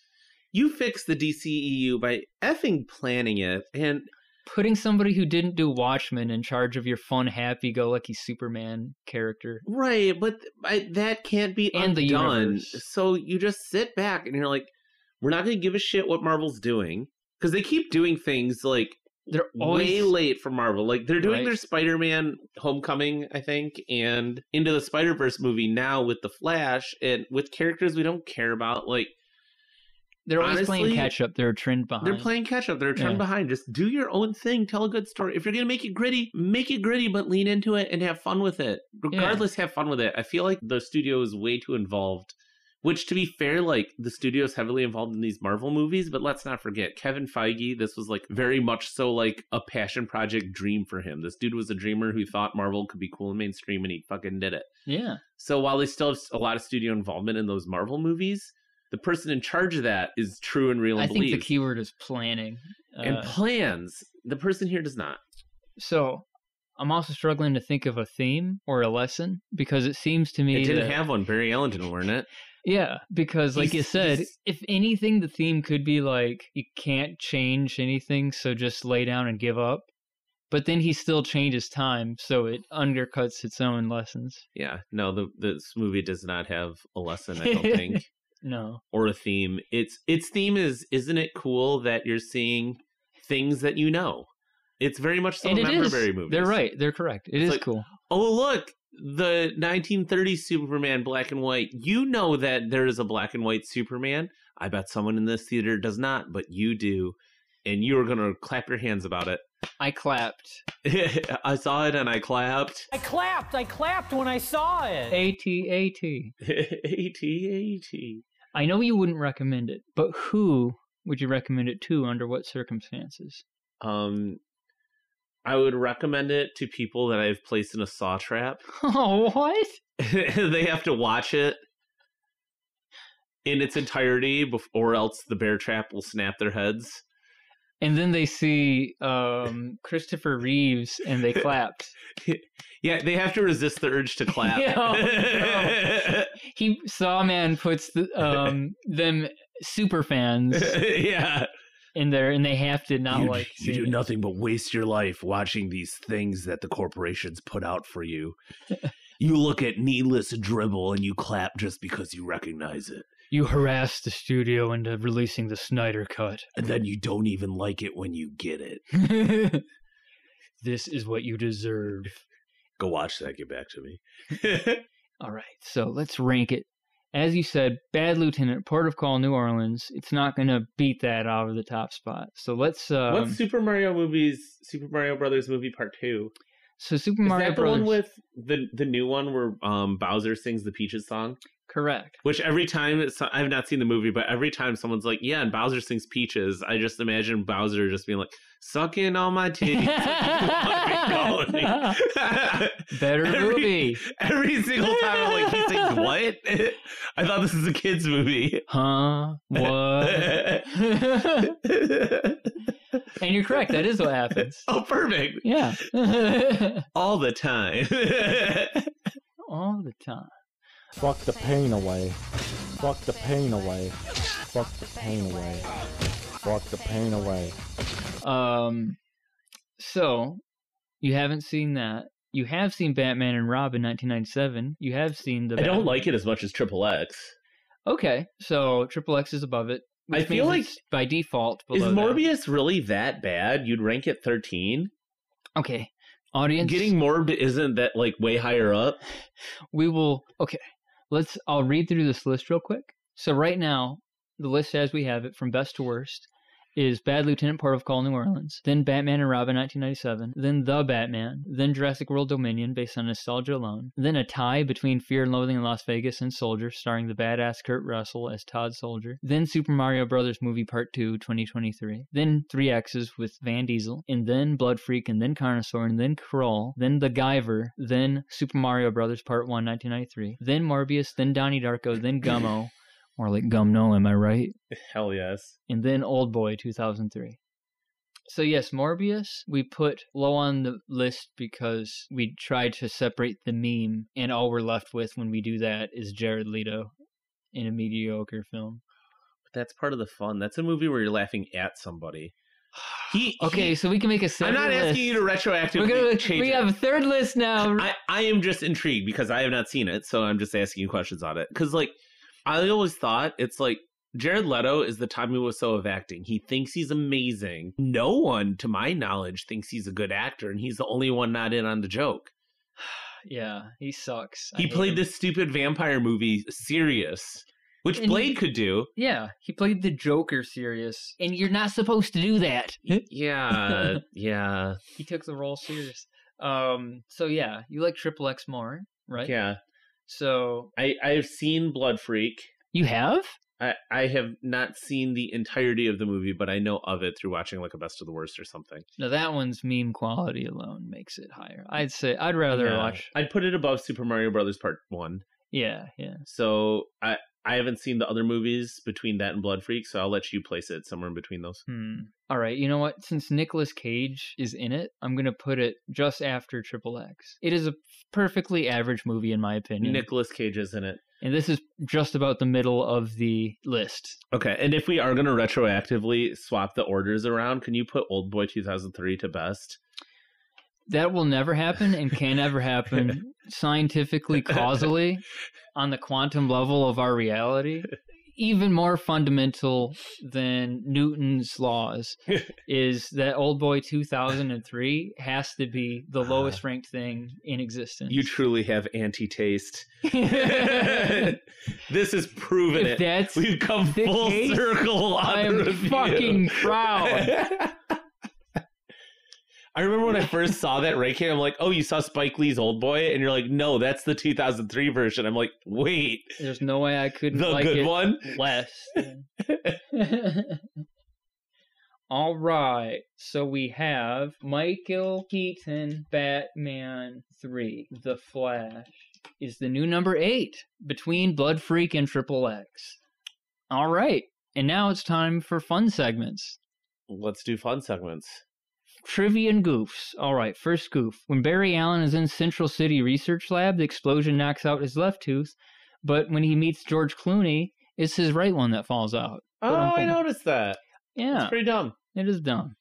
you fix the DCEU by effing planning it and *laughs* Putting somebody who didn't do Watchmen in charge of your fun, happy go lucky Superman character. right, but I, that can't be And the undone. universe. so you just sit back and you're like, we're not going to give a shit what Marvel's doing because they keep doing things like They're way always- late for Marvel. Like they're doing Right. their Spider-Man Homecoming, I think, and into the Spider-Verse movie now with the Flash and with characters we don't care about. Like They're always playing Honestly, catch up. They're a trend behind. They're playing catch up. They're a turn Yeah. behind. Just do your own thing. Tell a good story. If you're gonna make it gritty, make it gritty, but lean into it and have fun with it. Regardless, have fun with it. I feel like the studio is way too involved. Which, to be fair, like the studio is heavily involved in these Marvel movies, but let's not forget Kevin Feige. This was like very much so like a passion project dream for him. This dude was a dreamer who thought Marvel could be cool and mainstream, and he fucking did it. Yeah. So while they still have a lot of studio involvement in those Marvel movies, the person in charge of that is true and real. I And think the believes. keyword is planning. and Uh, plans. The person here does not. so I'm also struggling to think of a theme or a lesson because it seems to me It didn't that- have one. Barry Allen didn't learn *laughs* it. Yeah, because like you He's- said, he's- if anything, the theme could be like you can't change anything, so just lay down and give up. But then he still changes time, so it undercuts its own lessons. Yeah, no, the this movie does not have a lesson. I don't *laughs* think, No. or a theme. Its its theme is isn't it cool that you're seeing things that you know? It's very much so And it is. Memberberry movies. They're right. They're correct. It It's is like, cool. Oh look, the 1930s Superman, black and white. You know that there is a black and white Superman. I bet someone in this theater does not, but you do, and you are gonna clap your hands about it. I clapped. I saw it *laughs* and I clapped. I clapped. I clapped when I saw it. A T A T. *laughs* A T A T. I know you wouldn't recommend it, but who would you recommend it to under *laughs* what circumstances? Um, I would recommend it to people that I've placed in a saw trap. *laughs* Oh, what? they have to watch it in its entirety, bef- or else the bear trap will snap their heads. And then they see um, Christopher Reeves and they *laughs* clapped. Yeah, they have to resist the urge to *laughs* clap. Yeah. He Sawman puts the, um, them *laughs* super fans yeah. in there, and they have to not like. you seeing do it. nothing but waste your life watching these things that the corporations put out for *laughs* you. you look at needless dribble and you clap just because you recognize it. You harass the studio into releasing the Snyder *laughs* cut. And then you don't even like it when you get it. this is what you deserve. Go watch that. Get back to me. *laughs* All right, so let's rank it. As you said, Bad Lieutenant, Port of Call, New Orleans. It's not going to beat that out of the top spot. So let's. Um, What's Super Mario movies? Super Mario Brothers movie part two. so Super Is Mario that Brothers? the one with the the new one where um, Bowser sings the Peaches song? *laughs* Correct. *laughs* Which every time it's, I've not seen the movie, but every time someone's like, "Yeah," and Bowser sings Peaches, I just imagine Bowser just being like, "Sucking on *laughs* my *laughs* titties." *laughs* Better Every- movie. every single time, I'm like, "He *laughs* sings what?" *laughs* I thought this is a kids movie. Huh? *laughs* What? and you're correct. That is what happens. *laughs* Oh, perfect. Yeah. *laughs* All the *laughs* time. All the time. Fuck the pain away. Fuck the pain away. Fuck the pain away. Fuck the pain away. Um, so you haven't seen that. You have seen Batman and Robin, 1997. You have seen the. I don't Batman- like it as much as Triple X. Okay, so Triple X is above it. I which feel like- means it's by default. Is Below that. Morbius really that bad? You'd rank it 13? Okay, audience. Getting morbed isn't that like way higher up? we will okay let's i'll read through this list real quick so right now the list as we have it from best to worst is Bad Lieutenant Port of Call New Orleans, then Batman and Robin 1997, then The Batman, then Jurassic World Dominion based on nostalgia alone, then a tie between Fear and Loathing in Las Vegas and Soldier starring the badass Kurt Russell as Todd Soldier, then Super Mario Brothers movie part 2 2023, then 3X's with Van Diesel, and then Blood Freak and then Carnosaur and then Kroll, then The Guyver, then Super Mario Brothers part 1 1993, then Morbius, then Donnie Darko, then Gummo, or like Gumno, am I right? Hell yes. and then Old Boy 2003. So yes, Morbius we put low on the list because we tried to separate the meme, and all we're left with when we do that is Jared Leto in a mediocre film. That's part of the fun. That's a movie where you're laughing at somebody. He *sighs* Okay, he- so we can make a. I'm separate not list. asking you to retroactively We're gonna- change we it. have a third list now. I, I am just intrigued because I have not seen it, so I'm just asking you questions on it. Because like I always thought it's like Jared Leto is the Tommy Wiseau of acting. He thinks he's amazing. No one, to my knowledge, thinks he's a good actor, and he's the only one not in on the joke. yeah, he sucks. I He hate him. played this stupid vampire movie serious Which And- Blade could *laughs* do. Yeah, he played the Joker serious, and you're not supposed to do that. Yeah, yeah, he took the role serious. Um, so yeah, you like Triple X more, right? yeah. So I I've seen Blood Freak. You have? I I have not seen the entirety of the movie, but I know of it through watching like a best of the worst or something. no, that one's meme quality alone makes it higher. I'd say I'd rather Yeah. watch. I'd put it above Super Mario Brothers Part One. Yeah, yeah. So I I haven't seen the other movies between that and Blood Freak, so I'll let you place it somewhere in between those. Hmm. All right, you know what? Since Nicolas Cage is in it, I'm gonna put it just after Triple X. It is a perfectly average movie in my opinion, Nicholas Cage is in it. and this is just about the middle of the list. Okay, and if we are going to retroactively swap the orders around, can you put Old Boy 2003 to best? That will never happen and can *laughs* never happen scientifically, causally, on the quantum level of our reality. Even more fundamental than Newton's *laughs* laws is that Old Boy 2003 has to be the lowest ranked thing in Uh-huh. existence. *laughs* You *laughs* truly have anti-taste. this is proven If it. that's We've come the full case, circle on I the am review. *laughs* fucking proud. I remember when I first saw that ranking, I'm like, "Oh, you saw Spike Lee's Old Boy?" And you're like, "No, that's the 2003 version." I'm like, "Wait, There's no way I couldn't the like good it one?" less. *laughs* All right. So we have Michael Keaton, Batman 3, The Flash, is the new number eight between Blood Freak and Triple X. All right. And now it's time for fun segments. Let's do fun segments. Trivia and goofs. All right, first goof. When Barry Allen is in Central City Research Lab, the explosion knocks out his left tooth, but when he meets George Clooney, it's his right one that falls out. Oh, I noticed that. Yeah. It's pretty dumb. It is dumb.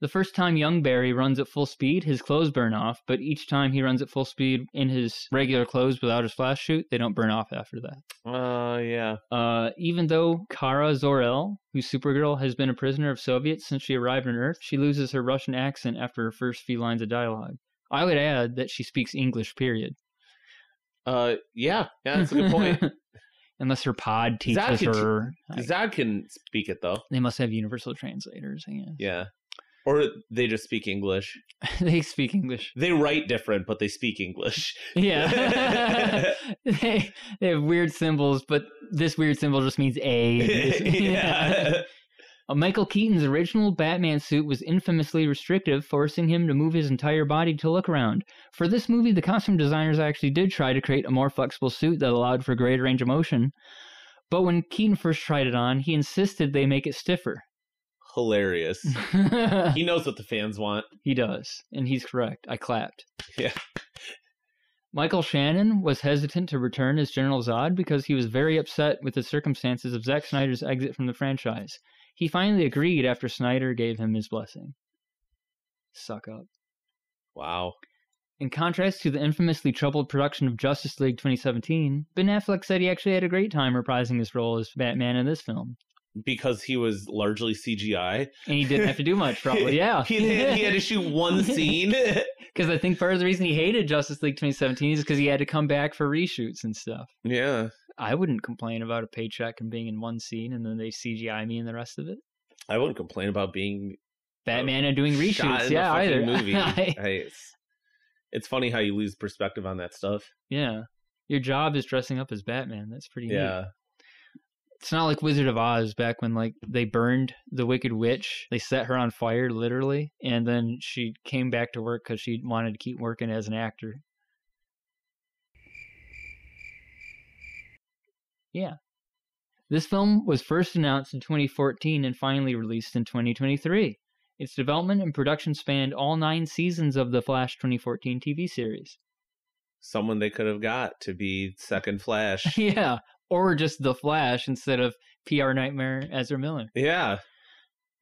The first time young Barry runs at full speed, his clothes burn off, but each time he runs at full speed in his regular clothes without his flash suit, they don't burn off after that. Oh, yeah. Uh, even though Kara Zor-El, who's Supergirl, has been a prisoner of Soviets since she arrived on Earth, she loses her Russian accent after her first few lines of dialogue. I would add that she speaks English, period. Uh, yeah, yeah, that's a good *laughs* point. Unless her pod teaches Zod can, her. Zod can speak it though. They must have universal translators. Yeah. Yeah, or they just speak English. *laughs* they speak English. They write different, but they speak *laughs* English. Yeah. *laughs* they, they have weird symbols, but this weird symbol just means A. and this- yeah. Uh, Michael Keaton's original Batman suit was infamously restrictive, forcing him to move his entire body to look around. For this movie, the costume designers actually did try to create a more flexible suit that allowed for greater range of motion. But when Keaton first tried it on, he insisted they make it stiffer. *laughs* *laughs* Hilarious. he knows what the fans want. He does, and he's correct. I clapped. Yeah. Michael Shannon was hesitant to return as General Zod because he was very upset with the circumstances of Zack Snyder's exit from the franchise. He finally agreed after Snyder gave him his blessing. Suck up. Wow. In contrast to the infamously troubled production of Justice League 2017, Ben Affleck said he actually had a great time reprising his role as Batman in this film. Because he was largely CGI. And he didn't have to do *laughs* much, probably. Yeah. he, had, he had to *laughs* shoot one scene. Because I think part of the reason he hated Justice League 2017 is because he had to come back for reshoots and stuff. yeah. I wouldn't complain about a paycheck and being in one scene and then they CGI me in the rest of it. I wouldn't complain about being Batman and doing reshoots. Oh, shot in yeah, the either. fucking *laughs* movie. I- I- it's, it's funny how you lose perspective on that stuff. yeah. Your job is dressing up as Batman. That's pretty neat. Yeah. It's not like Wizard of Oz back when like they burned the Wicked Witch. They set her on fire literally and then she came back to work cuz she wanted to keep working as an actor. Yeah. This film was first announced in 2014 and finally released in 2023. Its development and production spanned all 9 seasons of the Flash 2014 TV series. *laughs* Someone they could have got to be second *laughs* Flash. yeah, or just The Flash instead of PR Nightmare Ezra Miller. yeah.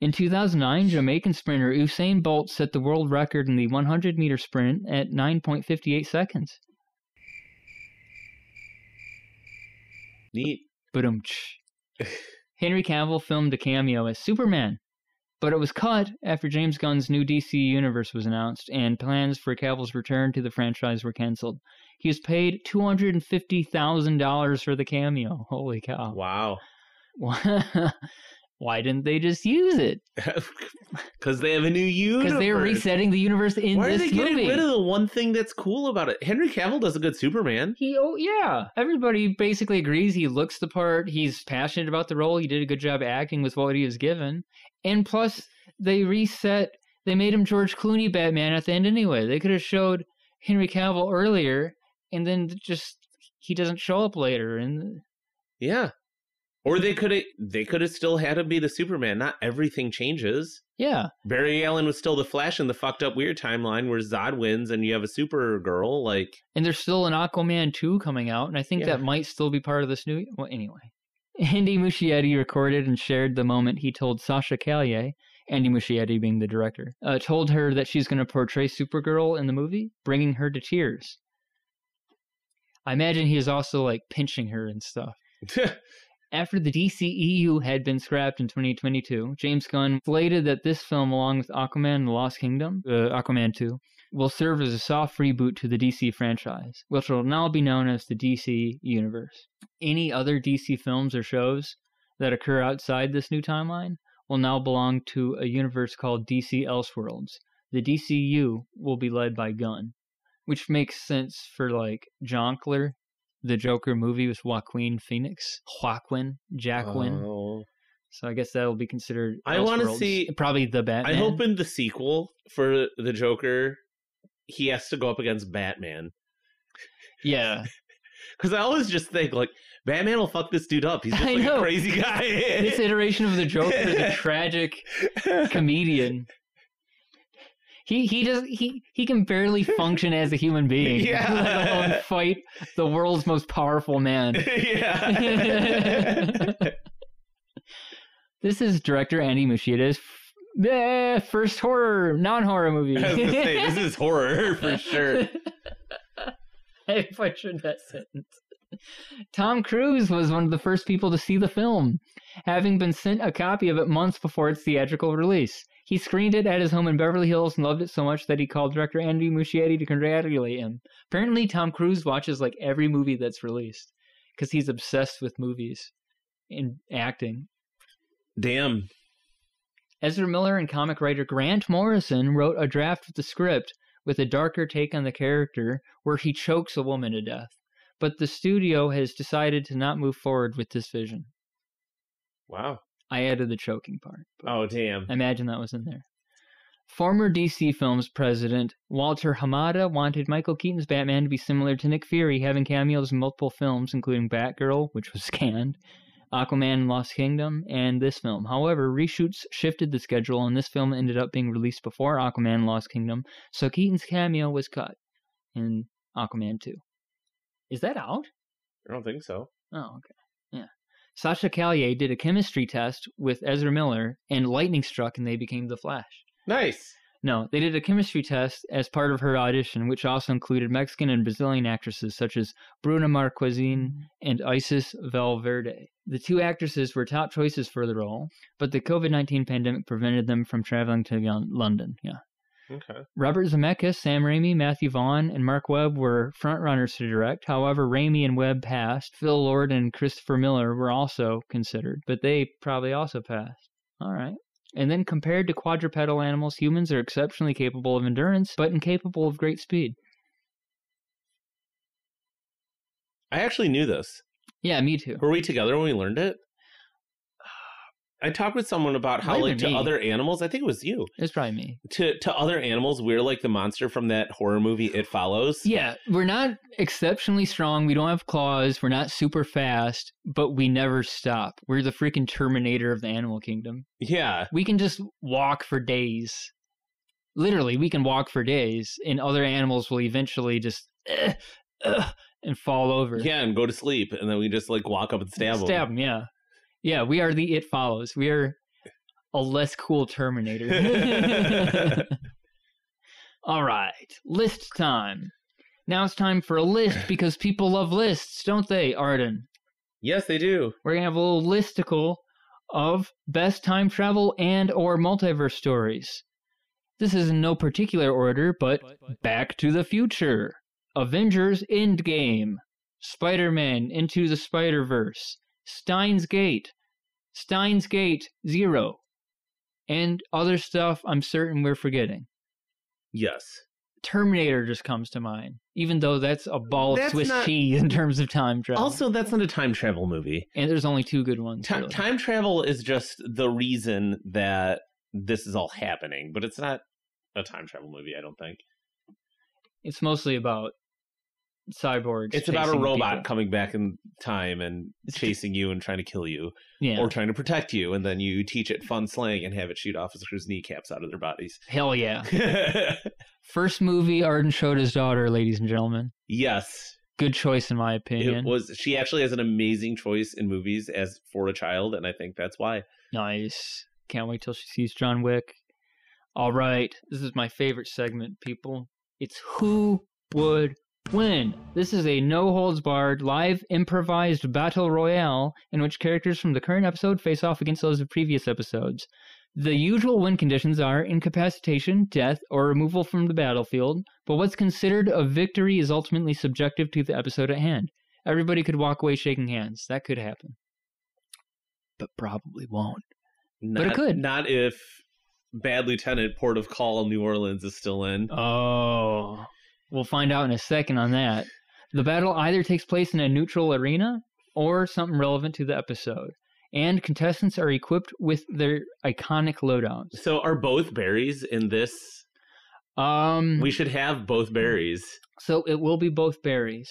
In 2009, Jamaican sprinter Usain Bolt set the world record in the 100 meter sprint at 9.58 seconds. Neat. *laughs* But Henry Cavill filmed a cameo as Superman. But it was cut after James Gunn's new DC universe was announced, and plans for Cavill's return to the franchise were canceled. He was paid two hundred and fifty thousand dollars for the cameo. Holy cow! *laughs* Wow. *laughs* Why didn't they just use it? Because they have a new universe. Because they're resetting the universe in Why are they this getting movie. rid of the one thing that's cool about it? Henry Cavill does a good Superman. He, oh yeah, everybody basically agrees he looks the part. He's passionate about the role. He did a good job acting with what he was given, and plus they reset. They made him George Clooney Batman at the end anyway. They could have showed Henry Cavill earlier, and then just he doesn't show up later. And Yeah. Or they could have they could have still had him be the Superman. Not everything changes. yeah, Barry Allen was still the Flash in the fucked up weird timeline where Zod wins and you have a Supergirl. Like *laughs* and there's still an Aquaman two coming out, and I think Yeah. that might still be part of this new. Well, anyway. *laughs* Andy Muschietti recorded and shared the moment he told Sasha Callier, Andy Muschietti being the director, uh, told her that she's going to portray Supergirl in the movie, bringing her to tears. I imagine he was also like pinching her and stuff. After the DCEU had been scrapped in 2022, James Gunn slated that this film, along with Aquaman and the Lost Kingdom, uh, Aquaman 2, will serve as a soft reboot to the DC franchise, which will now be known as the DC Universe. Any other DC films or shows that occur outside this new timeline will now belong to a universe called DC Elseworlds. The DCU will be led by Gunn, which makes sense for like Jonkler, the Joker movie with Joaquin Phoenix, Joaquin, Jacquin. Oh. So I guess that'll be considered. I wanna Elseworlds. see- probably the Batman. I hope in the sequel for the Joker, he has to go up against Batman. Yeah. Because I always just think like Batman will fuck this dude up. *laughs* He's just I like know. a crazy guy. *laughs* this *laughs* iteration of the Joker is a tragic comedian. He he does he he can barely function as a human being. *laughs* Yeah. *laughs* Let alone fight the world's most powerful *laughs* man. Yeah. this is director Andy Muschietta's f- eh, first horror non-horror movie. I was gonna say this is horror for sure. *laughs* I butchered that sentence. Tom Cruise was one of the first people to see the film, having been sent a copy of it months before its theatrical release. He screened it at his home in Beverly Hills and loved it so much that he called director Andy Muschietti to congratulate him. Apparently, Tom Cruise watches like every movie that's released because he's obsessed with movies and acting. Damn. Ezra Miller and comic writer Grant Morrison wrote a draft of the script with a darker take on the character where he chokes a woman to death. But the studio has decided to not move forward with this vision. Wow. I added the choking part. Oh damn. I imagine that was in there. Former DC Films president Walter Hamada wanted Michael Keaton's Batman to be similar to Nick Fury, having cameos in multiple films, including Batgirl, which was *laughs* canned, Aquaman and Lost Kingdom, and this film. However, reshoots shifted the schedule, and this film ended up being released before Aquaman and Lost Kingdom, so Keaton's cameo was cut in Aquaman 2. Is that out? I don't think so. Oh, okay. Yeah. Sasha Callier did a chemistry test with Ezra Miller, and lightning struck, and they became the Flash. Nice. No, they did a chemistry test as part of her audition, which also included Mexican and Brazilian actresses such as Bruna Marquezine and Isis Valverde. The two actresses were top choices for the role, but the COVID 19 pandemic prevented them from traveling to Yon- London. Yeah. Okay. Robert Zemeckis, Sam Raimi, Matthew Vaughn, and Mark Webb were frontrunners to direct. However, Raimi and Webb passed. Phil Lord and Christopher Miller were also considered, but they probably also passed. All right. And then compared to quadrupedal animals, humans are exceptionally capable of endurance, but incapable of great speed. I actually knew this. Yeah, me too. Were we together when we learned it? I talked with someone about how, Might have like, to been me. other animals. I think it was you. It's probably me. To to other animals, we're like the monster from that horror movie. It follows. Yeah, we're not exceptionally strong. We don't have claws. We're not super fast, but we never stop. We're the freaking Terminator of the animal kingdom. Yeah. We can just walk for days. Literally, we can walk for days, and other animals will eventually just eh, eh, and fall over. Yeah, and go to sleep, and then we just like walk up and stab, them. Stab 'em, yeah. Yeah, we are the It Follows. We are a less cool *laughs* Terminator. All right, list time. Now it's time for a list because people love lists, don't they, Arden? *laughs* Yes, they do. We're going to have a little listicle of best time travel and or multiverse stories. This is in no particular order, but Back to the Future, Avengers Endgame, Spider-Man Into the Spider-Verse, Steins Gate, Steins Gate 0, and other stuff I'm certain we're forgetting. Yes. Terminator just comes to mind, even though that's a ball of That's Swiss not- cheese in terms of time travel. Also, that's not a time travel movie. and there's only two good ones. Time, really. time travel is just the reason that this is all happening, but it's not a time travel movie, I don't think. It's mostly about cyborgs. It's about a chasing robot people. coming back in time and chasing you and trying to kill you Yeah. or trying to protect you, and then you teach it fun slang and have it shoot officers' kneecaps out of their bodies. *laughs* Hell yeah. First movie Arden showed his daughter, ladies and gentlemen. Yes, Good choice in my it opinion. was. She actually has an amazing choice in movies as for a child, and I think that's why. nice. Can't wait till she sees John Wick. All right. This is my favorite segment, people. It's who would win. This is a no holds barred live improvised battle royale in which characters from the current episode face off against those of previous episodes. The usual win conditions are incapacitation, death, or removal from the battlefield, but what's considered a victory is ultimately subjective to the episode at hand. Everybody could walk away shaking hands. That could happen. But probably won't. Not, it could. Not if Bad Lieutenant Port of Call New Orleans is still in. Oh. We'll find out in a second on that. The battle either takes place in a neutral arena or something relevant to the episode. And contestants are equipped with their iconic loadouts. So are both berries in this? Um We should have both berries. So it will be both berries.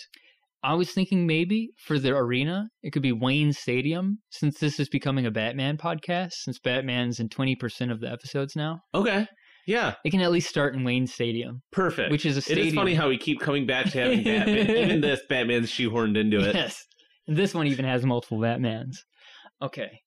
I was thinking maybe for the arena, it could be Wayne Stadium, since this is becoming a Batman podcast, since Batman's in 20% of the episodes now. Okay. Yeah. It can at least start in Wayne Stadium. Perfect. Which is It a is stadium. funny how we keep coming back to having Batman. Even this, Batman's shoehorned into it. Yes. And this one even has multiple Batmans. Okay.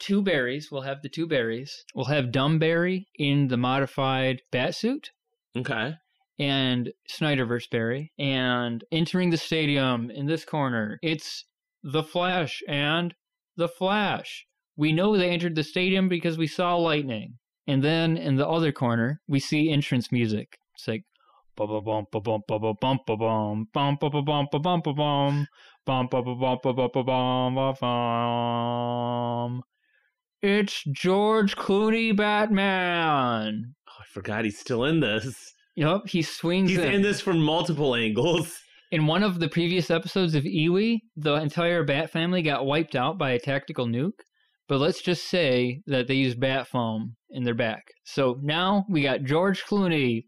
Two berries. We'll have the two berries. We'll have Dumbberry in the modified bat suit Okay. Oh, and Snyderverse Berry. And entering the stadium in this corner, it's the Flash and the Flash. We know they entered the stadium because we saw lightning. And then in the other corner, we see entrance music. It's like bum bum bum bum bum bum bum bum bum bum bum bum bum bum bum bum bum bum bum bum bum bum bum. It's George Clooney Batman. Oh, I forgot he's still in this. Yep, he swings He's in. in this from multiple angles. In one of the previous episodes of Iwi, the entire bat family got wiped out by a tactical nuke. But let's just say that they used bat foam in their back. So now we got George Clooney.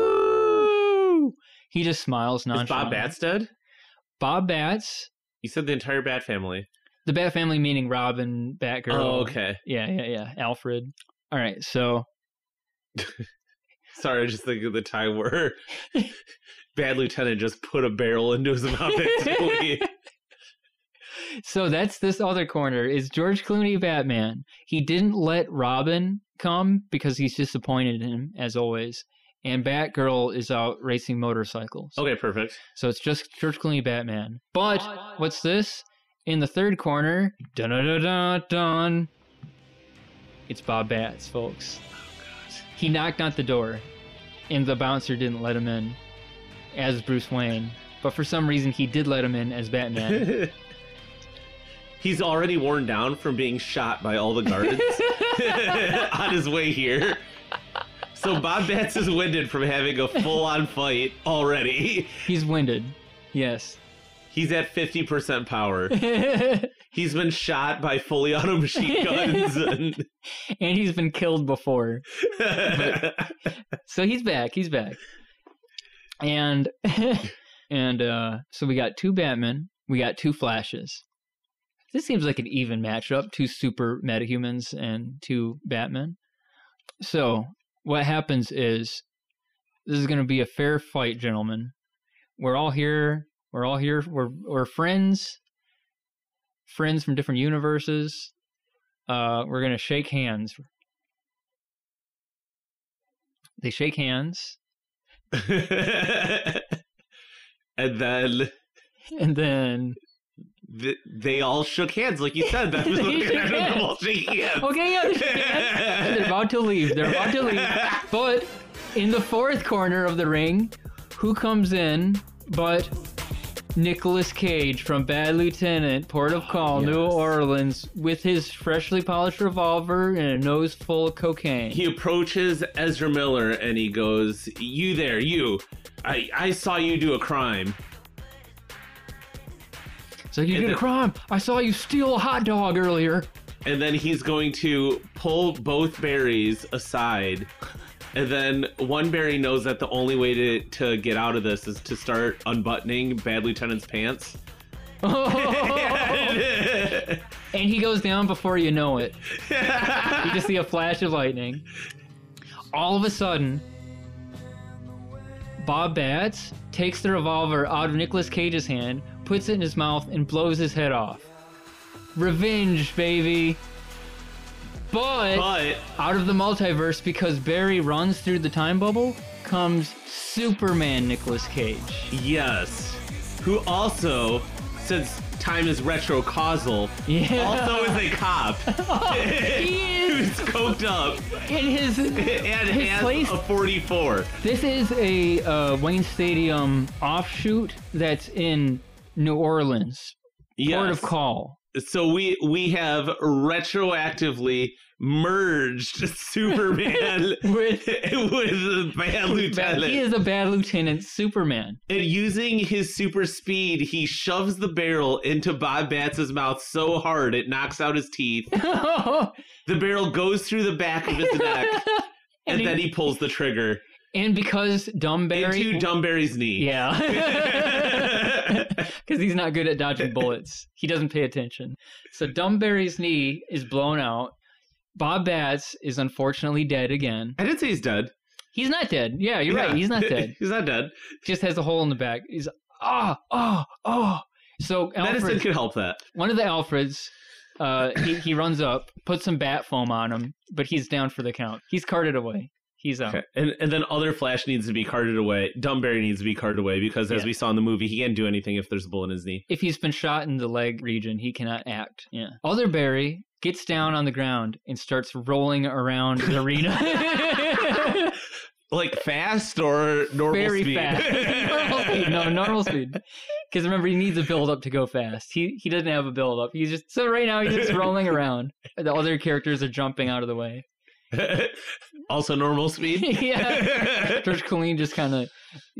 Woo! He just smiles Is nonchalantly. Bob Bats dead? Bob Bats. You said the entire Bat family. The Bat family meaning Robin, Batgirl. Oh, okay. Yeah, yeah, yeah. Alfred. All right, so Sorry, I just think of the time where *laughs* Bad Lieutenant just put a barrel into his mouth *laughs* accidentally. so that's this other corner is George Clooney Batman. He didn't let Robin come because he's disappointed in him as always. And Batgirl is out racing motorcycles. okay, perfect. So it's just George Clooney Batman. But what's this? In the third corner, dun dun dun dun. dun. It's Bob Bats, folks. He knocked on the door, and the bouncer didn't let him in as Bruce Wayne. But for some reason, he did let him in as Batman. He's already worn down from being shot by all the guards on his way here. So Bob Bats is winded from having a full-on fight already. He's winded. Yes. *laughs* He's at 50% power. and He's been shot by fully *laughs* auto *laughs* machine guns. And... *laughs* he's been killed before. So he's back. He's back. And *laughs* and uh so we got two Batman, we got two Flashes. This seems like an even matchup, two super metahumans and two Batman. So, what happens is this is going to be a fair fight, gentlemen. We're all here. We're all here. We're we're friends. Friends from different universes. Uh, we're gonna shake hands. They shake hands, *laughs* and then and then th- they all shook hands, like you said. *laughs* That was They looking shook at them hands. Oh, all *laughs* shaking hands. Okay, yeah, they shook hands. And they're about to leave. They're about to leave. But in the fourth corner of the ring, who comes in but Nicolas Cage from Bad Lieutenant, Port of Call, New Orleans, with his freshly polished revolver and a nose full of *laughs* cocaine. He approaches Ezra Miller and he goes, "You there, you? I I saw you do a crime." So you And did a the- crime. I saw you steal a hot dog *laughs* earlier. *laughs* and then he's going to pull both berries aside and then one berry knows that the only way to, to get out of this is to start unbuttoning bad lieutenant's *laughs* pants and he goes down before you know it. you just see a flash of lightning. All of a sudden, Bob Bats takes the revolver out of Nicolas Cage's hand, puts it in his mouth, and blows his head off. Revenge, baby. But, But- out of the multiverse, because Barry runs through the time bubble, comes Superman Nicolas Cage. yes who also since time is retrocausal Yeah. also is a cop *laughs* he is who's coked *laughs* up in his *laughs* and and his has place. a 44 This is a uh, Wayne Stadium offshoot that's in New Orleans. Port of Yes. call. so we we have retroactively merged *laughs* Superman *laughs* *laughs* with the bad lieutenant. He is a bad lieutenant, Superman. *laughs* and using his super speed, he shoves the barrel into Bob Batts' mouth so hard it knocks out his teeth. and The barrel goes through the back *laughs* of his neck, and, then he pulls the trigger because Dumberry into Dumberry's knee. *laughs* Yeah. Because he's not good at dodging bullets. He doesn't pay attention. So Dumberry's knee is blown out. Bob Bats is unfortunately dead again. *laughs* I didn't say he's dead. He's not dead. Yeah, you're Yeah. right. He's not dead. *laughs* he's not dead. Just has a hole in the back. He's ah ah ah. So Medicine Alfred, could help that. one of the Alfreds, uh, he he runs up, puts some bat foam on him, but he's down for the count. He's carted away. He's out. Okay. And and then other Flash needs to be carted away. Dumberry needs to be carted away because, as Yeah. we saw in the movie, he can't do anything if there's a bullet in his knee. If he's been shot in the leg region, he cannot act. Yeah. Other Barry gets down on the ground and starts rolling around *laughs* the arena. *laughs* Like fast or normal Very speed? *laughs* fast. normal speed. No, normal speed. Because remember, he needs a build up to go fast. He he doesn't have a build up. He's just so right now he's *laughs* just rolling around. The other characters are jumping out of the way. also normal speed. *laughs* yeah. George Colleen just kind of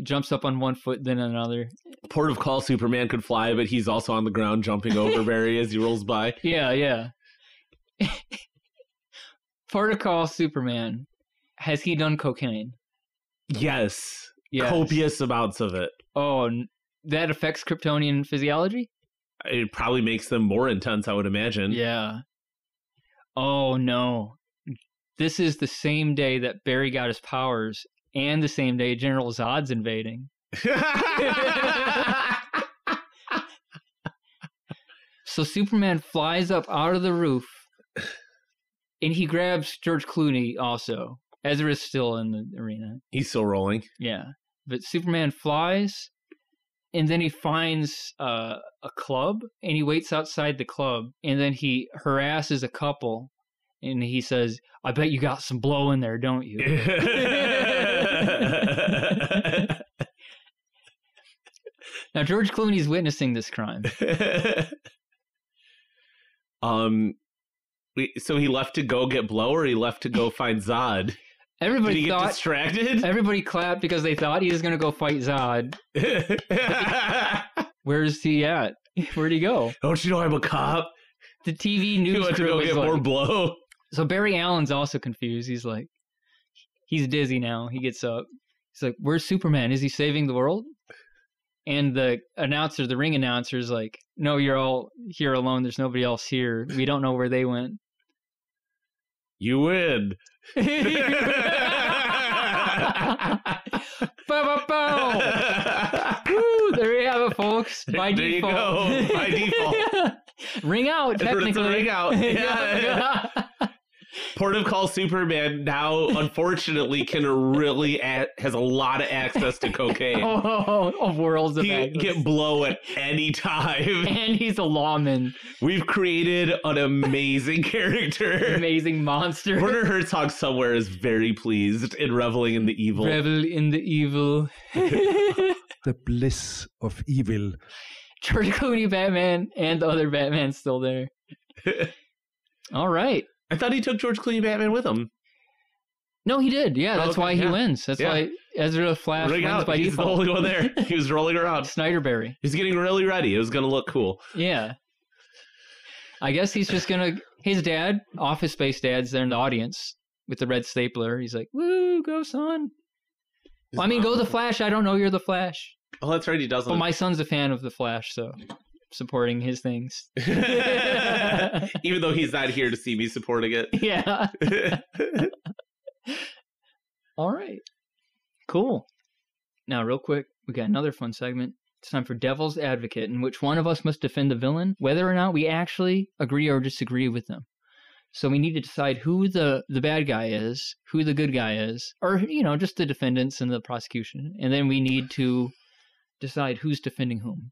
jumps up on one foot, then another. *laughs* Port of call Superman could fly, but he's also on the ground jumping over Barry as he rolls by. Yeah, yeah. *laughs* Protocol Superman. Has he done cocaine? Yes. Yes. Copious amounts of it. Oh, n- that affects Kryptonian physiology? It probably makes them more intense, I would imagine. Yeah. *laughs* Oh no. This is the same day that Barry got his powers and the same day General Zod's invading. so Superman flies up out of the roof and he grabs George Clooney also. Ezra's still in the arena. *laughs* He's still *laughs* rolling. *laughs* Yeah. But Superman flies and then he finds uh, a club and he waits outside the club and then he harasses a couple and he says, I bet you got some blow in there, don't *laughs* you? now, George Clooney's witnessing *laughs* this crime. um we- so he left to go get blow or he left to go find Zod. *laughs* Did Everybody he get *laughs* thought. distracted? Everybody clapped because they thought he was going to go fight Zod. *laughs* Where's he at? *laughs* Where'd he go? *laughs* Don't you know I'm a cop? The TV He news went to crew go was get like, more blow. So Barry Allen's also confused. He's like, he's dizzy now. He gets up. He's like, "Where's Superman? Is he saving the world?" And the announcer, the ring announcer, is like, "No, you're all here alone. There's nobody else here. We don't know where they went." *laughs* *laughs* You win. Bow, bow, bow. Woo, there you have *laughs* it, folks. By There you default, go. *laughs* By default. ring out. That's what it's a *laughs* Technically, ring out. Yeah. *laughs* Port of Call Superman now, unfortunately, can really a- has a lot of access to cocaine. *laughs* Oh, of worlds of he can access. get blow at any time. *laughs* And he's a lawman. We've created an amazing character. Amazing monster. Werner Herzog somewhere is very pleased in reveling in the evil. *laughs* Revel in the evil. *laughs* the bliss of evil. George Clooney Batman and the other Batman's *laughs* still there. All right. I thought he took George Clooney Batman with him. No, he did. Yeah, that's Okay, why he yeah. wins. That's Yeah. why Ezra Flash Ring wins out. by He's default. the only one *laughs* there. He was rolling around. Snyderberry. He's getting really ready. It was going to look cool. Yeah. I guess he's just gonna. His dad, Office Space dad's there in the audience with the red stapler. He's like, "Woo, go son!" Well, I mean, go the Flash. I don't know you're the Flash. Oh, that's right. He doesn't. Well, my son's a fan of the Flash, so supporting his things. *laughs* *laughs* Even though he's not here to see me supporting it. Yeah. *laughs* All right. Cool. Now, real quick, we got another fun segment. It's time for Devil's Advocate, in which one of us must defend the villain, whether or not we actually agree or disagree with them. So we need to decide who the, the bad guy is, who the good guy is, or, you know, just the defendants and the prosecution. And then we need to decide who's defending whom.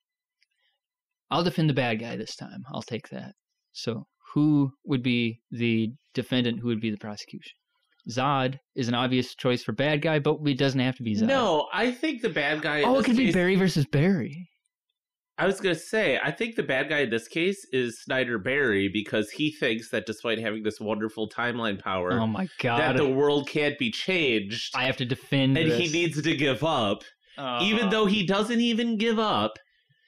I'll defend the bad guy this time. I'll take that. So, who would be the defendant? Who would be the prosecution? Zod is an obvious choice for bad guy, but it doesn't have to be Zod. No, I think the bad guy. in Oh, it this could be case- Barry versus Barry. I was going to say, I think the bad guy in this case is Snyder Barry because he thinks that despite having this wonderful timeline power, Oh my that god! the world can't be changed I have to defend. and he this. needs to give up. Uh, even though he doesn't even give up,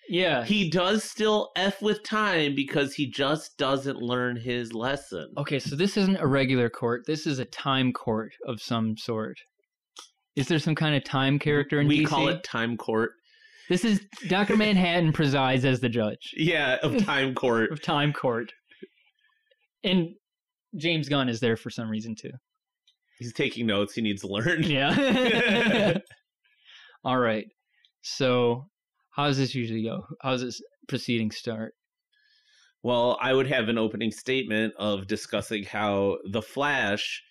yeah. Uh-huh. he does still F with time because he just doesn't learn his lesson. okay, so this isn't a regular court. This is a time court of some sort. Is there some kind of time character in we DC? call it time court. This is *laughs* Doctor Manhattan presides as the judge Yeah, of *laughs* time court. of time court, and James Gunn is there for some reason *laughs* too. He's taking notes. He needs to learn. *laughs* Yeah. *laughs* All right. So, how does this usually go? How does this proceeding start? Well, I would have an opening statement of discussing how the Flash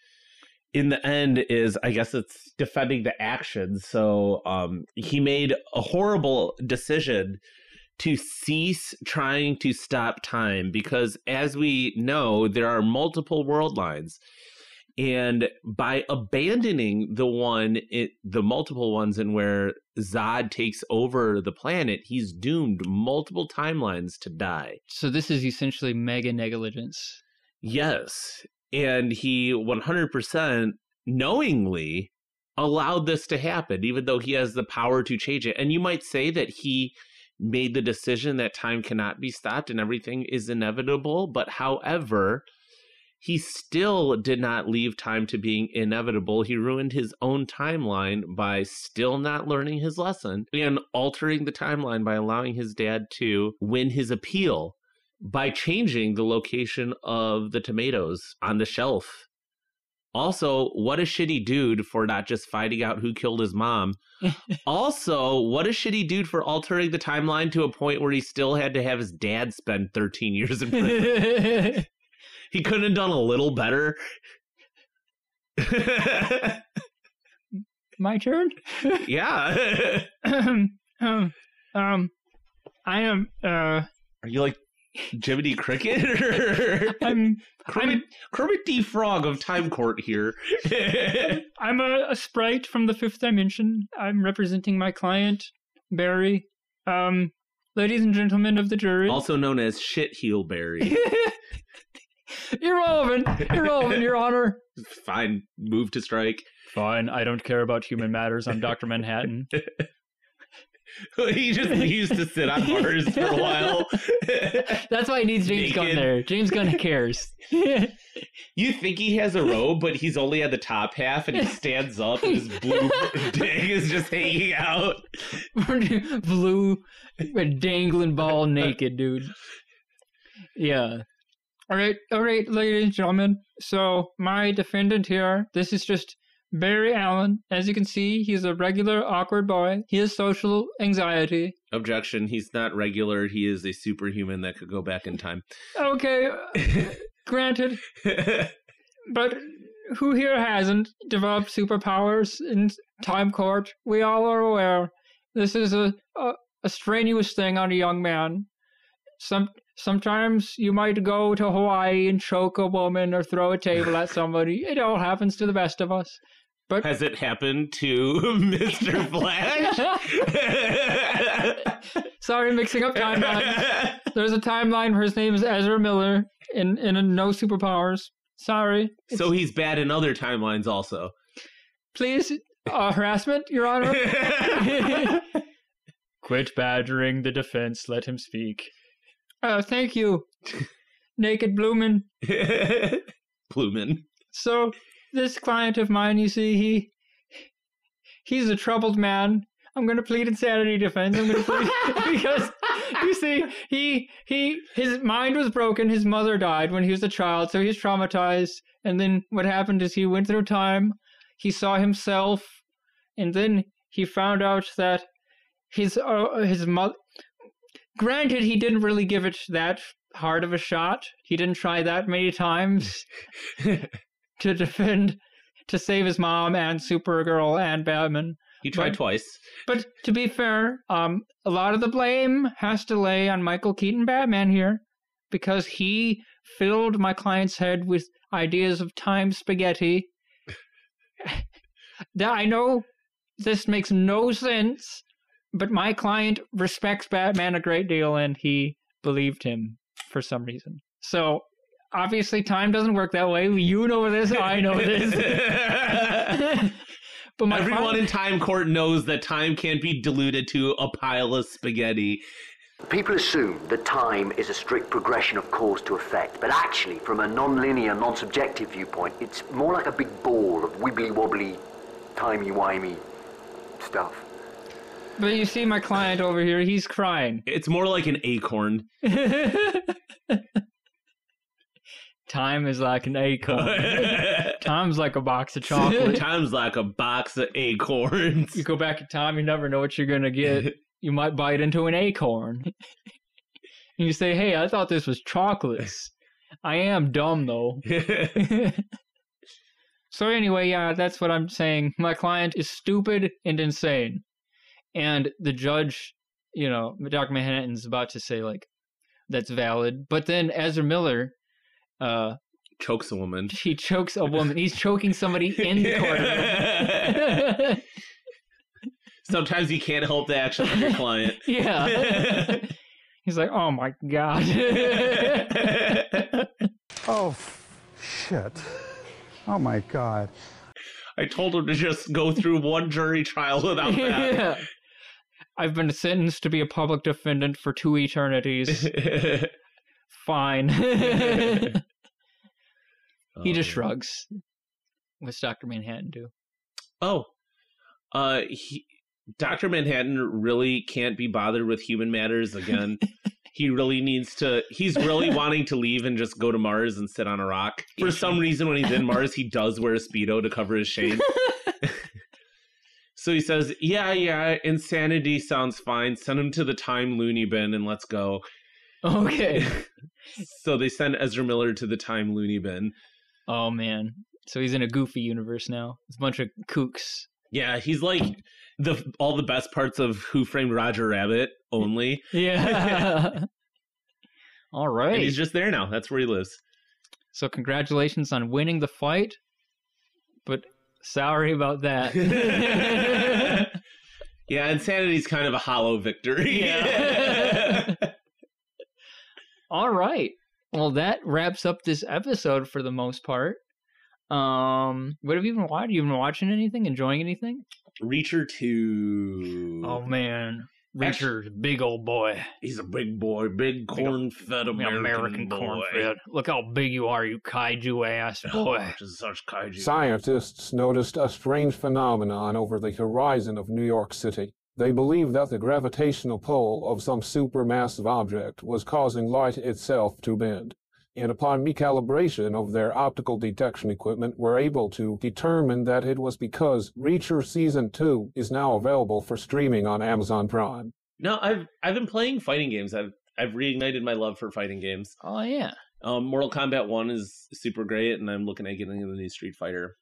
in the end is I guess it's defending the action. So um he made a horrible decision to cease trying to stop time because as we know there are multiple world lines and by abandoning the one it, the multiple ones in where Zod takes over the planet he's doomed multiple timelines to die So, this is essentially mega negligence. Yes. And he 100% knowingly allowed this to happen, even though he has the power to change it. And you might say that he made the decision that time cannot be stopped and everything is inevitable. But however, he still did not leave time to being inevitable. He ruined his own timeline by still not learning his lesson and altering the timeline by allowing his dad to win his appeal by changing the location of the tomatoes on the shelf. Also, what a shitty dude for not just finding out who killed his mom. also, what a shitty dude for altering the timeline to a point where he still had to have his dad spend 13 years in prison. All He couldn't have done a little *laughs* better. *laughs* My turn? *clears throat* yeah. um, um, I am, uh, Are you like Jiminy Cricket *laughs* or I'm, Kermit, Kermit D. Frog of Time Court here? *laughs* I'm a, a sprite from the fifth dimension. I'm representing my client, Barry. Um, ladies and gentlemen of the jury. *laughs* also known as Shit Heel Berry. Irrelevant, irrelevant, Your Honor. Fine move to strike. *laughs* Fine, I don't care about human matters. I'm Doctor Manhattan. he just used to sit on bars for a while. *laughs* That's why he needs James Gunn Naked. there. James Gunn cares. you think he has a robe, but he's only at the top half and he stands up and his *laughs* blue dick is just hanging out. *laughs* Blue, dangling ball naked, dude. Yeah. All right, all right, ladies and gentlemen. So, my defendant here, this is just Barry Allen. As you can see, he's a regular awkward boy. He has social anxiety. Objection. He's not regular. He is a *laughs* *laughs* superhuman that could go back in time. Okay, granted. But who here hasn't developed superpowers in Time Court? We all are aware this is a, a, a strenuous thing on a young man. Some sometimes you might go to Hawaii and choke a woman or throw a table at somebody. It all happens to the best of us. But Has it happened to *laughs* Mr. Flash? Sorry, mixing up timelines. There's a timeline where his name is Ezra Miller in in a no superpowers. Sorry. *laughs* so he's bad in other timelines also. *laughs* Please, uh, harassment, Your Honor. *laughs* Quit badgering the defense. Let him speak. uh, thank you, Naked Bloomin. Plumen. So this client of mine, you see, he he's a troubled man. I'm going to plead insanity defense. I'm going to plead *laughs* because you see, he he his mind was broken. His mother died when he was a child, so he's traumatized. And then what happened is he went through time. He saw himself, and then he found out that his uh, his mother. Granted, he didn't really give it that hard of a shot. He didn't try that many times to defend to save his mom and Supergirl and Batman. He tried But- twice. But to be fair, um, a lot of the blame has to lay on Michael Keaton Batman here because he filled my client's head with ideas of time spaghetti. *laughs* that I know this makes no sense, but my client respects Batman a great deal and he believed him for some reason. So obviously time doesn't work that way. You know this, I *laughs* know this. but my Everyone client- in Time Court knows that time can't be diluted to a pile of spaghetti. People assume that time is a strict progression of cause to effect, but actually, from a non-linear, non-subjective viewpoint, it's more like a big ball of wibbly-wobbly, timey-wimey stuff. But you see my client over here, he's *laughs* crying. It's more like an *laughs* acorn. Time is like an *laughs* acorn. Time's like a box of chocolate. *laughs* Time's like a box of acorns. You go back in time, you never know what you're gonna get. You might bite into an *laughs* acorn. and you say, "Hey, I thought this was chocolates." I am dumb though. *laughs* So anyway, yeah, that's what I'm saying. My client is stupid and insane. and the judge, you know, Doc Manhattan's about to say like, "That's valid," but then Ezra Miller, uh, *laughs* chokes a woman. He chokes a woman. He's choking somebody in the courtroom. *laughs* Sometimes you can't help the action of your client. *laughs* Yeah. *laughs* He's like, oh my god. *laughs* Oh, f- shit. Oh my god. I told him to just go through one jury trial *laughs* without that. yeah. I've been sentenced to be a public defendant for two eternities. *laughs* *laughs* Fine. he just shrugs. What's Doctor Manhattan do? *laughs* Oh, uh, he, Dr. Manhattan really can't be bothered with human matters again. he really needs to, he's really wanting to leave and just go to Mars and sit on a rock. For some reason, when he's in Mars, he does wear a Speedo to cover his shame. *laughs* so he says, Yeah, yeah, insanity sounds fine. Send him to the time loony bin and let's go. *laughs* Okay. so they send Ezra Miller to the time loony bin. Oh man. So he's in a goofy universe now. It's a bunch of kooks. Yeah, he's like the all the best parts of Who Framed Roger Rabbit only. *laughs* Yeah. All right. And he's just there now. That's where he *laughs* lives. So congratulations on winning the fight, but sorry about that. *laughs* Yeah, insanity's kind of a hollow victory. *laughs* All right. Well, that wraps up this episode for the most part. Um, what have you been watching? You been watching anything? Enjoying anything? Reacher two. Oh man, Reacher's a big old boy. He's a big boy, big corn fed Big American, boy. *laughs* Oh, cornfed. Look how big you are, you kaiju ass boy. Just such kaiju. Scientists noticed a strange phenomenon over the horizon of New York City. They believe that the gravitational pull of some supermassive object was causing light itself to bend, and upon recalibration of their optical detection equipment were able to determine that it was because Reacher Season 2 is now available for streaming on Amazon Prime. No, I've I've been playing fighting games. I've I've reignited my love for fighting games. Oh yeah. Um, Mortal Kombat One is super great, and I'm looking at getting the new Street Fighter.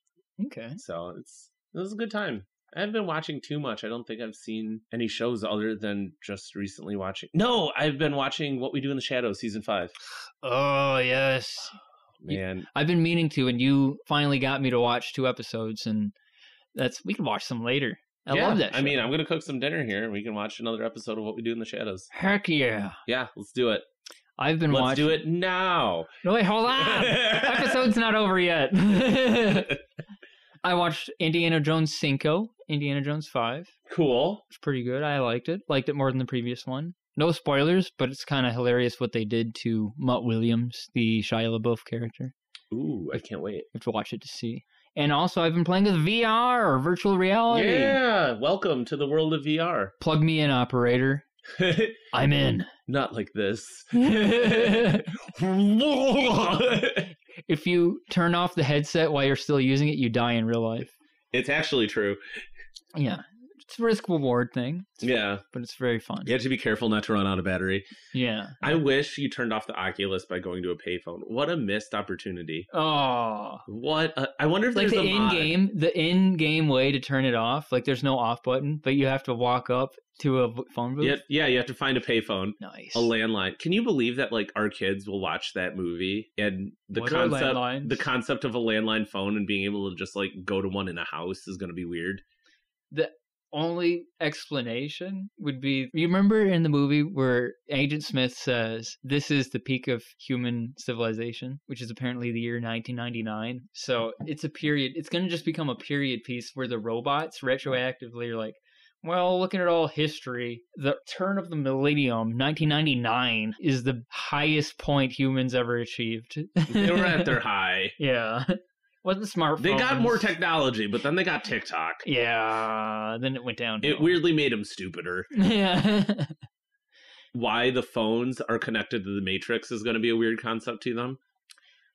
Okay. *laughs* So it's it was a good time. I haven't been watching too much. I don't think I've seen any shows other than just recently watching. No, I've been watching What We Do in the Shadows season five. Oh yes. You- Man, I've been meaning to, and you finally got me to watch two episodes, and that's we can watch some later. I Yeah, love that. Show. I mean, I'm gonna cook some dinner here. We can watch another episode of What We Do in the Shadows. heck yeah! Yeah, let's do it. I've been let's watching. do it now. No wait, *laughs* hold on. Episode's not over yet. *laughs* I watched Indiana Jones Cinco, Indiana Jones Five. Cool. It's pretty good. I liked it. Liked it more than the previous one. No spoilers, but it's kind of hilarious what they did to Mutt Williams, the Shia LaBeouf character. Ooh, I can't wait. You have to watch it to see. And also, I've been playing with VR or virtual reality. Yeah, welcome to the world of VR. Plug me in, operator. I'm in. *laughs* Not like *laughs* this. *laughs* if you turn off the headset while you're still using it, you die in real life. It's actually true. Yeah. It's a risk reward thing, Yeah. but it's very fun. You have to be careful not to run out of battery. Yeah. I wish you turned off the Oculus by going to a payphone. What a missed opportunity. Oh. What? A, I wonder if Like there's the a in mod. game, the in game way to turn it off. Like there's no off button, but you have to walk up to a v- phone booth. You have- yeah, you have to find a payphone. Nice. A landline. Can you believe that like our kids will watch that movie and the What are landlines? concept the concept of a landline phone and being able to just like go to one in a house is going to be weird. *laughs* The only explanation would be you remember in the movie where Agent Smith says this is the peak of human civilization, which is apparently the year 1999. So it's a period. It's going to just become a period piece where the robots retroactively are like. Well, looking at all history, the turn of the millennium, 1999, is the highest point humans ever achieved. They were at their high. *laughs* Yeah. Wasn't smartphones. They got more technology, but then they got *laughs* TikTok. Yeah. Then it went down. It weirdly made them stupider. *laughs* Yeah. Why the phones are connected to the matrix is going to be a weird concept to them.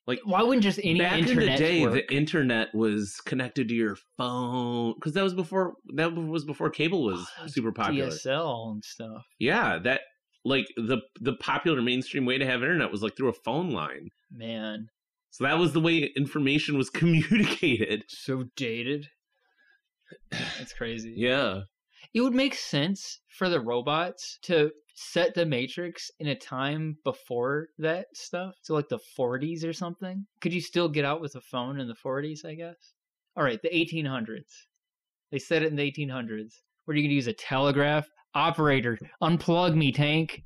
Like Why wouldn't just any back in the internet day, work? the internet was connected to your phone because that was before that was before cable was Oh, super popular. DSL and stuff? Yeah, that like the the popular mainstream way to have internet was like through a phone line. Man, So that was the way information was *laughs* communicated. so dated. *sighs* That's crazy. Yeah. It would make sense for the robots to set the Matrix in a time before that stuff, so like the 40s or something. Could you still get out with a phone in the 40s? I guess. All right, the 1800s. They set it in the 1800s. What are you gonna use a telegraph? Operator, unplug me, tank.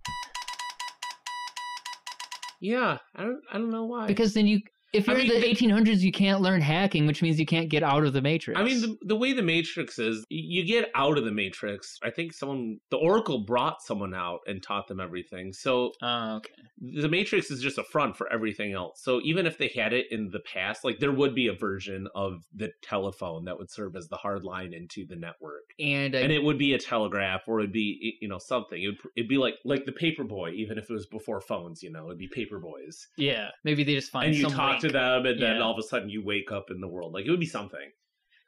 Yeah, I don't I don't know why. Because then you, if I you're mean, in the the- 1800s, you can't learn hacking, which means you can't get out of the matrix. I mean, the, the way the Matrix is, y- you get out of the Matrix. I think someone, the Oracle brought someone out and taught them everything. So oh, okay. the Matrix is just a front for everything else. So even if they had it in the past, like there would be a version of the telephone that would serve as the hard line into the network. And, uh, I, And it would be a telegraph, or it'd be y- you know something. It'd, it'd be like like the paperboy, even if it was before phones. You know, it'd be paperboys, yeah, maybe they just find and you some talk to link, them, and then Yeah. all of a sudden you wake up in the world. Like it would be something.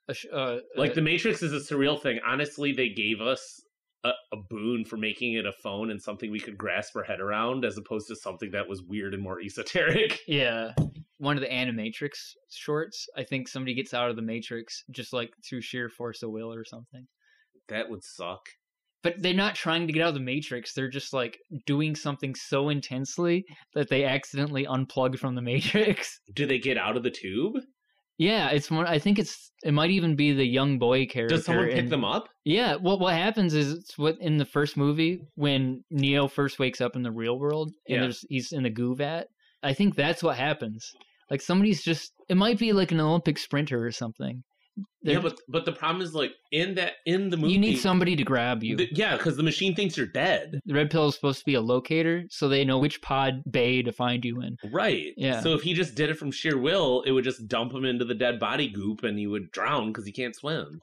a sh- uh, Like uh, the Matrix is a surreal thing. Honestly, they gave us a, a boon for making it a phone and something we could grasp our head around, as opposed to something that was weird and more esoteric. yeah, one of the Animatrix shorts. I think somebody gets out of the matrix just like through sheer force of will or something. That would suck. But they're not trying to get out of the matrix. They're just like doing something so intensely that they accidentally unplug from the matrix. *laughs* Do they get out of the tube? Yeah, it's one. I think it's. It might even be the young boy character. Does someone pick in- them up? Yeah, well, what happens is it's what in the first movie when Neo first wakes up in the real world and Yeah. there's he's in the goo vat. I think that's what happens. Like somebody's just it might be like an Olympic sprinter or something. They're- yeah, but but the problem is like in that in the movie, you need somebody to grab you. the- yeah, because the machine thinks you're dead. the red pill is supposed to be a locator, so they know which pod bay to find you in. Right. Yeah. So if he just did it from sheer will, it would just dump him into the dead body goop, and he would drown because he can't swim.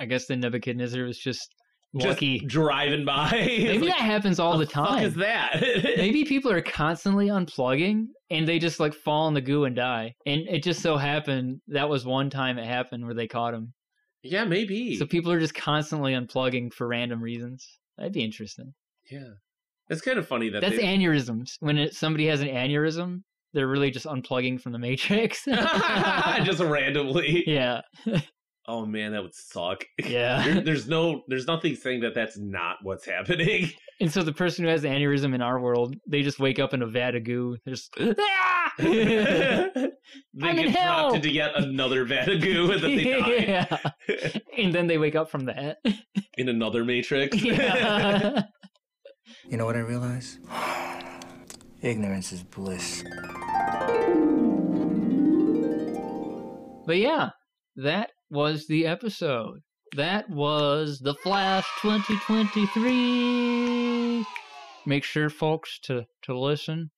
I guess then Nebuchadnezzar was just Just lucky. *laughs* driving by. Maybe that happens all the, fuck time. is that? *laughs* Maybe people are constantly unplugging and they just like fall in the goo and die. And it just so happened that was one time it happened where they caught him. Yeah, maybe. So people are just constantly unplugging for random reasons. That'd be interesting. yeah, it's kind of funny that That's they- aneurysms. When it, somebody has an aneurysm, They're really just unplugging from *laughs* the Matrix. *laughs* just randomly. Yeah. Oh man, that would suck. Yeah. *laughs* There- there's no, there's nothing saying that that's not what's *laughs* happening. And so the person who has the aneurysm in our world, they just wake up in a vat of goo. *laughs* They're just, *laughs* "Ah!" they I'm in get dropped hell. into yet another *laughs* Vatagu and then they die *laughs* *laughs* yeah. and then they wake up from that. in another Matrix. *laughs* yeah. *laughs* You know what I realize? *sighs* Ignorance is bliss. But yeah, that was the episode. That was The Flash 2023. Make sure, folks, to, to listen.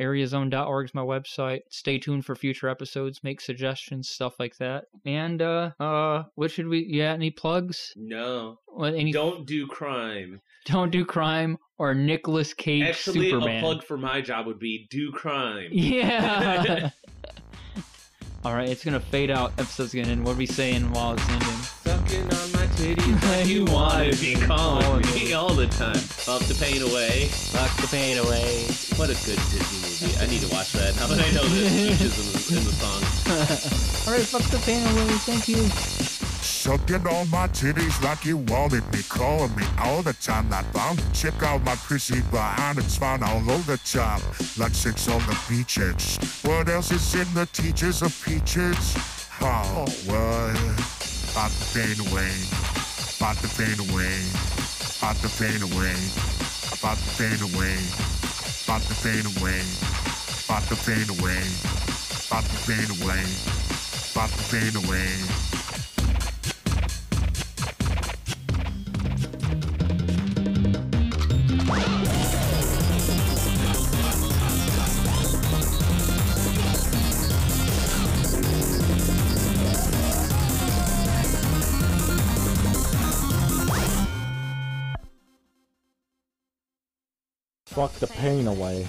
Areazone.org is my website. Stay tuned for future episodes. Make suggestions, stuff like that. And uh, uh, what should we? Yeah, any plugs? *laughs* No. Well, any- Don't do crime. Don't do crime or Nicolas Cage Actually, Superman. a *laughs* plug for my job would be do crime. Yeah. *laughs* All right, it's gonna fade out. Episode's gonna end. What are we saying while it's ending? Sucking on my titties *laughs* like you want to be calling me all the time. Fuck the pain away. Fuck the pain away. What a good Disney movie. I need to watch that. How about I know *laughs* this? Peaches in the, in the song. All right, fuck the pain away. Thank you. Sucking on my titties like you wanted me, calling me all the time. Not bound to check out my prissy behind. It's fine all over the top, like six on the beaches. What else is in the teachers of peaches? Oh, what? Pop the pain away, pop the pain away, pop the pain away, pop the pain away, pop the pain away, pop the pain away, pop the pain away, pop the pain away. Fuck the pain away.